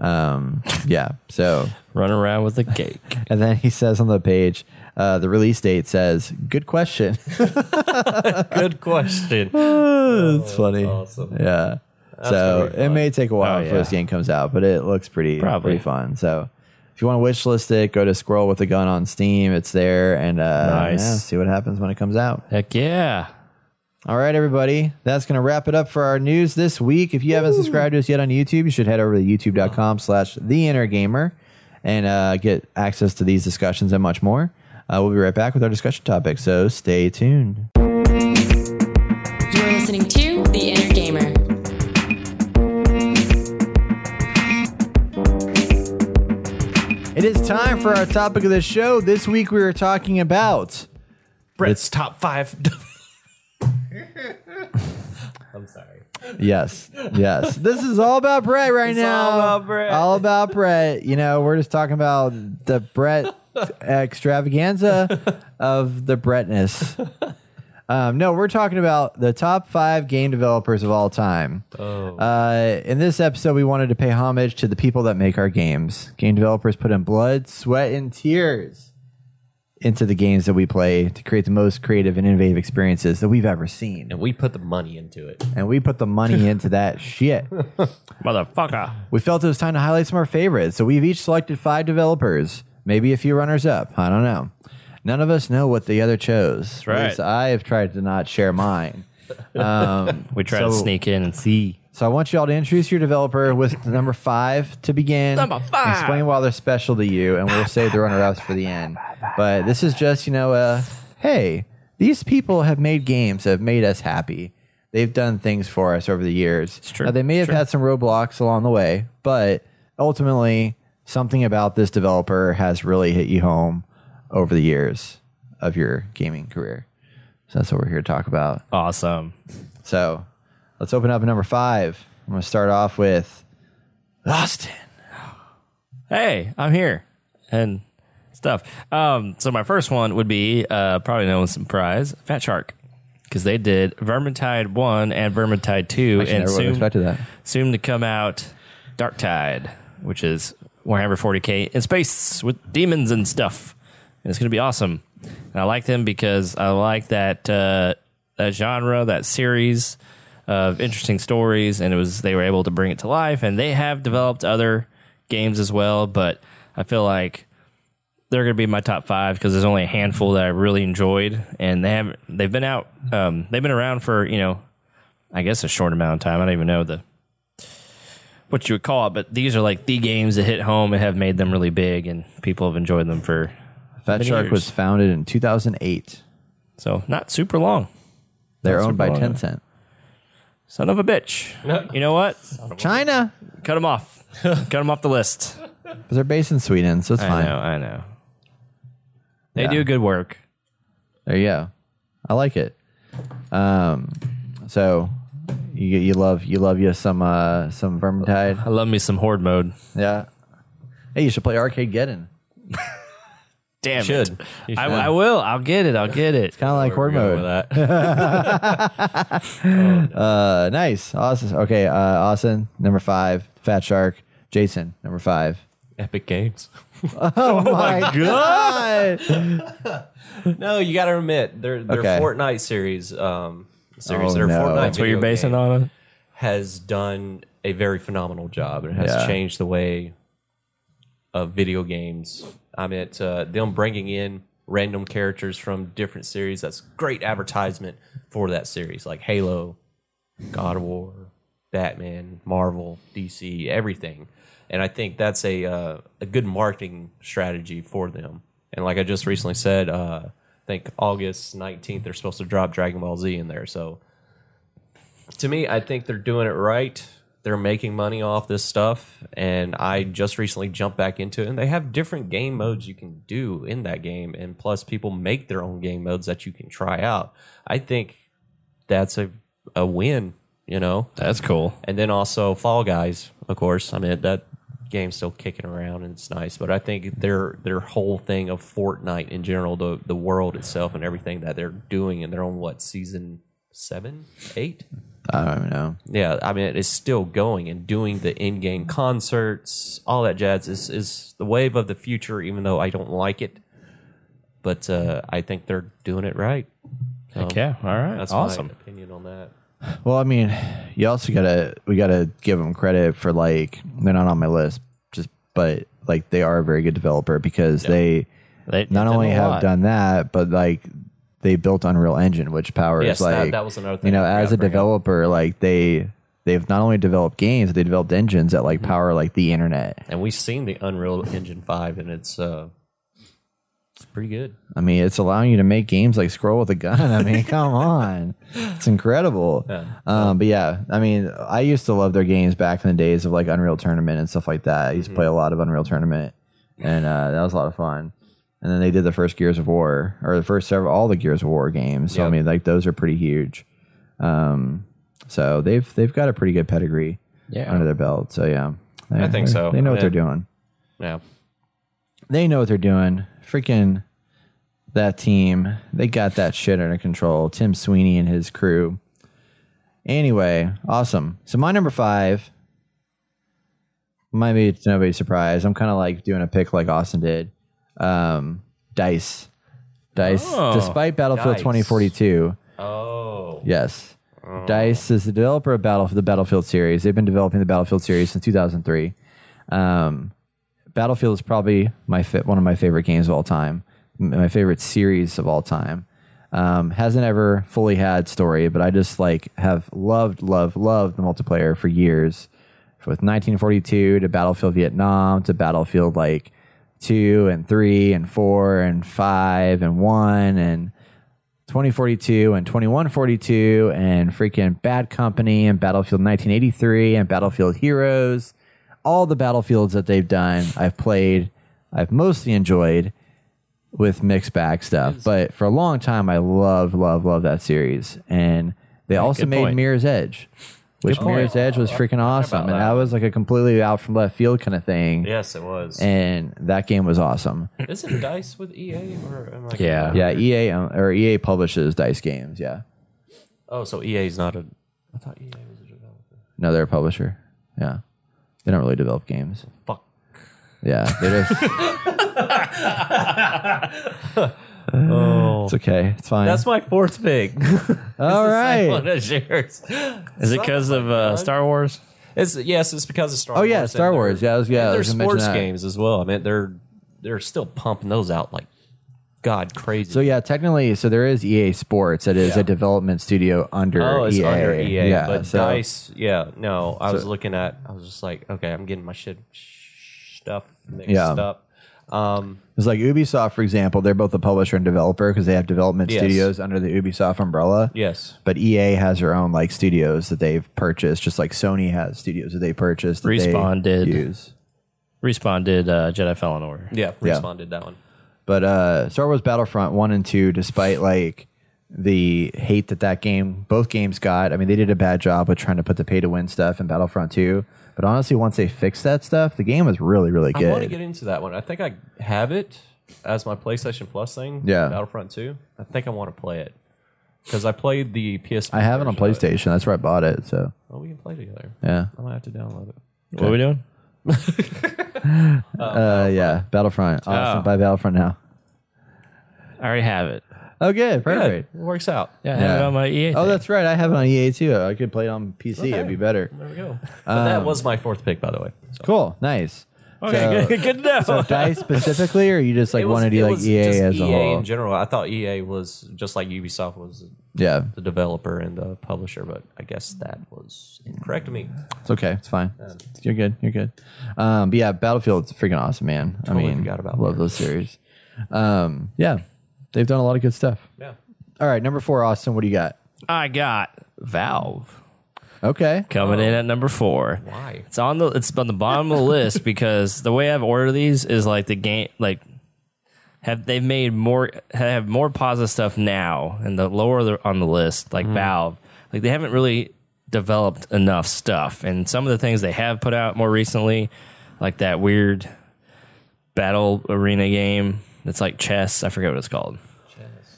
Speaker 1: Um, yeah, so
Speaker 2: Run around with a cake.
Speaker 1: and then he says on the page, uh, the release date says, "Good question."
Speaker 3: Good question.
Speaker 1: It's funny.
Speaker 3: awesome.
Speaker 1: Yeah. so
Speaker 3: gonna be
Speaker 1: it may take a while
Speaker 2: Oh,
Speaker 1: before this
Speaker 2: yeah.
Speaker 1: game comes out, but it looks pretty
Speaker 2: Probably.
Speaker 1: pretty fun. So if you want to wish list it, go to Squirrel with a Gun on Steam. It's there, and uh,
Speaker 2: Nice.
Speaker 1: yeah, see what happens when it comes out.
Speaker 2: Heck yeah.
Speaker 1: All right, everybody, that's gonna wrap it up for our news this week. If you haven't subscribed to us yet on YouTube, you should head over to youtube.com/slash The Inner Gamer and uh, get access to these discussions and much more. Uh, we'll be right back with our discussion topic, so stay tuned.
Speaker 4: You're listening to The Inner Gamer.
Speaker 1: It is time for our topic of the show. This week we are talking about
Speaker 2: Brett's top five.
Speaker 3: I'm sorry.
Speaker 1: Yes. Yes. this is all about Brett right now.
Speaker 3: all about Brett.
Speaker 1: All about Brett. You know, we're just talking about the Brett extravaganza of the Brettness. Um, no, we're talking about the top five game developers of all time.
Speaker 3: Oh.
Speaker 1: Uh, in this episode, we wanted to pay homage to the people that make our games. Game developers put in blood, sweat, and tears into the games that we play to create the most creative and innovative experiences that we've ever seen.
Speaker 3: and we put the money into it.
Speaker 1: And we put the money into that shit.
Speaker 2: Motherfucker.
Speaker 1: We felt it was time to highlight some of our favorites, so we've each selected five developers, maybe a few runners up. I don't know. None of us know what the other chose. That's
Speaker 2: right.
Speaker 1: I have tried to not share mine.
Speaker 2: We try to
Speaker 1: So-
Speaker 2: sneak in and see.
Speaker 1: So I want you all to introduce your developer with number five to begin.
Speaker 2: Number five.
Speaker 1: Explain why they're special to you, and we'll save the runner-ups for the end. But this is just, you know, uh, hey, these people have made games that have made us happy. They've done things for us over the years. It's
Speaker 2: true.
Speaker 1: Now, they may have had some roadblocks along the way, but ultimately, something about this developer has really hit you home over the years of your gaming career. So that's what we're here to talk about.
Speaker 2: Awesome.
Speaker 1: So let's open up number five. I'm going to start off with Austin.
Speaker 2: hey, I'm here and stuff. Um, so my first one would be uh, probably no one's surprise, Fat Shark, because they did Vermintide one and Vermintide two, and
Speaker 1: never would've
Speaker 2: soon,
Speaker 1: expected that.
Speaker 2: soon to come out Darktide, which is Warhammer 40k in space with demons and stuff, and it's gonna be awesome. And I like them because I like that uh, that genre, that series of interesting stories, and it was they were able to bring it to life. And they have developed other games as well, but I feel like they're going to be my top five because there's only a handful that I really enjoyed, and they have they've been out, um, they've been around for you know, I guess a short amount of time. I don't even know the what you would call it, but these are like the games that hit home and have made them really big, and people have enjoyed them for
Speaker 1: Fat
Speaker 2: many
Speaker 1: Shark
Speaker 2: years.
Speaker 1: was founded in 2008.
Speaker 2: so not super long.
Speaker 1: They're
Speaker 2: That's
Speaker 1: owned by
Speaker 2: surprising.
Speaker 1: Tencent.
Speaker 2: Son of a bitch. You know what?
Speaker 1: China,
Speaker 2: Cut them off. Cut them off the list.
Speaker 1: but they're based in Sweden, so it's
Speaker 2: I
Speaker 1: fine.
Speaker 2: know. I know. They
Speaker 1: Yeah.
Speaker 2: do good work.
Speaker 1: There you go. I like it. Um, so you you love you love you some uh some Vermintide,
Speaker 2: I love me some horde mode.
Speaker 1: yeah. Hey, you should play Arcade Geddon.
Speaker 2: Damn
Speaker 3: should.
Speaker 2: it.
Speaker 3: You
Speaker 2: I,
Speaker 3: should.
Speaker 2: I will. I'll get it. I'll get it.
Speaker 1: Kind of like
Speaker 3: Where
Speaker 1: horde
Speaker 3: we going
Speaker 1: mode.
Speaker 3: with that.
Speaker 1: Uh, nice, awesome. Okay, uh, Austin number five, Fat Shark, Jason number five.
Speaker 3: Epic Games.
Speaker 1: Oh, my god.
Speaker 3: No, you got to admit their their
Speaker 1: Okay.
Speaker 3: Fortnite series, um, series
Speaker 1: Oh,
Speaker 3: their
Speaker 1: no.
Speaker 3: Fortnite.
Speaker 1: That's
Speaker 2: That's what you're basing on?
Speaker 3: Has done a very phenomenal job and has
Speaker 1: Yeah.
Speaker 3: changed the way of video games. I mean, it's, uh, them bringing in random characters from different series. That's great advertisement for that series, like Halo, God of War, Batman, Marvel, DC, everything. And I think that's a uh, a good marketing strategy for them. And like I just recently said, uh, I think August nineteenth they're supposed to drop Dragon Ball Z in there. So to me, I think they're doing it right. They're making money off this stuff, and I just recently jumped back into it. And they have different game modes you can do in that game, and plus, people make their own game modes that you can try out. I think that's a a win, you know.
Speaker 2: That's cool.
Speaker 3: And then also Fall Guys, of course. I mean that game's still kicking around and it's nice, but I think their their whole thing of Fortnite in general, the the world itself and everything that they're doing, and they're on what season seven, eight?
Speaker 1: I don't even know.
Speaker 3: yeah, I mean, it's still going and doing the in-game concerts, all that jazz is is the wave of the future. Even though I don't like it, but uh, I think they're doing it right. So
Speaker 2: Heck yeah. All right.
Speaker 3: that's
Speaker 2: awesome.
Speaker 3: my opinion on that.
Speaker 1: Well, I mean, you also gotta we gotta give them credit for like they're not on my list, just but like they are a very good developer because they
Speaker 2: They-
Speaker 1: not
Speaker 2: they've
Speaker 1: only
Speaker 2: done a
Speaker 1: have
Speaker 2: lot.
Speaker 1: done that, but like they built Unreal Engine, which powers
Speaker 3: Yes,
Speaker 1: like
Speaker 3: that- that was another
Speaker 1: You
Speaker 3: thing
Speaker 1: know,
Speaker 3: I forgot
Speaker 1: as a
Speaker 3: to bring up.
Speaker 1: developer, like they they've not only developed games, they developed engines that
Speaker 3: Mm-hmm.
Speaker 1: like power like the internet.
Speaker 3: And we've seen the Unreal Engine five, and it's uh, it's pretty good.
Speaker 1: I mean, it's allowing you to make games like Scroll with a Gun. I mean, come on, it's incredible. Um, but yeah, I mean, I used to love their games back in the days of like Unreal Tournament and stuff like that. I used to play a lot of Unreal Tournament, and uh, that was a lot of fun. And then they did the first Gears of War or the first several all the Gears of War games. So I
Speaker 3: Yep.
Speaker 1: mean, like those are pretty huge. Um, so they've they've got a pretty good pedigree
Speaker 2: Yeah.
Speaker 1: under their belt. So yeah,
Speaker 3: I think
Speaker 1: They-
Speaker 3: so.
Speaker 1: They know what
Speaker 3: Yeah.
Speaker 1: they're doing
Speaker 3: Yeah.
Speaker 1: they know what they're doing. Freaking that team, they got that shit under control. Tim Sweeney and his crew. Anyway, awesome. So my number five might be to nobody's surprise. I'm kind of like doing a pick like Austin did. Um, Dice, Dice.
Speaker 2: Oh,
Speaker 1: despite Battlefield
Speaker 3: Dice.
Speaker 1: 2042,
Speaker 3: Oh.
Speaker 1: Yes. DICE is the developer of Battlefield, the Battlefield series. They've been developing the Battlefield series since 2003. Um, Battlefield is probably my fa- one of my favorite games of all time, m- my favorite series of all time. Um, hasn't ever fully had story, but I just like have loved, loved, loved the multiplayer for years. With 1942 to Battlefield Vietnam to Battlefield like two and three and four and five and one and 2042 and 2142 and freaking Bad Company and Battlefield 1983 and Battlefield Heroes. All the battlefields that they've done, I've played, I've mostly enjoyed with mixed bag stuff. But for a long time, I love, love, love that series. And they also
Speaker 2: good
Speaker 1: made
Speaker 2: point.
Speaker 1: Mirror's Edge, which
Speaker 3: point.
Speaker 1: Mirror's Edge was freaking awesome. And
Speaker 3: that.
Speaker 1: that was like a completely out from left field kind of thing.
Speaker 3: Yes, it was.
Speaker 1: And that game was awesome.
Speaker 3: Isn't Dice with EA or am I
Speaker 2: Yeah.
Speaker 1: Yeah, EA own- or EA publishes Dice Games. Yeah.
Speaker 3: Oh, so EA is not a. I thought EA was a developer.
Speaker 1: No, they're a publisher. Yeah. They don't really develop games.
Speaker 3: Fuck.
Speaker 1: Yeah. They just
Speaker 3: Oh.
Speaker 1: it's okay. It's fine.
Speaker 3: That's my fourth pick.
Speaker 1: All
Speaker 3: One
Speaker 1: right.
Speaker 3: as yours.
Speaker 2: Is it because of uh, Star Wars?
Speaker 3: It's yes, it's because of Star
Speaker 1: Oh
Speaker 3: Wars.
Speaker 1: yeah,
Speaker 3: and
Speaker 1: Star
Speaker 3: their-
Speaker 1: Wars. Yeah, I was yeah. I
Speaker 3: and their
Speaker 1: was gonna mention
Speaker 3: sports
Speaker 1: that.
Speaker 3: games as well. I mean, they're they're still pumping those out like god crazy.
Speaker 1: So yeah, technically, so there is EA Sports. It is a development studio under
Speaker 3: oh, it's
Speaker 1: EA.
Speaker 3: under EA,
Speaker 1: E yeah,
Speaker 3: but
Speaker 1: so
Speaker 3: Dice. Yeah, no, I was looking at. I was just like, okay, I'm getting my shit stuff mixed
Speaker 1: Yeah.
Speaker 3: up. Um,
Speaker 1: it's like Ubisoft, for example. They're both a publisher and developer because they have development
Speaker 3: Yes.
Speaker 1: studios under the Ubisoft umbrella.
Speaker 3: yes,
Speaker 1: But EA has their own like studios that they've purchased, just like Sony has studios that they purchased. That they
Speaker 2: Respawn did.
Speaker 1: use.
Speaker 2: Respawn did uh, Jedi Fallen Order.
Speaker 3: yeah, responded that one.
Speaker 1: But uh, Star Wars Battlefront one and two, despite like the hate that that game, both games got. I mean, they did a bad job with trying to put the pay to win stuff in Battlefront two. But honestly, once they fixed that stuff, the game was really, really
Speaker 3: I want to
Speaker 1: good.
Speaker 3: get into that one. I think I have it as my PlayStation Plus thing.
Speaker 1: Yeah.
Speaker 3: Battlefront Two. I think I want to play it because I played the PS.
Speaker 1: I have it on PlayStation. That's where I bought it. So
Speaker 3: Oh, we can play together.
Speaker 1: yeah,
Speaker 3: I might have to download it.
Speaker 2: What are we doing?
Speaker 1: uh, yeah, Battlefront. Awesome.
Speaker 2: Oh.
Speaker 1: Buy Battlefront now.
Speaker 2: I already have it.
Speaker 1: Oh, good,
Speaker 3: Good.
Speaker 1: perfect.
Speaker 3: It works out.
Speaker 2: Yeah, I have it
Speaker 1: Yeah.
Speaker 2: on my E EA.
Speaker 1: Oh,
Speaker 2: thing.
Speaker 1: that's right. I have it on EA too. I could play it on PC. It'd be better.
Speaker 3: There we go. But
Speaker 1: Um,
Speaker 3: that was my fourth pick, by the way. So
Speaker 1: Cool. Nice.
Speaker 2: okay.
Speaker 1: So-
Speaker 2: good, good to know.
Speaker 1: So dice specifically, or you just like
Speaker 3: it was-
Speaker 1: want to
Speaker 3: it
Speaker 1: do like
Speaker 3: was
Speaker 1: EA
Speaker 3: just
Speaker 1: as
Speaker 3: EA
Speaker 1: a whole?
Speaker 3: in general. I thought EA was just like Ubisoft was
Speaker 1: yeah,
Speaker 3: the developer and the publisher, but I guess that was incorrect of me.
Speaker 1: It's okay. It's fine. You're good. You're good. Um, but yeah, Battlefield's freaking awesome, man. I mean,
Speaker 3: forgot about
Speaker 1: love
Speaker 3: that.
Speaker 1: those series. Um, yeah, they've done a lot of good stuff.
Speaker 3: Yeah.
Speaker 1: All right, number four, Austin. What do you got?
Speaker 2: I got Valve
Speaker 1: Okay.
Speaker 2: coming in at number four.
Speaker 3: Why?
Speaker 2: It's on the it's on the bottom of the list because the way I've ordered these is like the game like have they've made more have more positive stuff now and the lower they're on the list like Valve like they haven't really developed enough stuff and some of the things they have put out more recently like that weird battle arena game that's like chess I forget what it's called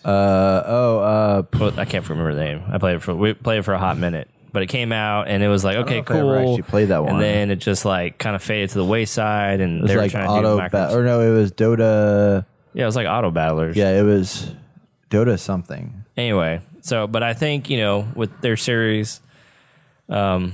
Speaker 1: Uh, oh, uh, p-
Speaker 2: Well, I can't remember the name. I played it for we played it for a hot minute, but it came out and it was like okay,
Speaker 1: know if I ever
Speaker 2: cool.
Speaker 1: actually played that one.
Speaker 2: and then it just like kind of faded to the wayside, and
Speaker 1: it
Speaker 2: they were
Speaker 1: was like
Speaker 2: trying to do
Speaker 1: auto,
Speaker 2: macros.
Speaker 1: ba- or no, it was Dota.
Speaker 2: yeah, it was like auto battlers.
Speaker 1: Yeah, it was Dota something.
Speaker 2: Anyway, so but I think you know with their series, um,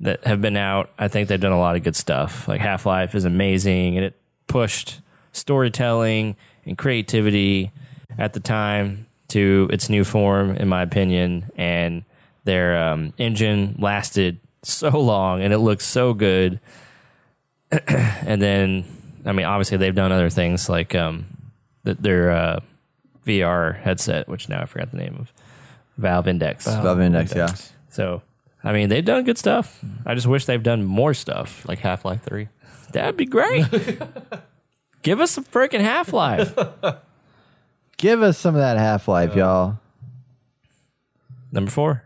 Speaker 2: that have been out, I think they've done a lot of good stuff. Like Half Life is amazing, and it pushed storytelling and creativity at the time to its new form, in my opinion. And their um, engine lasted so long, and it looked so good. and then, I mean, obviously they've done other things like um, th- their uh, VR headset, which now I forgot the name of, Valve Oh, Index.
Speaker 1: Valve Index. Yeah.
Speaker 2: So, I mean, they've done good stuff. I just wish they've done more stuff.
Speaker 3: Like Half Life 3.
Speaker 2: That'd be great. Give us some freaking Half Life.
Speaker 1: Give us some of that Half Life, y'all.
Speaker 2: Number four,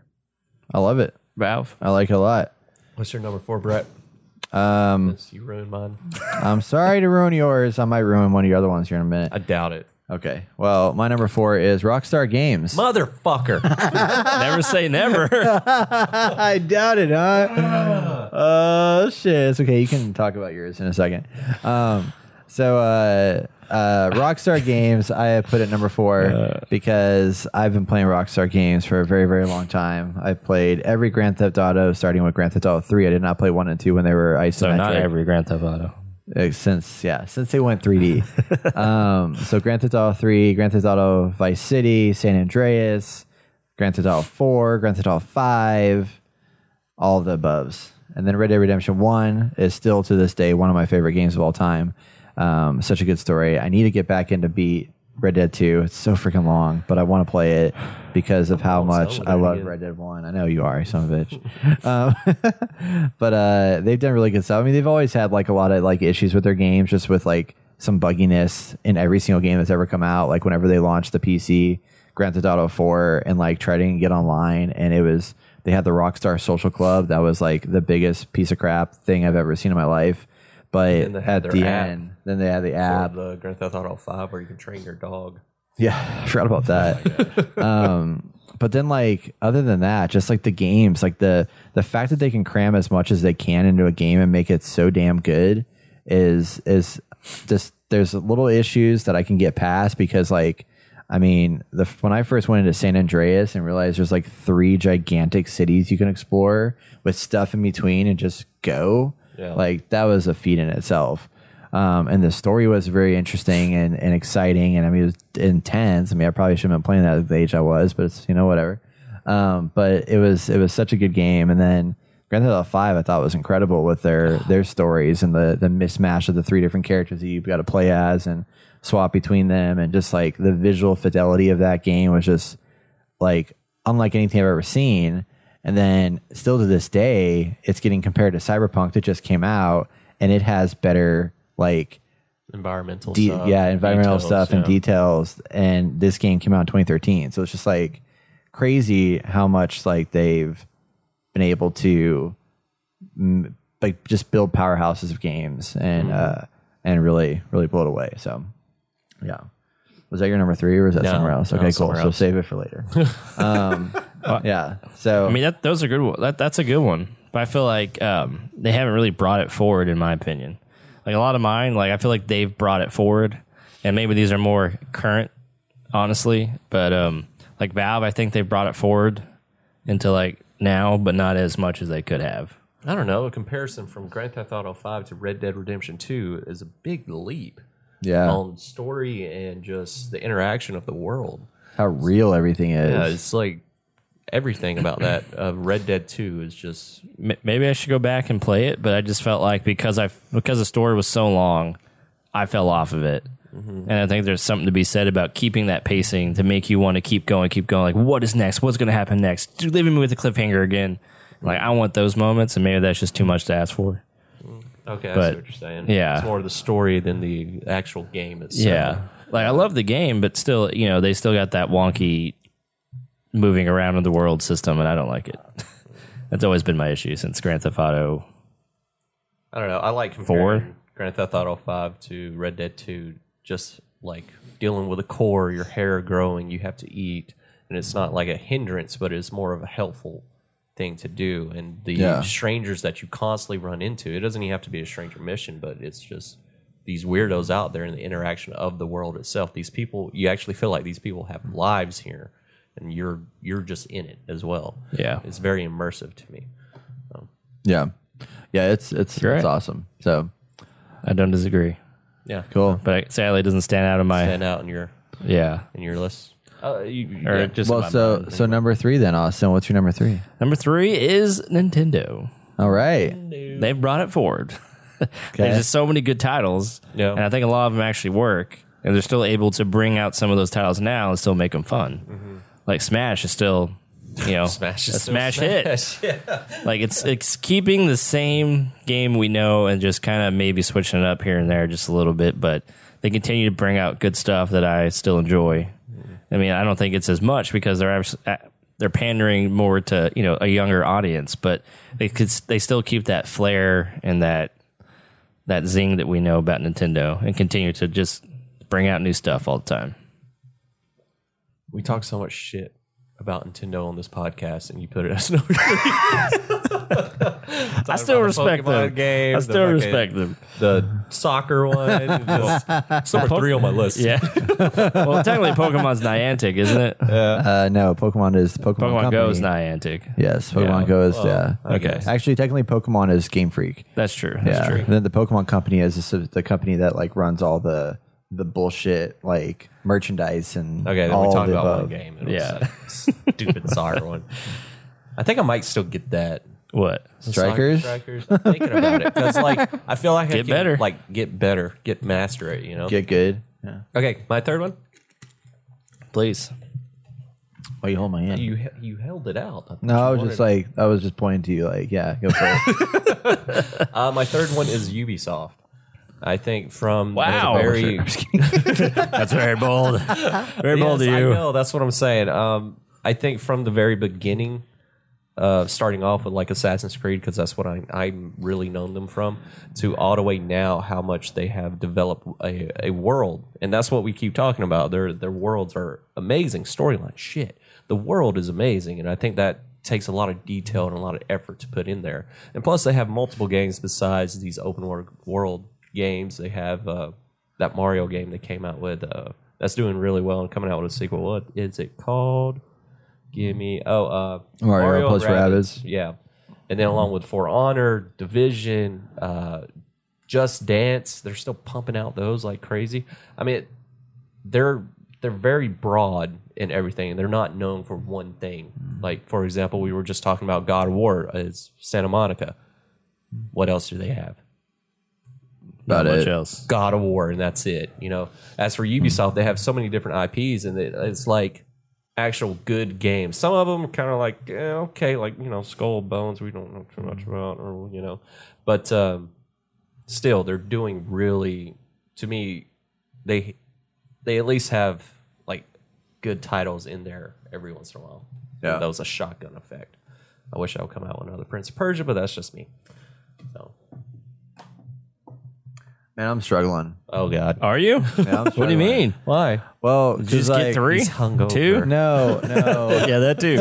Speaker 1: I love it.
Speaker 2: Valve.
Speaker 1: I like it a lot.
Speaker 3: What's your number four, Brett? Um, you ruined mine.
Speaker 1: I'm sorry to ruin yours. I might ruin one of your other ones here in a minute.
Speaker 3: I doubt it.
Speaker 1: Okay. Well, my number four is Rockstar Games.
Speaker 3: Motherfucker.
Speaker 2: never say never.
Speaker 1: I doubt it, huh?
Speaker 2: Ah.
Speaker 1: Oh shit! It's okay. You can talk about yours in a second. Um, so, uh, uh, Rockstar Games, I have put at number four because I've been playing Rockstar Games for a very, very long time. I've played every Grand Theft Auto, starting with Grand Theft Auto Three. I did not play one and two when they were isometric.
Speaker 2: so not every Grand Theft Auto.
Speaker 1: Uh, since yeah, since they went 3D. um, so Grand Theft Auto 3, Grand Theft Auto Vice City, San Andreas, Grand Theft Auto 4, Grand Theft Auto 5, all of the aboves. And then Red Dead Redemption 1 is still to this day one of my favorite games of all time. Um, such a good story. I need to get back into beat Red Dead 2. It's so freaking long, but I want to play it because of how much
Speaker 3: sold
Speaker 1: I
Speaker 3: it
Speaker 1: love
Speaker 3: again.
Speaker 1: Red Dead 1. I know you are, some bitch. um, but uh, they've done really good stuff. I mean, they've always had like a lot of like issues with their games, just with like some bugginess in every single game that's ever come out. Like whenever they launched the PC, Grand Theft Auto 4, and like trying to get online, and it was they had the Rockstar Social Club that was like the biggest piece of crap thing I've ever seen in my life. But
Speaker 3: then they
Speaker 1: at
Speaker 3: had their
Speaker 1: the
Speaker 3: app.
Speaker 1: end, then they had the
Speaker 3: Or
Speaker 1: app.
Speaker 3: the Grand Theft Auto 5 where you can train your dog.
Speaker 1: Yeah, I forgot about that. um, but then, like, other than that, just like the games, like the the fact that they can cram as much as they can into a game and make it so damn good is is just there's little issues that I can get past because, like, I mean, the when I first went into San Andreas and realized there's like three gigantic cities you can explore with stuff in between and just go,
Speaker 3: Yeah.
Speaker 1: like that was a feat in itself um, and the story was very interesting and, and exciting and i mean it was intense i mean i probably shouldn't have been playing that at the age i was but it's you know whatever um, but it was it was such a good game and then grand theft auto 5 i thought was incredible with their their stories and the the mismatch of the three different characters that you've got to play as and swap between them and just like the visual fidelity of that game was just like unlike anything I've ever seen. And then still to this day, it's getting compared to Cyberpunk that just came out, and it has better like
Speaker 3: Environmental
Speaker 1: de-
Speaker 3: stuff.
Speaker 1: yeah environmental
Speaker 3: details,
Speaker 1: stuff and
Speaker 3: yeah.
Speaker 1: details. And this game came out in 2013, so it's just like crazy how much like they've been able to m- like just build powerhouses of games and
Speaker 3: Mm-hmm.
Speaker 1: uh and really really blow it away. So yeah. Was that your number three, or was that
Speaker 3: No,
Speaker 1: somewhere else?
Speaker 3: no,
Speaker 1: Okay, cool.
Speaker 3: somewhere
Speaker 1: So
Speaker 3: else.
Speaker 1: save it for later. um, yeah. So
Speaker 2: I mean, that those are good. one- That that's a good one. But I feel like um, they haven't really brought it forward, in my opinion. Like a lot of mine, like I feel like they've brought it forward, and maybe these are more current, honestly. But um, like Valve, I think they brought it forward into like now, but not as much as they could have.
Speaker 3: I don't know. A comparison from Grand Theft Auto 5 to Red Dead Redemption 2 is a big leap
Speaker 1: yeah,
Speaker 3: on story and just the interaction of the world.
Speaker 1: how real everything is.
Speaker 3: Yeah, it's like everything about that. Uh, Red Dead 2 is just
Speaker 2: M- maybe I should go back and play it, but I just felt like because I because the story was so long, I fell off of it. And I think there's something to be said about keeping that pacing to make you want to keep going, keep going. Like, what is next? What's going to happen next? Dude, leaving me with a cliffhanger again. Like, I want those moments, and maybe that's just too much to ask for.
Speaker 3: okay. I
Speaker 2: But,
Speaker 3: see what you're saying.
Speaker 2: yeah.
Speaker 3: it's more the story than the actual game itself.
Speaker 2: Yeah. Like, I love the game, but still, you know, they still got that wonky moving around in the world system, and I don't like it. that's always been my issue since Grand Theft Auto.
Speaker 3: I don't know. I like comparing Grand Theft Auto 5 to Red Dead 2. Just like dealing with a core, your hair growing, you have to eat, and it's not like a hindrance, but it's more of a helpful thing to do. And the
Speaker 1: Yeah.
Speaker 3: strangers that you constantly run into, it doesn't even have to be a stranger mission, but it's just these weirdos out there and the interaction of the world itself. These people, you actually feel like these people have lives here, and you're you're just in it as well.
Speaker 2: Yeah.
Speaker 3: it's very immersive to me.
Speaker 1: yeah, yeah. It's it's
Speaker 2: You're
Speaker 1: it's
Speaker 2: right.
Speaker 1: awesome. So
Speaker 2: I don't disagree.
Speaker 3: Yeah,
Speaker 1: cool.
Speaker 2: But I- sadly, it doesn't stand out in my
Speaker 3: stand out in your
Speaker 2: Yeah.
Speaker 3: in your list. Uh, you, you-
Speaker 2: Or
Speaker 3: yeah.
Speaker 2: just
Speaker 1: Well,
Speaker 2: my mind.
Speaker 1: so so number three then, Austin. What's your number three?
Speaker 2: number three is Nintendo.
Speaker 1: All right.
Speaker 2: They've brought it forward. There's just so many good titles,
Speaker 3: Yeah.
Speaker 2: and I think a lot of them actually work, and they're still able to bring out some of those titles now and still make them fun. Like Smash is still you know,
Speaker 3: Smash is
Speaker 2: a
Speaker 3: still
Speaker 2: Mm-hmm. smash, hit.
Speaker 3: Smash. Yeah.
Speaker 2: Like it's it's keeping the same game we know and just kind of maybe switching it up here and there just a little bit, but they continue to bring out good stuff that I still enjoy. I mean, I don't think it's as much because they're abs- uh, they're pandering more to you know a younger audience, but they could s- they still keep that flair and that that zing that we know about Nintendo and continue to just bring out new stuff all the time.
Speaker 3: We talk so much shit about Nintendo on this podcast, and you put it as no.
Speaker 2: I still
Speaker 3: about the
Speaker 2: respect
Speaker 3: Pokemon
Speaker 2: them.
Speaker 3: game,
Speaker 2: I
Speaker 3: the
Speaker 2: still
Speaker 3: fucking-
Speaker 2: respect them.
Speaker 3: the soccer one. Just, it's number three on my list.
Speaker 2: Yeah. well, technically, Pokemon's Niantic, isn't it?
Speaker 1: Uh, no, Pokemon is Pokemon,
Speaker 2: Pokemon Go is
Speaker 1: Company.
Speaker 2: Niantic.
Speaker 1: Yes, Pokemon
Speaker 2: Yeah.
Speaker 1: Go is yeah.
Speaker 2: Okay.
Speaker 1: Actually, technically, Pokemon is Game Freak.
Speaker 2: That's true. That's
Speaker 1: yeah.
Speaker 2: true.
Speaker 1: And then the Pokemon Company is the, sub- the company that like runs all the the bullshit like merchandise and
Speaker 3: Okay, then
Speaker 1: all
Speaker 3: we
Speaker 1: of
Speaker 3: talked
Speaker 1: the
Speaker 3: about
Speaker 1: above.
Speaker 3: one game. It was
Speaker 2: Yeah.
Speaker 3: that stupid soccer one. I think I might still get that.
Speaker 2: What?
Speaker 1: Strikers.
Speaker 3: Soccer strikers. I'm thinking about it because, like, I feel like I
Speaker 2: Get
Speaker 3: can,
Speaker 2: better.
Speaker 3: Like, get better. Get master it. You know.
Speaker 1: Get good. Yeah.
Speaker 3: okay, my third one.
Speaker 2: Please.
Speaker 1: Oh, you hold my hand.
Speaker 3: You he- you held it out. I thought
Speaker 1: no, I
Speaker 3: you
Speaker 1: was just like
Speaker 3: wanted-
Speaker 1: I was just pointing to you like yeah, go for it.
Speaker 3: Uh, my third one is Ubisoft. I think from the
Speaker 2: Wow.
Speaker 3: very
Speaker 2: That's very bold. Very bold
Speaker 3: Yes,
Speaker 2: of
Speaker 3: I
Speaker 2: you.
Speaker 3: know. That's what I'm saying. Um, I think from the very beginning, uh, starting off with like Assassin's Creed, because that's what I, I'm really known them from, to all the way now, how much they have developed a, a world. And that's what we keep talking about. Their, their worlds are amazing. Storyline, shit. The world is amazing. And I think that takes a lot of detail and a lot of effort to put in there. And plus, they have multiple games besides these open wor- world games. They have. Uh, that Mario game they came out with. Uh, that's doing really well and coming out with a sequel. What is it called? Give me oh uh,
Speaker 1: Mario plus Rabbids.
Speaker 3: Yeah, and then along with For Honor, Division, uh, Just Dance, they're still pumping out those like crazy. I mean, they're they're very broad in everything. They're not known for one thing. Like for example, we were just talking about God of War is Santa Monica. What else do they have?
Speaker 1: about
Speaker 2: Not
Speaker 1: it.
Speaker 2: much else.
Speaker 3: God of War, and that's it. You know, as for Ubisoft, they have so many different IPs, and it, it's like actual good games. Some of them are kind of like eh, okay, like you know, Skull and Bones, we don't know too much about, or you know, but um, still, they're doing really. To me, they they at least have like good titles in there every once in a while.
Speaker 1: Yeah.
Speaker 3: that was a shotgun effect. I wish I would come out with another Prince of Persia, but that's just me. So,
Speaker 1: Man, I'm struggling.
Speaker 3: oh god,
Speaker 2: Are you?
Speaker 1: Yeah, I'm
Speaker 2: What do you
Speaker 1: struggling.
Speaker 2: mean?
Speaker 3: why?
Speaker 1: Well,
Speaker 2: Did you just get three?
Speaker 3: he's hungover.
Speaker 2: Two?
Speaker 1: No, no.
Speaker 2: Yeah, that too.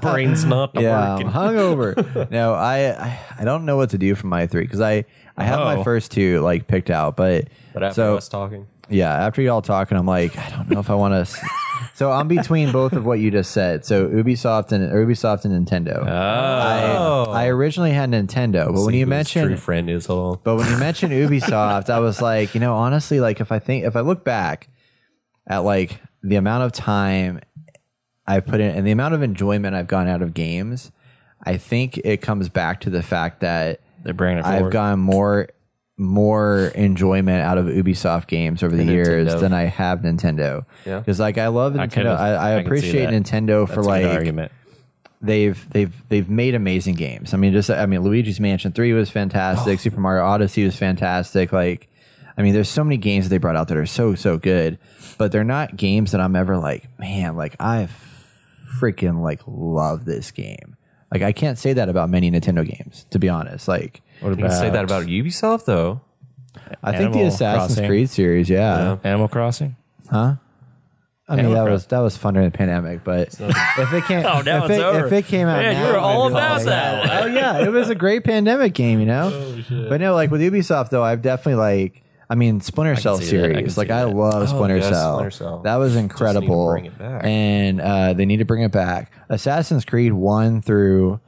Speaker 3: brain's not
Speaker 1: yeah,
Speaker 3: working.
Speaker 1: I'm hungover. no, I, I I don't know what to do for my three because I I have
Speaker 2: Oh.
Speaker 1: my first two like picked out, but,
Speaker 3: But after
Speaker 1: so
Speaker 3: us talking,
Speaker 1: yeah, after y'all talking, I'm like I don't know if I want to. so I'm between both of what you just said. So Ubisoft and Ubisoft and Nintendo. Oh.
Speaker 3: Oh.
Speaker 1: I, I originally had Nintendo, but when you mentioned
Speaker 3: friend is all.
Speaker 1: but when you mentioned Ubisoft, I was like, you know, honestly, like if I think if I look back at like the amount of time I've put in and the amount of enjoyment I've gone out of games, I think it comes back to the fact that
Speaker 2: They're bringing it
Speaker 1: I've
Speaker 2: forward.
Speaker 1: gotten more more enjoyment out of Ubisoft games over the years
Speaker 2: Nintendo.
Speaker 1: than I have Nintendo.
Speaker 3: Yeah.
Speaker 1: Because like I love
Speaker 2: could've-
Speaker 1: Nintendo. I, I,
Speaker 2: I can see
Speaker 1: appreciate
Speaker 2: that.
Speaker 1: Nintendo
Speaker 2: That's
Speaker 1: for
Speaker 2: a good
Speaker 1: like
Speaker 2: argument.
Speaker 1: they've they've they've made amazing games. I mean, just I mean, Luigi's Mansion Three was
Speaker 2: Oh.
Speaker 1: fantastic. Super Mario Odyssey was fantastic. Like, I mean, there's so many games that they brought out that are so so good, but they're not games that I'm ever like, man, like I freaking like love this game. Like, I can't say that about many Nintendo games, to be honest. Like,
Speaker 3: You can say that about Ubisoft though.
Speaker 1: I think the
Speaker 2: Animal
Speaker 1: Assassin's
Speaker 2: Crossing.
Speaker 1: Creed series, yeah.
Speaker 2: Animal Crossing.
Speaker 1: I mean,
Speaker 2: Animal
Speaker 1: that was that was fun during the pandemic, but if it came,
Speaker 2: Oh, now
Speaker 1: if,
Speaker 2: it's
Speaker 1: it,
Speaker 2: over.
Speaker 1: if it came out,
Speaker 2: Man,
Speaker 1: now,
Speaker 2: you were
Speaker 1: I'd
Speaker 2: all
Speaker 1: be like,
Speaker 2: about that
Speaker 1: Oh yeah, it was a great pandemic game, you know. But no, like with Ubisoft though, I've definitely like, I mean, Splinter Cell
Speaker 2: see that. I can
Speaker 1: series.
Speaker 2: see
Speaker 1: like I love Splinter,
Speaker 3: yes,
Speaker 1: Cell.
Speaker 3: Splinter Cell.
Speaker 1: That was
Speaker 3: to
Speaker 1: incredible,
Speaker 3: bring it back.
Speaker 1: and uh, they need to bring it back. Assassin's Creed one through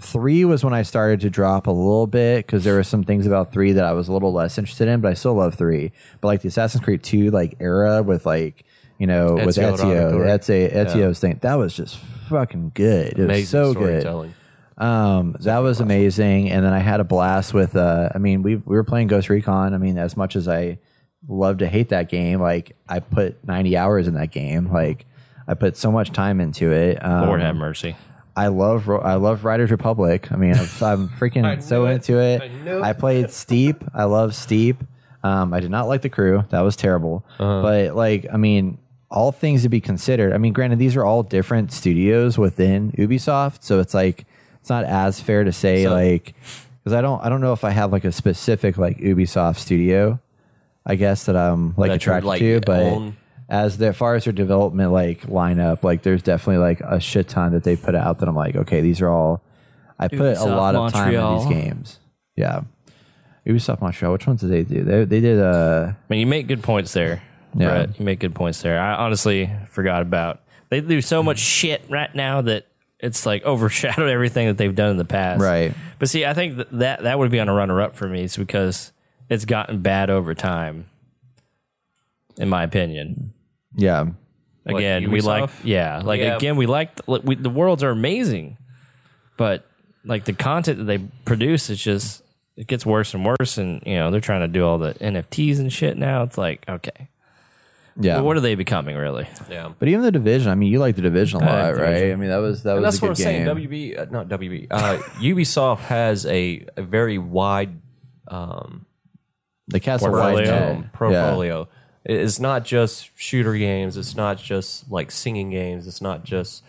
Speaker 1: three was when I started to drop a little bit because there were some things about three that I was a little less interested in, but I still love three. But like the Assassin's Creed two like era with like you know with
Speaker 3: Ezio
Speaker 1: Ezio,
Speaker 3: Auditore.
Speaker 1: Ezio Ezio's thing that was just fucking good. It was so good. Um, that was amazing, and then I had a blast with. Uh, I mean, we we were playing Ghost Recon. I mean, as much as I love to hate that game, like I put ninety hours in that game. Like I put so much time into it. Um,
Speaker 2: Lord have mercy.
Speaker 1: I love Ro- I love Riders Republic. I mean, I've, I'm
Speaker 3: I
Speaker 1: freaking so
Speaker 3: knew it.
Speaker 1: into it.
Speaker 3: I knew
Speaker 1: I played Steep. I love Steep. Um, I did not like the crew. That was terrible.
Speaker 3: Uh-huh.
Speaker 1: But like, I mean, all things to be considered. I mean, granted, these are all different studios within Ubisoft, so it's like it's not as fair to say
Speaker 3: So-
Speaker 1: like because I don't I don't know if I have like a specific like Ubisoft studio. I guess that I'm like
Speaker 3: That you,
Speaker 1: attracted
Speaker 3: like,
Speaker 1: to, but
Speaker 3: own.
Speaker 1: as the, far as their development like lineup, like there's definitely like a shit ton that they put out that I'm like, okay, these are all. I put a
Speaker 2: Ubisoft
Speaker 1: lot of
Speaker 2: Montreal.
Speaker 1: time in these games. Yeah, Ubisoft Montreal. Which ones did they do? They they did uh
Speaker 2: I mean, you make good points there.
Speaker 1: Yeah.
Speaker 2: Brett. You make good points there. I honestly forgot about. They do so much shit right now that it's like overshadowed everything that they've done in the past.
Speaker 1: Right.
Speaker 2: But see, I think th- that that would be on a runner up for me is because it's gotten bad over time, in my opinion.
Speaker 1: yeah
Speaker 3: What,
Speaker 2: Again, we
Speaker 3: Ubisoft?
Speaker 2: like yeah, like
Speaker 3: Yeah.
Speaker 2: again, we like like, we, the worlds are amazing, but like the content that they produce is just it gets worse and worse, and you know they're trying to do all the NFTs and shit now. It's like okay.
Speaker 1: yeah.
Speaker 2: But what are they becoming, really?
Speaker 3: Yeah.
Speaker 1: but even the division. I mean, you like the division a lot,
Speaker 2: Division.
Speaker 1: right? I mean, that was that was
Speaker 3: That's
Speaker 1: a
Speaker 3: what
Speaker 1: good
Speaker 3: I'm
Speaker 1: game.
Speaker 3: saying. WB, uh, not WB. Uh, Ubisoft has a, a very wide
Speaker 1: the Castle White
Speaker 2: Portfolio.
Speaker 1: Net.
Speaker 3: portfolio. portfolio. It- It's not just shooter games. It's not just like singing games. It's not just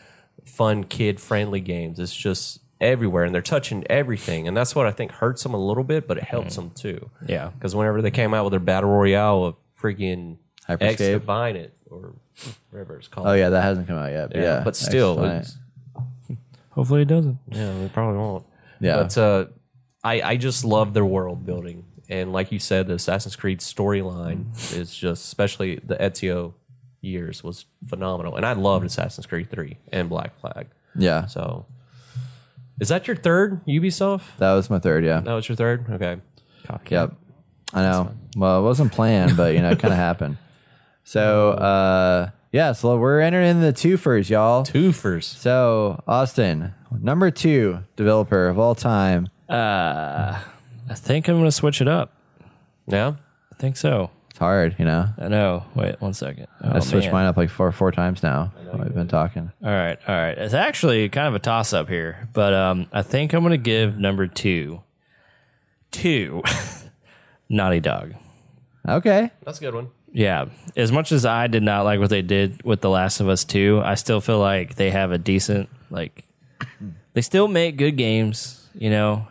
Speaker 3: fun kid friendly games. It's just everywhere, and they're touching everything. And that's what I think hurts them a little bit, but it helps them too.
Speaker 2: Yeah.
Speaker 3: because whenever they came out with their battle royale of freaking X
Speaker 1: Hyperscape.
Speaker 3: Divine it or whatever it's called.
Speaker 1: Oh yeah, that hasn't come out yet. But yeah,
Speaker 3: but still,
Speaker 1: Excellent.
Speaker 3: it's,
Speaker 2: Hopefully it doesn't.
Speaker 3: yeah, they probably won't.
Speaker 1: Yeah.
Speaker 3: But uh, I, I just love their world building. And like you said, the Assassin's Creed storyline is just, especially the Ezio years, was phenomenal. And I loved Assassin's Creed 3 and Black Flag.
Speaker 1: yeah,
Speaker 3: So is that your third Ubisoft?
Speaker 1: that was my third. Yeah,
Speaker 3: That was your third? Okay.
Speaker 1: Yep. I know. Well, it wasn't planned, but you know, it kind of happened. So, uh, yeah, so we're entering the twofers, y'all.
Speaker 3: Two first.
Speaker 1: So, Austin, number two developer of all time.
Speaker 2: I think I'm gonna switch it up.
Speaker 3: Yeah?
Speaker 2: I think so.
Speaker 1: It's hard, you know.
Speaker 2: I know. Wait one second. Oh,
Speaker 1: I switched mine up like four four times now. while We've been talking.
Speaker 2: All right, all right. It's actually kind of a toss up here, but um, I think I'm gonna give number two, two, Naughty Dog.
Speaker 1: Okay.
Speaker 3: That's a good one.
Speaker 2: Yeah. As much as I did not like what they did with The Last of Us 2, I still feel like they have a decent like they still make good games, you know.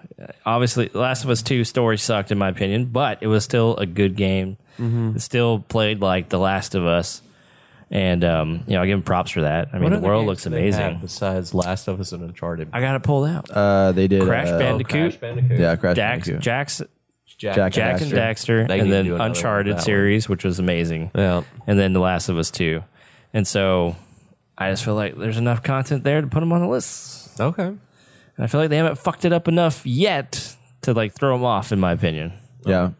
Speaker 2: Obviously, The Last of Us 2 story sucked in my opinion, but it was still a good game. It still played like The Last of Us. And um, you know, I give them props for that. I mean, the world looks amazing.
Speaker 3: Besides Last of Us and Uncharted.
Speaker 2: I got it pulled out.
Speaker 1: Uh, they did
Speaker 2: Crash
Speaker 1: uh,
Speaker 2: Bandicoot.
Speaker 3: Crash Bandicoot.
Speaker 1: Yeah, Crash
Speaker 2: Dax,
Speaker 1: Bandicoot.
Speaker 2: Jackson,
Speaker 3: Jack.
Speaker 1: Jack-
Speaker 2: Jack and Daxter,
Speaker 3: They need
Speaker 2: and
Speaker 3: to
Speaker 2: then
Speaker 3: do another one with that
Speaker 2: Uncharted
Speaker 3: one.
Speaker 2: series, which was amazing.
Speaker 3: Yeah.
Speaker 2: And then The Last of Us 2. And so I just feel like there's enough content there to put them on the list.
Speaker 3: Okay.
Speaker 2: And I feel like they haven't fucked it up enough yet to like throw them off, in my opinion.
Speaker 1: yeah.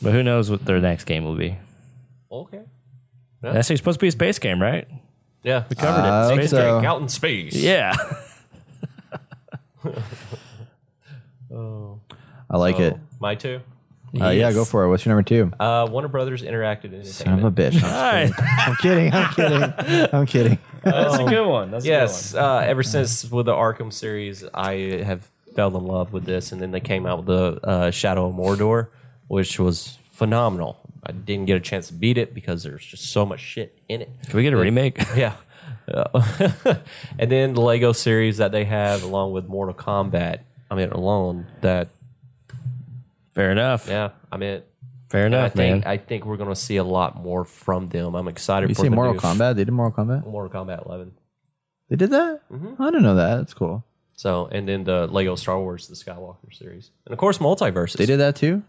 Speaker 2: But who knows what their next game will be?
Speaker 3: Okay.
Speaker 2: That's actually supposed to be a space game, right?
Speaker 3: Yeah. We
Speaker 2: Covered
Speaker 1: I
Speaker 2: it.
Speaker 1: hope
Speaker 2: Space
Speaker 1: so.
Speaker 2: game.
Speaker 3: out in space.
Speaker 2: Yeah.
Speaker 1: I like it.
Speaker 3: My two.
Speaker 1: Uh, Yeah, go for it. What's your number two?
Speaker 3: Uh, Warner Brothers Interactive Entertainment.
Speaker 1: I'm a bitch.
Speaker 2: All right.
Speaker 1: I'm kidding. I'm kidding. I'm kidding.
Speaker 2: That's a good one. That's
Speaker 3: yes. Uh, ever since with the Arkham series, I have fell in love with this, and then they came out with the uh, Shadow of Mordor, which was phenomenal. I didn't get a chance to beat it because there's just so much shit in it.
Speaker 2: Can we get a remake?
Speaker 3: Yeah. Uh, and then the Lego series that they have, along with Mortal Kombat. I mean, alone that
Speaker 2: Fair enough.
Speaker 3: yeah. I mean,
Speaker 2: Fair
Speaker 3: I
Speaker 2: enough, man.
Speaker 3: think I think we're gonna see a lot more from them. I'm excited.
Speaker 1: You
Speaker 3: for
Speaker 1: say
Speaker 3: the
Speaker 1: Mortal
Speaker 3: new-
Speaker 1: Kombat? They did Mortal Kombat.
Speaker 3: Mortal Kombat 11.
Speaker 1: They did that.
Speaker 2: Mm-hmm.
Speaker 1: I didn't know that. That's cool.
Speaker 3: So, and then the Lego Star Wars, the Skywalker series, and of course multiverses.
Speaker 1: They did that too.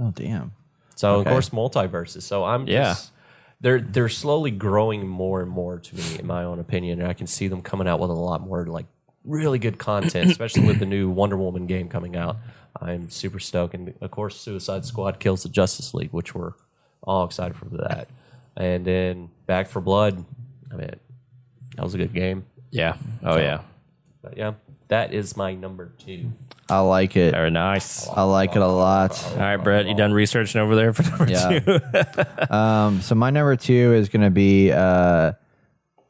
Speaker 1: Oh damn.
Speaker 3: So,
Speaker 1: Okay.
Speaker 3: of course multiverses. So I'm
Speaker 2: Yeah.
Speaker 3: just they're they're slowly growing more and more to me, in my own opinion, and I can see them coming out with a lot more like really good content, especially with the new Wonder Woman game coming out. I'm super stoked, and of course Suicide Squad kills the Justice League, which we're all excited for that. And then Back for Blood. I mean, that was a good game.
Speaker 2: yeah. Oh, yeah.
Speaker 3: But yeah, that is my number two.
Speaker 1: I like it.
Speaker 2: Very nice.
Speaker 1: I like it a lot.
Speaker 2: All right, Brett, you done researching over there for number
Speaker 1: Yeah.
Speaker 2: two?
Speaker 1: Um, so my number two is going to be uh,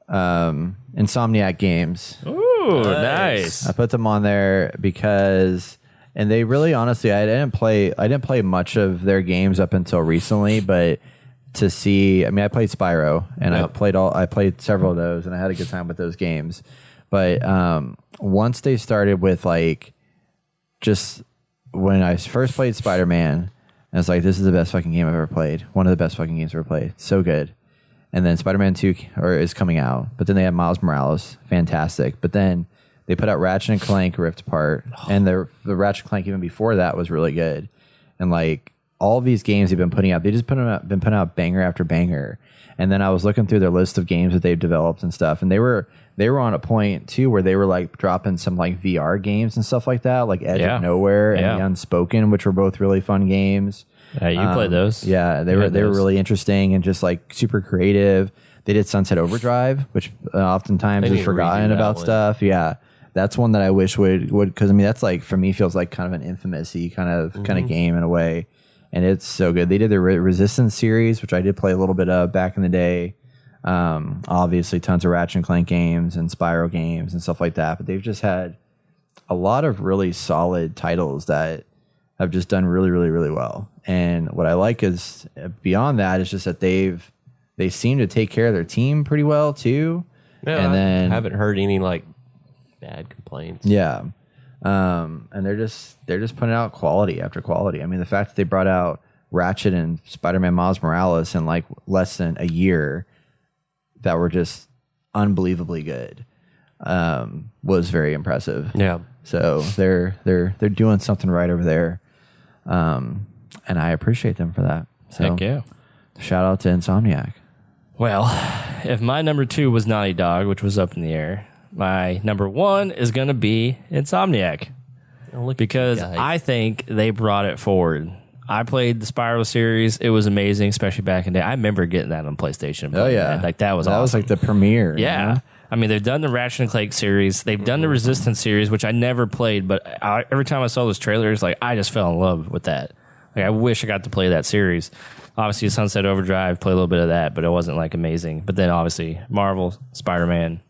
Speaker 1: um, Insomniac games.
Speaker 2: Ooh, nice.
Speaker 1: I put them on there because, and they really honestly, I didn't play, I didn't play much of their games up until recently, but to see, I mean, I played Spyro and I played all, I played several of those and I had a good time with those games. But um, once they started with like, just when I first played Spider Man, I was like, this is the best fucking game I've ever played. One of the best fucking games I've ever played. So good. And then Spider Man 2 ca- or is coming out. But then they had Miles Morales. Fantastic. But then they put out Ratchet and Clank Rift Apart. And the, the Ratchet and Clank, even before that, was really good. And like all these games they've been putting out, they just put 'em out, been putting out banger after banger. And then I was looking through their list of games that they've developed and stuff. And they were they were on a point too where they were like dropping some like VR games and stuff like that, like Edge
Speaker 2: Yeah.
Speaker 1: of Nowhere and
Speaker 2: Yeah.
Speaker 1: The Unspoken, which were both really fun games.
Speaker 2: Yeah, you played
Speaker 1: Um,
Speaker 2: those.
Speaker 1: Yeah, they
Speaker 2: You
Speaker 1: were
Speaker 2: had
Speaker 1: they were
Speaker 2: those.
Speaker 1: really interesting and just like super creative. They did Sunset Overdrive, which uh, oftentimes
Speaker 3: They need
Speaker 1: is
Speaker 3: to
Speaker 1: forgotten
Speaker 3: redo that
Speaker 1: about
Speaker 3: one.
Speaker 1: stuff. Yeah, that's one that I wish would would because I mean that's like for me feels like kind of an infamous kind of kind
Speaker 3: Mm-hmm.
Speaker 1: of game in a way, and it's so good. They did the Re- Resistance series, which I did play a little bit of back in the day. Um, obviously, tons of Ratchet and Clank games and Spyro games and stuff like that. But they've just had a lot of really solid titles that have just done really, really, really well. And what I like is uh, beyond that is just that they've they seem to take care of their team pretty well too.
Speaker 3: Yeah,
Speaker 1: and
Speaker 3: I
Speaker 1: then
Speaker 3: haven't heard any like bad complaints.
Speaker 1: yeah, um, and they're just they're just putting out quality after quality. I mean, the fact that they brought out Ratchet and Spider Man Miles Morales in like less than a year that were just unbelievably good um, was very impressive.
Speaker 3: Yeah.
Speaker 1: So they're they're they're doing something right over there, um, and I appreciate them for that. So
Speaker 2: Heck yeah.
Speaker 1: shout out to Insomniac.
Speaker 2: Well, if my number two was Naughty Dog, which was up in the air, my number one is going to be Insomniac. Because I think they brought it forward. I played the Spiral series. It was amazing, especially back in the day. I remember getting that on PlayStation. and playing that. Like that was
Speaker 1: Oh, that
Speaker 2: awesome.
Speaker 1: was like the premiere. you
Speaker 2: Yeah.
Speaker 1: know?
Speaker 2: I mean, they've done the Ratchet and Clank series. They've done the Resistance series, which I never played, but I, every time I saw those trailers, like I just fell in love with that. Like I wish I got to play that series. Obviously, Sunset Overdrive, play a little bit of that, but it wasn't like amazing. But then obviously, Marvel, Spider Man,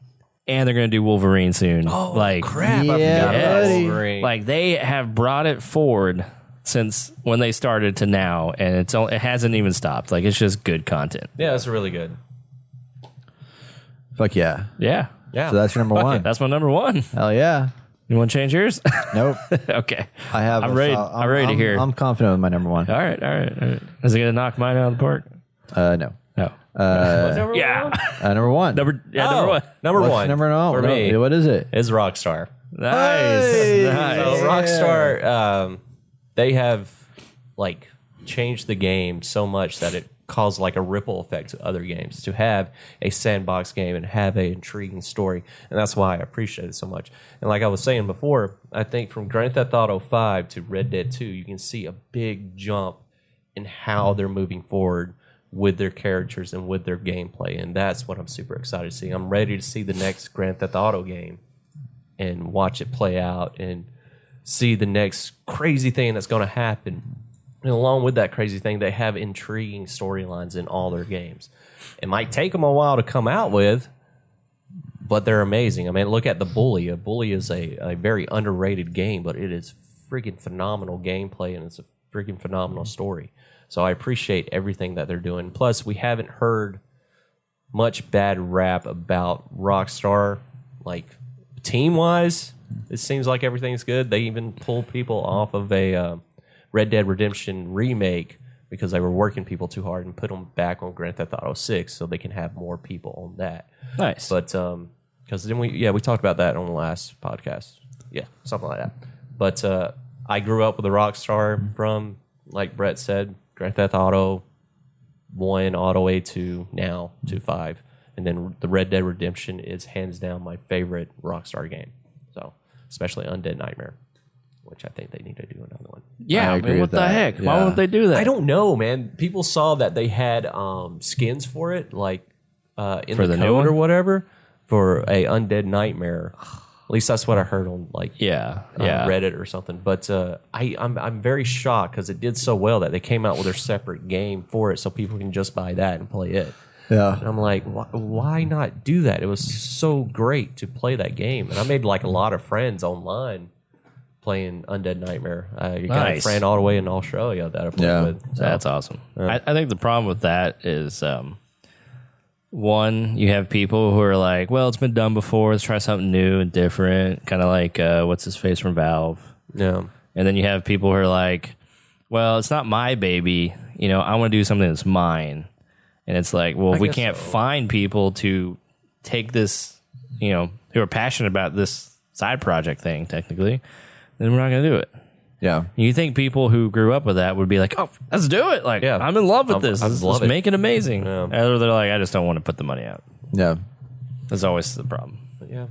Speaker 2: and they're gonna do Wolverine soon. Oh like, crap!
Speaker 1: Yeah, buddy.
Speaker 2: Like they have brought it forward since when they started to now, and it's all, it hasn't even stopped. Like it's just good content.
Speaker 3: yeah, that's really good.
Speaker 1: Fuck yeah.
Speaker 2: Yeah,
Speaker 3: Yeah.
Speaker 1: So that's your number
Speaker 3: Fuck
Speaker 1: one.
Speaker 3: it.
Speaker 2: that's my number one.
Speaker 1: Hell yeah.
Speaker 2: You want to change yours?
Speaker 1: Nope.
Speaker 2: okay.
Speaker 1: I have.
Speaker 2: I'm
Speaker 1: a
Speaker 2: ready.
Speaker 1: sol-
Speaker 2: I'm, ready to
Speaker 1: I'm,
Speaker 2: hear.
Speaker 1: I'm confident with my number one.
Speaker 2: all right. All right. All right. Is it gonna knock mine out of the park?
Speaker 1: Uh, no.
Speaker 2: No.
Speaker 3: What's number
Speaker 2: yeah.
Speaker 3: one?
Speaker 1: Uh, number one.
Speaker 2: number. Yeah.
Speaker 3: Oh,
Speaker 2: Number one.
Speaker 3: Number
Speaker 1: What's
Speaker 3: one.
Speaker 1: Number one.
Speaker 3: for
Speaker 1: No,
Speaker 3: me
Speaker 1: What is it?
Speaker 3: is Rockstar.
Speaker 2: Nice.
Speaker 1: Hey.
Speaker 2: Nice.
Speaker 3: So Rockstar, um, they have like changed the game so much that it caused like a ripple effect to other games to have a sandbox game and have a intriguing story, and that's why I appreciate it so much. And like I was saying before, I think from Grand Theft Auto Five to Red Dead Two, you can see a big jump in how they're moving forward with their characters and with their gameplay, and that's what I'm super excited to see. I'm ready to see the next Grand Theft Auto game and watch it play out and see the next crazy thing that's going to happen. And along with that crazy thing, they have intriguing storylines in all their games. It might take them a while to come out with, but they're amazing. I mean, look at the Bully. A Bully is a, a very underrated game, but it is freaking phenomenal gameplay and it's a freaking phenomenal story. So I appreciate everything that they're doing. Plus, we haven't heard much bad rap about Rockstar, like team wise. It seems like everything's good. They even pulled people off of a uh, Red Dead Redemption remake because they were working people too hard and put them back on Grand Theft Auto Six so they can have more people on that.
Speaker 2: Nice.
Speaker 3: But um, because then we yeah we talked about that on the last podcast. Yeah, something like that. But uh, I grew up with a rock star from like Brett said, Grand Theft Auto one all the way to now to five, and then the Red Dead Redemption is hands down my favorite Rockstar game. So especially Undead Nightmare, which I think they need to do another one.
Speaker 2: yeah.
Speaker 1: I
Speaker 2: I mean,
Speaker 1: agree
Speaker 2: what
Speaker 1: with
Speaker 2: the
Speaker 1: that.
Speaker 2: heck? Why
Speaker 1: Yeah.
Speaker 2: won't they do that?
Speaker 3: I don't know, man. People saw that they had um, skins for it, like uh, in
Speaker 2: For
Speaker 3: the,
Speaker 2: the new
Speaker 3: code or
Speaker 2: one?
Speaker 3: whatever, for a undead nightmare. At least that's what I heard on like
Speaker 2: Yeah.
Speaker 3: uh,
Speaker 2: Yeah.
Speaker 3: Reddit or something. But uh, I, I'm I'm very shocked because it did so well that they came out with their separate game for it, so people can just buy that and play it.
Speaker 1: Yeah.
Speaker 3: And I'm like, why, why not do that? It was so great to play that game. And I made like a lot of friends online playing Undead Nightmare. I got a
Speaker 2: Nice.
Speaker 3: friend all the way in Australia that I played
Speaker 1: Yeah.
Speaker 3: with. So,
Speaker 2: That's awesome. I, I think the problem with that is um, one, you have people who are like, well, it's been done before. Let's try something new and different. Kind of like, uh, what's his face from Valve?
Speaker 3: yeah.
Speaker 2: And then you have people who are like, well, it's not my baby. You know, I want to do something that's mine. And it's like, well, if we
Speaker 3: guess
Speaker 2: can't find people to take this, you know, who are passionate about this side project thing, technically, then we're not going to do it.
Speaker 1: Yeah.
Speaker 2: You think people who grew up with that would be like, "Oh, let's do it!" Like,
Speaker 3: Yeah.
Speaker 2: I'm in love with
Speaker 3: I'm-
Speaker 2: this.
Speaker 3: I
Speaker 2: let's
Speaker 3: love it.
Speaker 2: make it amazing.
Speaker 3: Yeah.
Speaker 2: Or they're like, "I just don't want to put the money out."
Speaker 1: Yeah.
Speaker 2: That's always the problem.
Speaker 3: But yeah.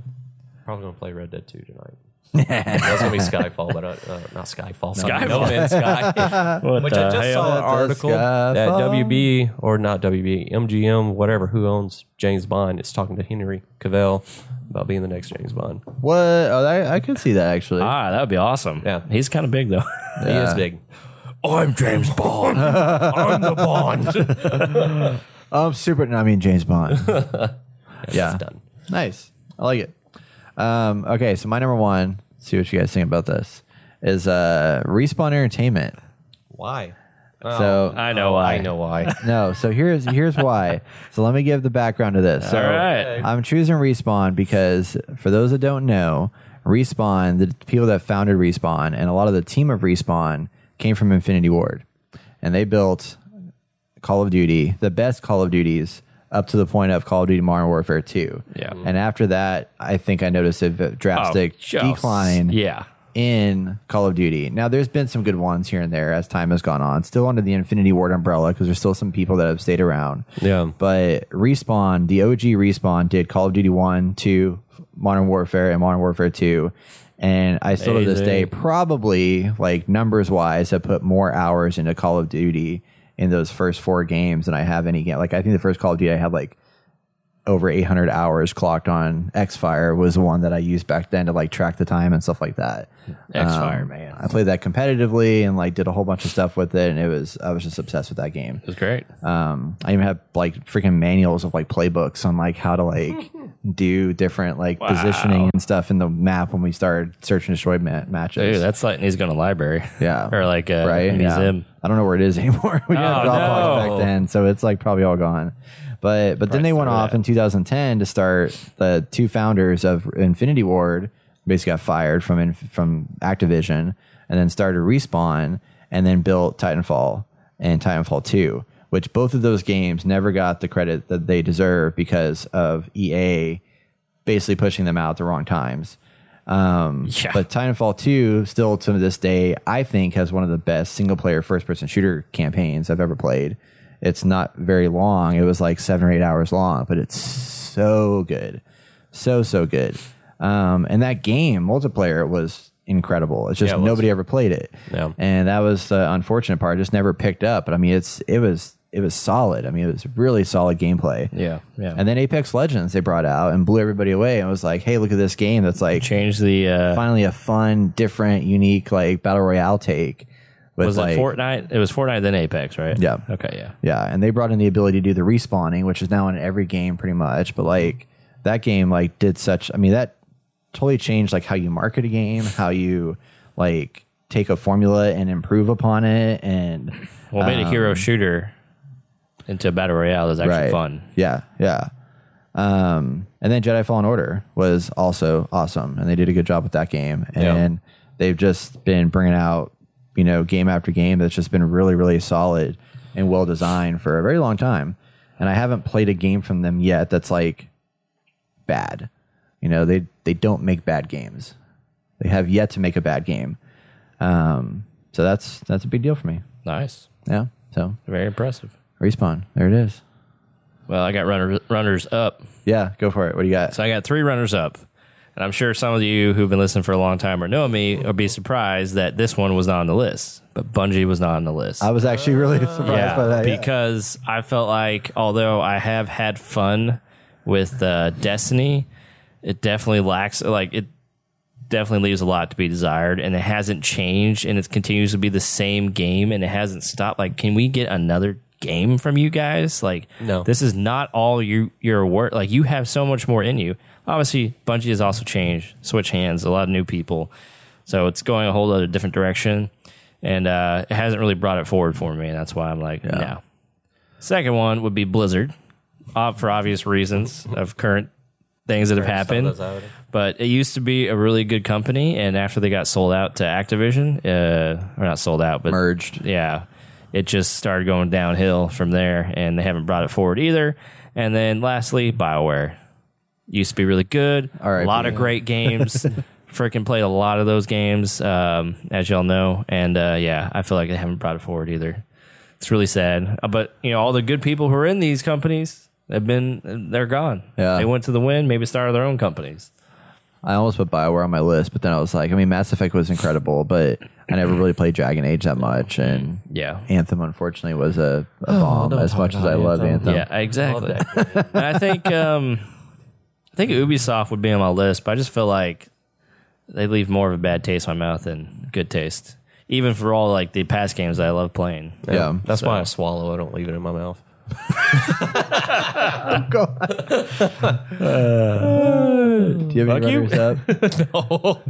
Speaker 3: Probably going to play Red Dead 2 tonight. That's going to be Skyfall, but uh, uh, not Skyfall.
Speaker 2: Skyfall.
Speaker 3: No Man's Sky. Which I just saw an
Speaker 1: Let the
Speaker 3: article
Speaker 1: sky
Speaker 3: that
Speaker 1: fall.
Speaker 3: WB, or not WB, MGM, whatever, who owns James Bond, is talking to Henry Cavell about being the next James Bond.
Speaker 1: What? Oh, I, I could see that actually.
Speaker 2: Ah, that would be awesome.
Speaker 3: Yeah.
Speaker 2: he's kind of big though.
Speaker 3: He is
Speaker 1: Yeah.
Speaker 3: big.
Speaker 2: I'm James Bond. I'm the Bond.
Speaker 1: Um, super. No, I mean James Bond. yeah.
Speaker 3: It's done.
Speaker 1: Nice. I like it. Um, okay, so my number one. See what you guys think about this. Is uh, respawn entertainment.
Speaker 3: Why?
Speaker 1: so
Speaker 2: I know Oh, why.
Speaker 3: I know why.
Speaker 1: no. So here's here's why. so let me give the background to this. So
Speaker 2: All right.
Speaker 1: I'm choosing Respawn because for those that don't know, Respawn, the people that founded Respawn and a lot of the team of Respawn came from Infinity Ward. And they built Call of Duty, the best Call of Duties up to the point of Call of Duty Modern Warfare 2.
Speaker 2: Yeah. Oh,
Speaker 1: And after that, I think I noticed a v- drastic
Speaker 2: just-
Speaker 1: decline
Speaker 2: Yeah.
Speaker 1: in Call of Duty. Now, there's been some good ones here and there as time has gone on, still under the Infinity Ward umbrella because there's still some people that have stayed around.
Speaker 3: Yeah.
Speaker 1: But Respawn, the OG Respawn, did Call of Duty 1, 2, Modern Warfare, and Modern Warfare 2. And I still to this day,
Speaker 2: Amazing.
Speaker 1: probably like numbers wise, have put more hours into Call of Duty in those first four games than I have any game. Like, I think the first Call of Duty I had like over 800 hours clocked on Xfire was the one that I used back then to like track the time and stuff like that.
Speaker 2: Xfire,
Speaker 1: man. I played that competitively and like did a whole bunch of stuff with it and it was I was just obsessed with that game.
Speaker 2: It was great.
Speaker 1: Um I even have like freaking manuals of like playbooks on like how to like do different like positioning and stuff in the map when we started search and destroy ma- matches.
Speaker 2: Dude, that's like he's going to library.
Speaker 1: yeah.
Speaker 2: or like uh, a
Speaker 1: right?
Speaker 2: museum.
Speaker 1: I don't know where it is anymore. we didn't have
Speaker 2: Oh,
Speaker 1: Dropbox
Speaker 2: no.
Speaker 1: back then, so it's like probably all gone. But but then they went off in 2010 to start the two founders of Infinity Ward basically got fired from Inf- from Activision and then started Respawn and then built Titanfall and Titanfall 2, which both of those games never got the credit that they deserve because of EA basically pushing them out at the wrong times. Um,
Speaker 2: Yeah.
Speaker 1: But Titanfall 2, still to this day, I think has one of the best single player first person shooter campaigns I've ever played. It's not very long. It was like seven or eight hours long, but it's so good. So, so good. Um, and that game, multiplayer, was incredible. It's just
Speaker 3: Yeah, it was.
Speaker 1: nobody ever played it.
Speaker 3: Yeah.
Speaker 1: And that was the unfortunate part. It just never picked up. But I mean, it's it was it was solid. I mean, it was really solid gameplay.
Speaker 2: Yeah, yeah.
Speaker 1: And then Apex Legends they brought out and blew everybody away and was like, hey, look at this game that's like
Speaker 2: Change the uh,
Speaker 1: finally a fun, different, unique like battle royale take. With
Speaker 2: was
Speaker 1: like,
Speaker 2: it Fortnite? It was Fortnite then Apex, right?
Speaker 1: Yeah.
Speaker 2: Okay. Yeah.
Speaker 1: Yeah, and they brought in the ability to do the respawning, which is now in every game pretty much. But like that game, like did such. I mean, that totally changed like how you market a game, how you like take a formula and improve upon it, and
Speaker 2: Well, made a
Speaker 1: Um,
Speaker 2: hero shooter into a battle royale is actually fun.
Speaker 1: Yeah, yeah. Um, and then Jedi Fallen Order was also awesome, and they did a good job with that game. And they've just been bringing out, you know, game after game that's just been really, really solid and well designed for a very long time. And I haven't played a game from them yet that's like bad. You know, they they don't make bad games. They have yet to make a bad game. Um, so that's that's a big deal for me.
Speaker 2: Nice.
Speaker 1: Yeah. So
Speaker 2: Very impressive.
Speaker 1: respawn. There it is.
Speaker 2: Well, I got runner, runners up.
Speaker 1: Yeah, go for it. What do you got?
Speaker 2: So I got three runners up. And I'm sure some of you who've been listening for a long time or know me will be surprised that this one was not on the list, but Bungie was not on the list.
Speaker 1: I was actually really surprised by that. yeah.
Speaker 2: because I felt like although I have had fun with uh, Destiny, it definitely lacks like it definitely leaves a lot to be desired, and it hasn't changed, and it continues to be the same game, and it hasn't stopped. Like, can we get another game from you guys. Like,
Speaker 3: No.
Speaker 2: this is not all you your work. Like, you have so much more in you. Obviously, Bungie has also changed, switch hands, a lot of new people, so it's going a whole other different direction, and uh, it hasn't really brought it forward for me, and that's why I'm like, no. Second one would be Blizzard, uh, for obvious reasons of current things that have happened
Speaker 3: Stuff that's out.
Speaker 2: but it used to be a really good company and after they got sold out to activision uh, or not sold out but
Speaker 1: merged.
Speaker 2: yeah it just started going downhill from there and they haven't brought it forward either and then lastly bioware used to be really good
Speaker 1: R.I.P..
Speaker 2: a lot of great games freaking played a lot of those games um, as y'all know and uh, yeah i feel like they haven't brought it forward either it's really sad Uh, but you know all the good people who are in these companies have been they're gone
Speaker 1: Yeah.
Speaker 2: they went to the wind maybe started their own companies
Speaker 1: I almost put Bioware on my list, but then I was like, I mean, Mass Effect was incredible, but I never really played Dragon Age that much, and
Speaker 2: Yeah.
Speaker 1: Anthem unfortunately was a, a bomb.
Speaker 3: don't
Speaker 1: As
Speaker 3: talk
Speaker 1: much as
Speaker 3: about
Speaker 1: I love
Speaker 3: Anthem.
Speaker 1: Anthem,
Speaker 2: Yeah, exactly.
Speaker 3: Love
Speaker 2: and I think um, I think Ubisoft would be on my list, but I just feel like they leave more of a bad taste in my mouth than good taste. Even for all like the past games that I love playing.
Speaker 1: Yeah.
Speaker 3: That's why I swallow. I don't leave it in my mouth.
Speaker 1: do you have any
Speaker 3: Fuck you.
Speaker 1: runners up?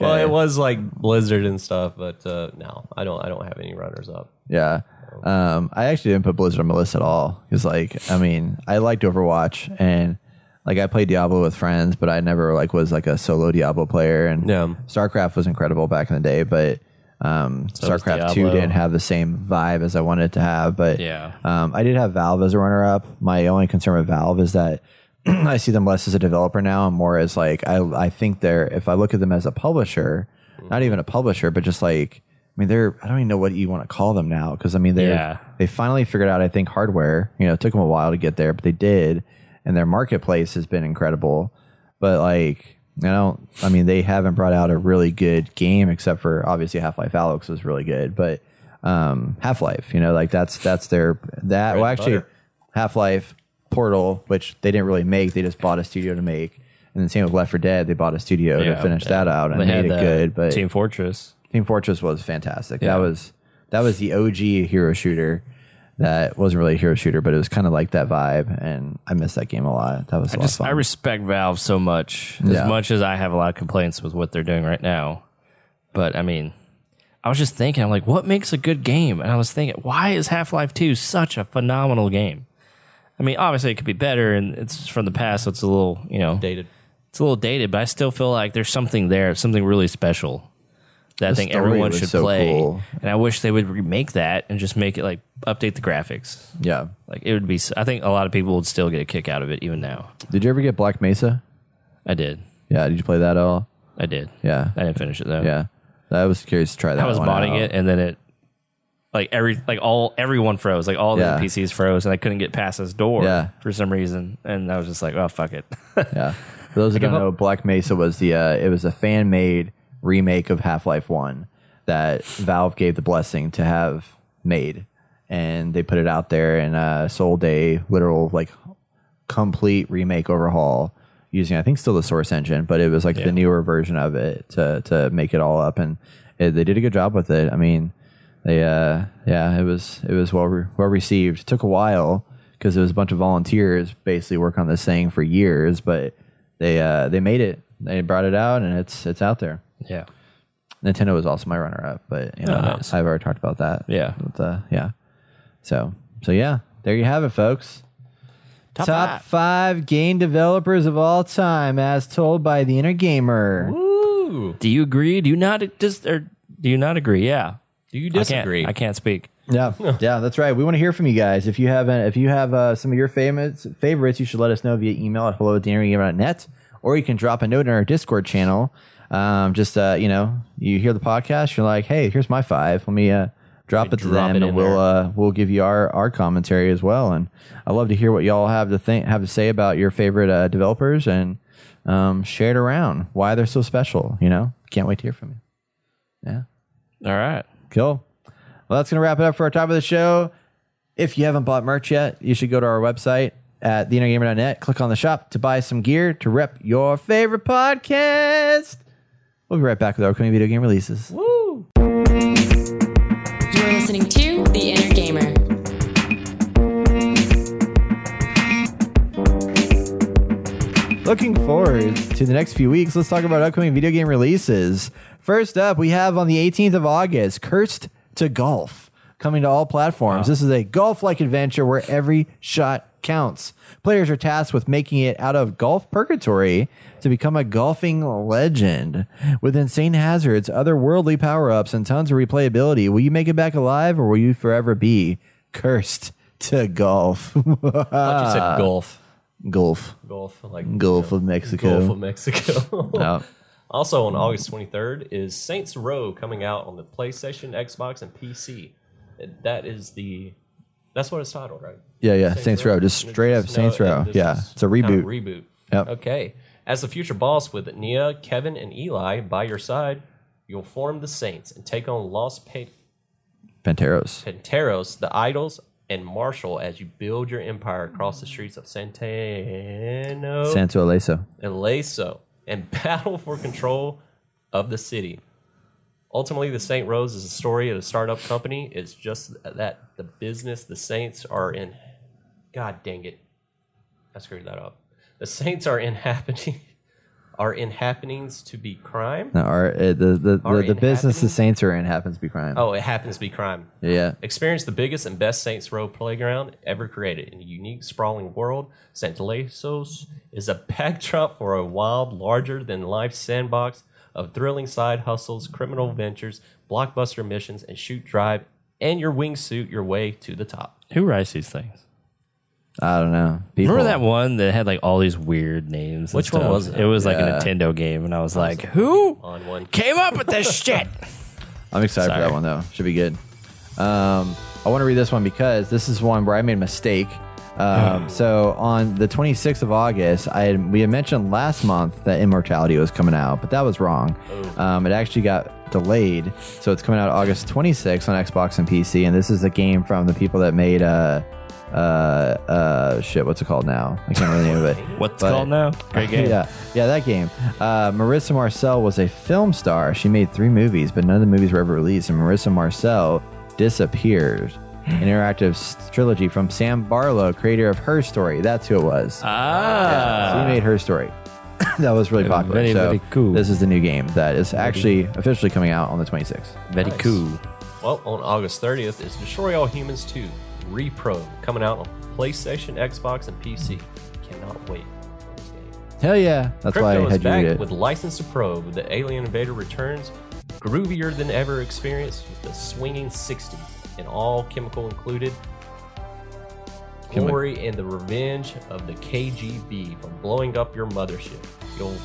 Speaker 3: well, it was like Blizzard and stuff, but uh, no, I don't. I don't have any runners up.
Speaker 1: Yeah. Um, I actually didn't put Blizzard on my list at all because, like, I mean, I liked Overwatch and like I played Diablo with friends, but I never like was like a solo Diablo player. And
Speaker 3: Yeah.
Speaker 1: StarCraft was incredible back in the day, but um,
Speaker 2: was
Speaker 1: StarCraft Two
Speaker 2: Diablo.
Speaker 1: didn't have the same vibe as I wanted it to have. But
Speaker 2: Yeah.
Speaker 1: um, I did have Valve as a runner up. My only concern with Valve is that. I see them less as a developer now and more as like I I think they're if I look at them as a publisher, not even a publisher, but just like I mean they're I don't even know what you want to call them now because I mean they
Speaker 2: Yeah.
Speaker 1: are they finally figured out I think hardware you know it took them a while to get there but they did and their marketplace has been incredible but like I don't I mean they haven't brought out a really good game except for obviously Half Life Alex was really good but um Half Life you know like that's that's their that well actually
Speaker 3: butter.
Speaker 1: Half Life, Portal, which they didn't really make, they just bought a studio to make. And then same with Left 4 Dead, they bought a studio to
Speaker 2: Yeah,
Speaker 1: finish that out and
Speaker 2: They
Speaker 1: made it
Speaker 2: the
Speaker 1: good. But
Speaker 2: Team
Speaker 1: Team,
Speaker 2: Fortress.
Speaker 1: Fortress was fantastic.
Speaker 2: Yeah.
Speaker 1: That was that was the OG hero shooter. That wasn't really a hero shooter, but it was kind of like that vibe, and I miss that game a lot. That was a
Speaker 2: I
Speaker 1: lot of
Speaker 2: just
Speaker 1: fun.
Speaker 2: I respect Valve so much.
Speaker 1: Yeah.
Speaker 2: As much as I have a lot of complaints with what they're doing right now. But I mean I was just thinking, I'm like, what makes a good game? And I was thinking, why is Half Life 2 such a phenomenal game? I mean, obviously it could be better and it's from the past, so it's a little, you know,
Speaker 3: Dated.
Speaker 2: it's a little dated, but I still feel like there's something there, something really special that I think
Speaker 1: story
Speaker 2: everyone
Speaker 1: was
Speaker 2: should
Speaker 1: so
Speaker 2: play.
Speaker 1: cool.
Speaker 2: And I wish they would remake that and just make it like update the graphics.
Speaker 1: yeah.
Speaker 2: Like it would be, s- I think a lot of people would still get a kick out of it even now.
Speaker 1: Did you ever get Black Mesa?
Speaker 2: I did.
Speaker 1: Yeah. Did you play that at all?
Speaker 2: I did.
Speaker 1: Yeah.
Speaker 2: I didn't finish it though.
Speaker 1: Yeah. I was curious to try that.
Speaker 2: I was
Speaker 1: one
Speaker 2: modding
Speaker 1: out.
Speaker 2: it and then it like every like all everyone froze. Like all
Speaker 1: Yeah.
Speaker 2: the NPCs froze and I couldn't get past this door
Speaker 1: Yeah.
Speaker 2: for some reason. And I was just like, oh fuck it.
Speaker 1: Yeah. For those who don't
Speaker 3: up.
Speaker 1: know, Black Mesa was the uh, it was a fan made remake of Half Life One that Valve gave the blessing to have made, and they put it out there and uh, sold a literal like complete remake overhaul using I think still the source engine, but it was like the newer version of it to to make it all up, and it, they did a good job with it. I mean, they uh yeah, it was it was well re- well received. It took a while because it was a bunch of volunteers basically work on this thing for years, but they uh they made it. They brought it out, and it's it's out there.
Speaker 2: yeah.
Speaker 1: Nintendo was also my runner up, but you know,
Speaker 2: Oh, nice.
Speaker 1: I've already talked about that.
Speaker 2: Yeah.
Speaker 1: But, uh, yeah. So so yeah, there you have it, folks. Top, five. game developers of all time, as told by the Inner Gamer.
Speaker 2: Do you agree? Do you not dis- or do you not agree? Yeah.
Speaker 3: Do you
Speaker 2: I can't,
Speaker 3: disagree?
Speaker 2: I can't speak.
Speaker 1: Yeah, yeah, that's right. We want to hear from you guys. If you haven't, if you have uh, some of your famous favorites, you should let us know via email at hello at net, or you can drop a note in our Discord channel. Um, just uh, you know, you hear the podcast, you're like, hey, here's my five. Let me uh, drop it to
Speaker 3: drop
Speaker 1: them,
Speaker 3: it in
Speaker 1: and we'll
Speaker 3: there.
Speaker 1: uh, we'll give you our our commentary as well. And I love to hear what y'all have to think have to say about your favorite uh, developers and um, share it around why they're so special. You know, can't wait to hear from you. Yeah.
Speaker 2: All right.
Speaker 1: Cool. Well, that's going to wrap it up for our top of the show. If you haven't bought merch yet, you should go to our website at theinnergamer.net, click on the shop to buy some gear to rep your favorite podcast. We'll be right back with our upcoming video game releases.
Speaker 4: You're listening to The Inner Gamer.
Speaker 1: Looking forward to the next few weeks, let's talk about upcoming video game releases. First up, we have on the 18th of August, Cursed to Golf, coming to all platforms. This is a golf like adventure where every shot counts. Players are tasked with making it out of golf purgatory to become a golfing legend. With insane hazards, otherworldly power ups, and tons of replayability, will you make it back alive or will you forever be cursed to golf?
Speaker 3: I thought you said golf.
Speaker 1: golf.
Speaker 3: Golf, like
Speaker 1: Uh, Gulf of Mexico.
Speaker 3: Gulf of Mexico.
Speaker 1: Yeah.
Speaker 3: Also on August 23rd is Saints Row coming out on the PlayStation, Xbox, and PC. That is the that's what it's titled, right?
Speaker 1: Yeah, yeah, Saints Row, just straight up
Speaker 3: No,
Speaker 1: Saints Row.
Speaker 3: this
Speaker 1: Yeah,
Speaker 3: is
Speaker 1: it's a
Speaker 3: kinda
Speaker 1: reboot.
Speaker 3: reboot.
Speaker 1: Yep.
Speaker 3: Okay. As the future boss with Nia, Kevin, and Eli by your side, you'll form the Saints and take on Los Pe-
Speaker 1: Panteros.
Speaker 3: Penteros, the Idols, and Marshall as you build your empire across the streets of Santano.
Speaker 1: Santo Aleso.
Speaker 3: Elaso, and battle for control of the city. Ultimately, the Saint Rose is a story of a startup company. It's just that the business the Saints are in. God dang it. I screwed that up. The Saints are in happening are in happenings to be crime.
Speaker 1: No, our, uh, the the,
Speaker 3: Are
Speaker 1: the, the
Speaker 3: in
Speaker 1: business the
Speaker 3: happening?
Speaker 1: Saints are in happens to be crime.
Speaker 3: Oh, it happens to be crime.
Speaker 1: Yeah.
Speaker 3: Experience the biggest and best Saints Row playground ever created in a unique, sprawling world. Saint Lasos is a backdrop for a wild, larger than life sandbox of thrilling side hustles, criminal ventures, blockbuster missions, and shoot drive and your wingsuit your way to the top.
Speaker 2: Who writes these things?
Speaker 1: I don't know. People,
Speaker 2: Remember that one that had like all these weird names? and
Speaker 3: Which one
Speaker 2: stuff?
Speaker 3: was it?
Speaker 2: It was like a Nintendo game, and I was like, who
Speaker 3: On one.
Speaker 2: came up with this shit?
Speaker 1: I'm excited for that
Speaker 2: Sorry.
Speaker 1: one though. Should be good. Um, I want to read this one because this is one where I made a mistake. Um, so on the 26th of August, I had, we had mentioned last month that Immortality was coming out, but that was wrong. Um, it actually got delayed, so it's coming out August 26th on Xbox and PC. And this is a game from the people that made uh, uh, uh, shit. What's it called now? I can't remember the name of it.
Speaker 2: What's it
Speaker 1: But-
Speaker 2: called now? Great game.
Speaker 1: Yeah, yeah, that game. Uh, Marissa Marcel was a film star. She made three movies, but none of the movies were ever released. And Marissa Marcel disappeared. An interactive s- trilogy from Sam Barlow, creator of Her Story. That's who it was.
Speaker 2: Ah.
Speaker 1: So he made Her Story. that was really popular.
Speaker 2: very,
Speaker 1: so
Speaker 2: very cool.
Speaker 1: This is the new game that is actually officially coming out on the 26th.
Speaker 2: Very cool.
Speaker 3: Well, on August 30th is Destroy All Humans 2 Repro coming out on PlayStation, Xbox, and PC. Cannot wait for this game.
Speaker 1: Hell yeah! That's why
Speaker 3: Crypto
Speaker 1: I
Speaker 3: is
Speaker 1: had you read
Speaker 3: back
Speaker 1: it.
Speaker 3: with License to Probe. The Alien Invader returns, groovier than ever experienced with the swinging 60s and all chemical included.
Speaker 1: Can we-
Speaker 3: Glory and the revenge of the KGB for blowing up your mothership. You'll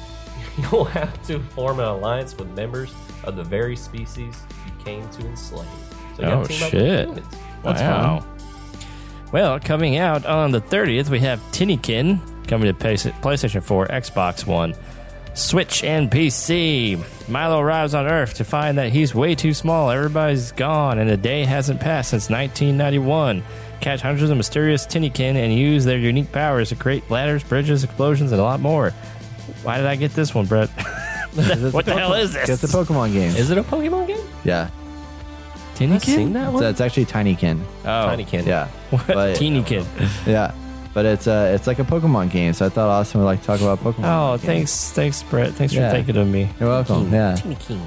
Speaker 3: you'll have to form an alliance with members of the very species you came to enslave. So you gotta
Speaker 2: Oh,
Speaker 3: team up with
Speaker 2: shit.
Speaker 3: humans.
Speaker 2: wow. Well, coming out on the 30th, we have Tinnykin coming to Play- PlayStation 4, Xbox One, Switch, and PC. Milo arrives on Earth to find that he's way too small, everybody's gone, and the day hasn't passed since 1991. Catch hundreds of mysterious Tinnykin and use their unique powers to create ladders, bridges, explosions, and a lot more. Why did I get this one, Brett? what the hell is this?
Speaker 1: It's a Pokemon game.
Speaker 3: Is it a Pokemon game?
Speaker 1: yeah,
Speaker 2: Tinnykin?
Speaker 3: Seen that
Speaker 1: so
Speaker 3: one?
Speaker 1: it's actually Tinykin.
Speaker 2: Oh,
Speaker 3: Tiny Ken.
Speaker 1: Yeah,
Speaker 2: What?
Speaker 1: But-
Speaker 2: Tinnykin.
Speaker 1: Yeah, but it's uh, it's like a Pokemon game. So I thought Austin would like to talk about Pokemon.
Speaker 2: Oh,
Speaker 1: games.
Speaker 2: thanks, thanks, Brett. Thanks
Speaker 1: Yeah.
Speaker 2: for thinking of me.
Speaker 1: You're welcome. Yeah.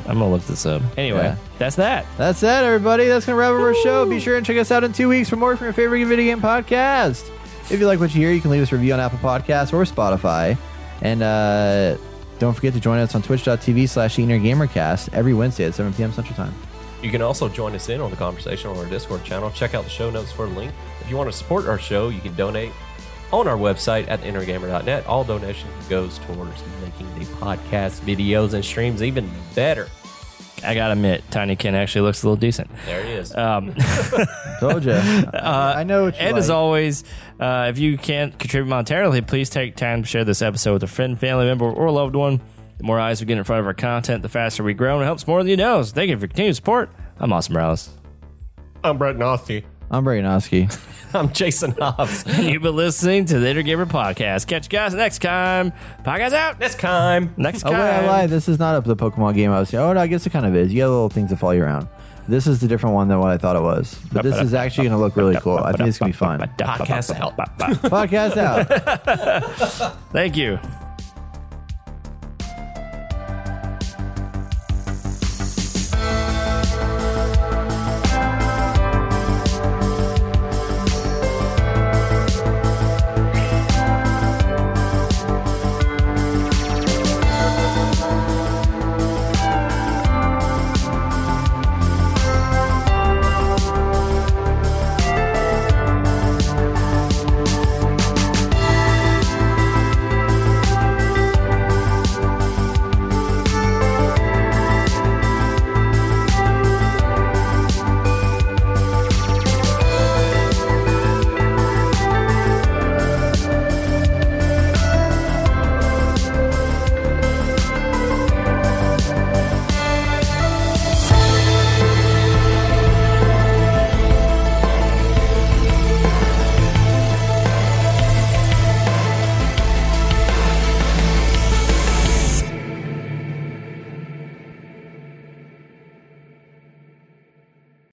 Speaker 2: I'm gonna look this up. Anyway,
Speaker 1: Yeah.
Speaker 2: that's that.
Speaker 1: That's it, everybody. That's going to wrap up our show. Be sure and check us out in two weeks for more from your favorite video game podcast. If you like what you hear, you can leave us a review on Apple Podcasts or Spotify. And uh, don't forget to join us on twitch.tv slash gamercast every Wednesday at 7 p.m. Central Time.
Speaker 3: You can also join us in on the conversation on our Discord channel. Check out the show notes for a link. If you want to support our show, you can donate on our website at theinnergamer.net. All donation goes towards making the podcast videos and streams even better.
Speaker 2: I gotta admit, Tiny Ken actually looks a little decent.
Speaker 3: There he is.
Speaker 2: Um,
Speaker 1: Told you. I know what you
Speaker 2: Uh, and
Speaker 1: like.
Speaker 2: as always, uh, if you can't contribute monetarily, please take time to share this episode with a friend, family member, or loved one. The more eyes we get in front of our content, the faster we grow, and it helps more than you know. So thank you for your continued support. I'm Austin Morales.
Speaker 3: I'm Brett Nothi.
Speaker 1: I'm Brayanoski.
Speaker 3: I'm Jason Hobbs.
Speaker 2: You've been listening to the Inner Gamer Podcast. Catch you guys next time. Podcast out.
Speaker 3: Next time.
Speaker 2: Next
Speaker 1: Oh,
Speaker 2: time.
Speaker 1: wait, I lied. This is not a, the Pokemon game I was saying. Oh, no, I guess it kind of is. You got little things that follow you around. This is the different one than what I thought it was. But this is actually going to look really cool. I think it's going to be fun.
Speaker 3: Podcast out.
Speaker 1: Podcast out.
Speaker 2: Thank you.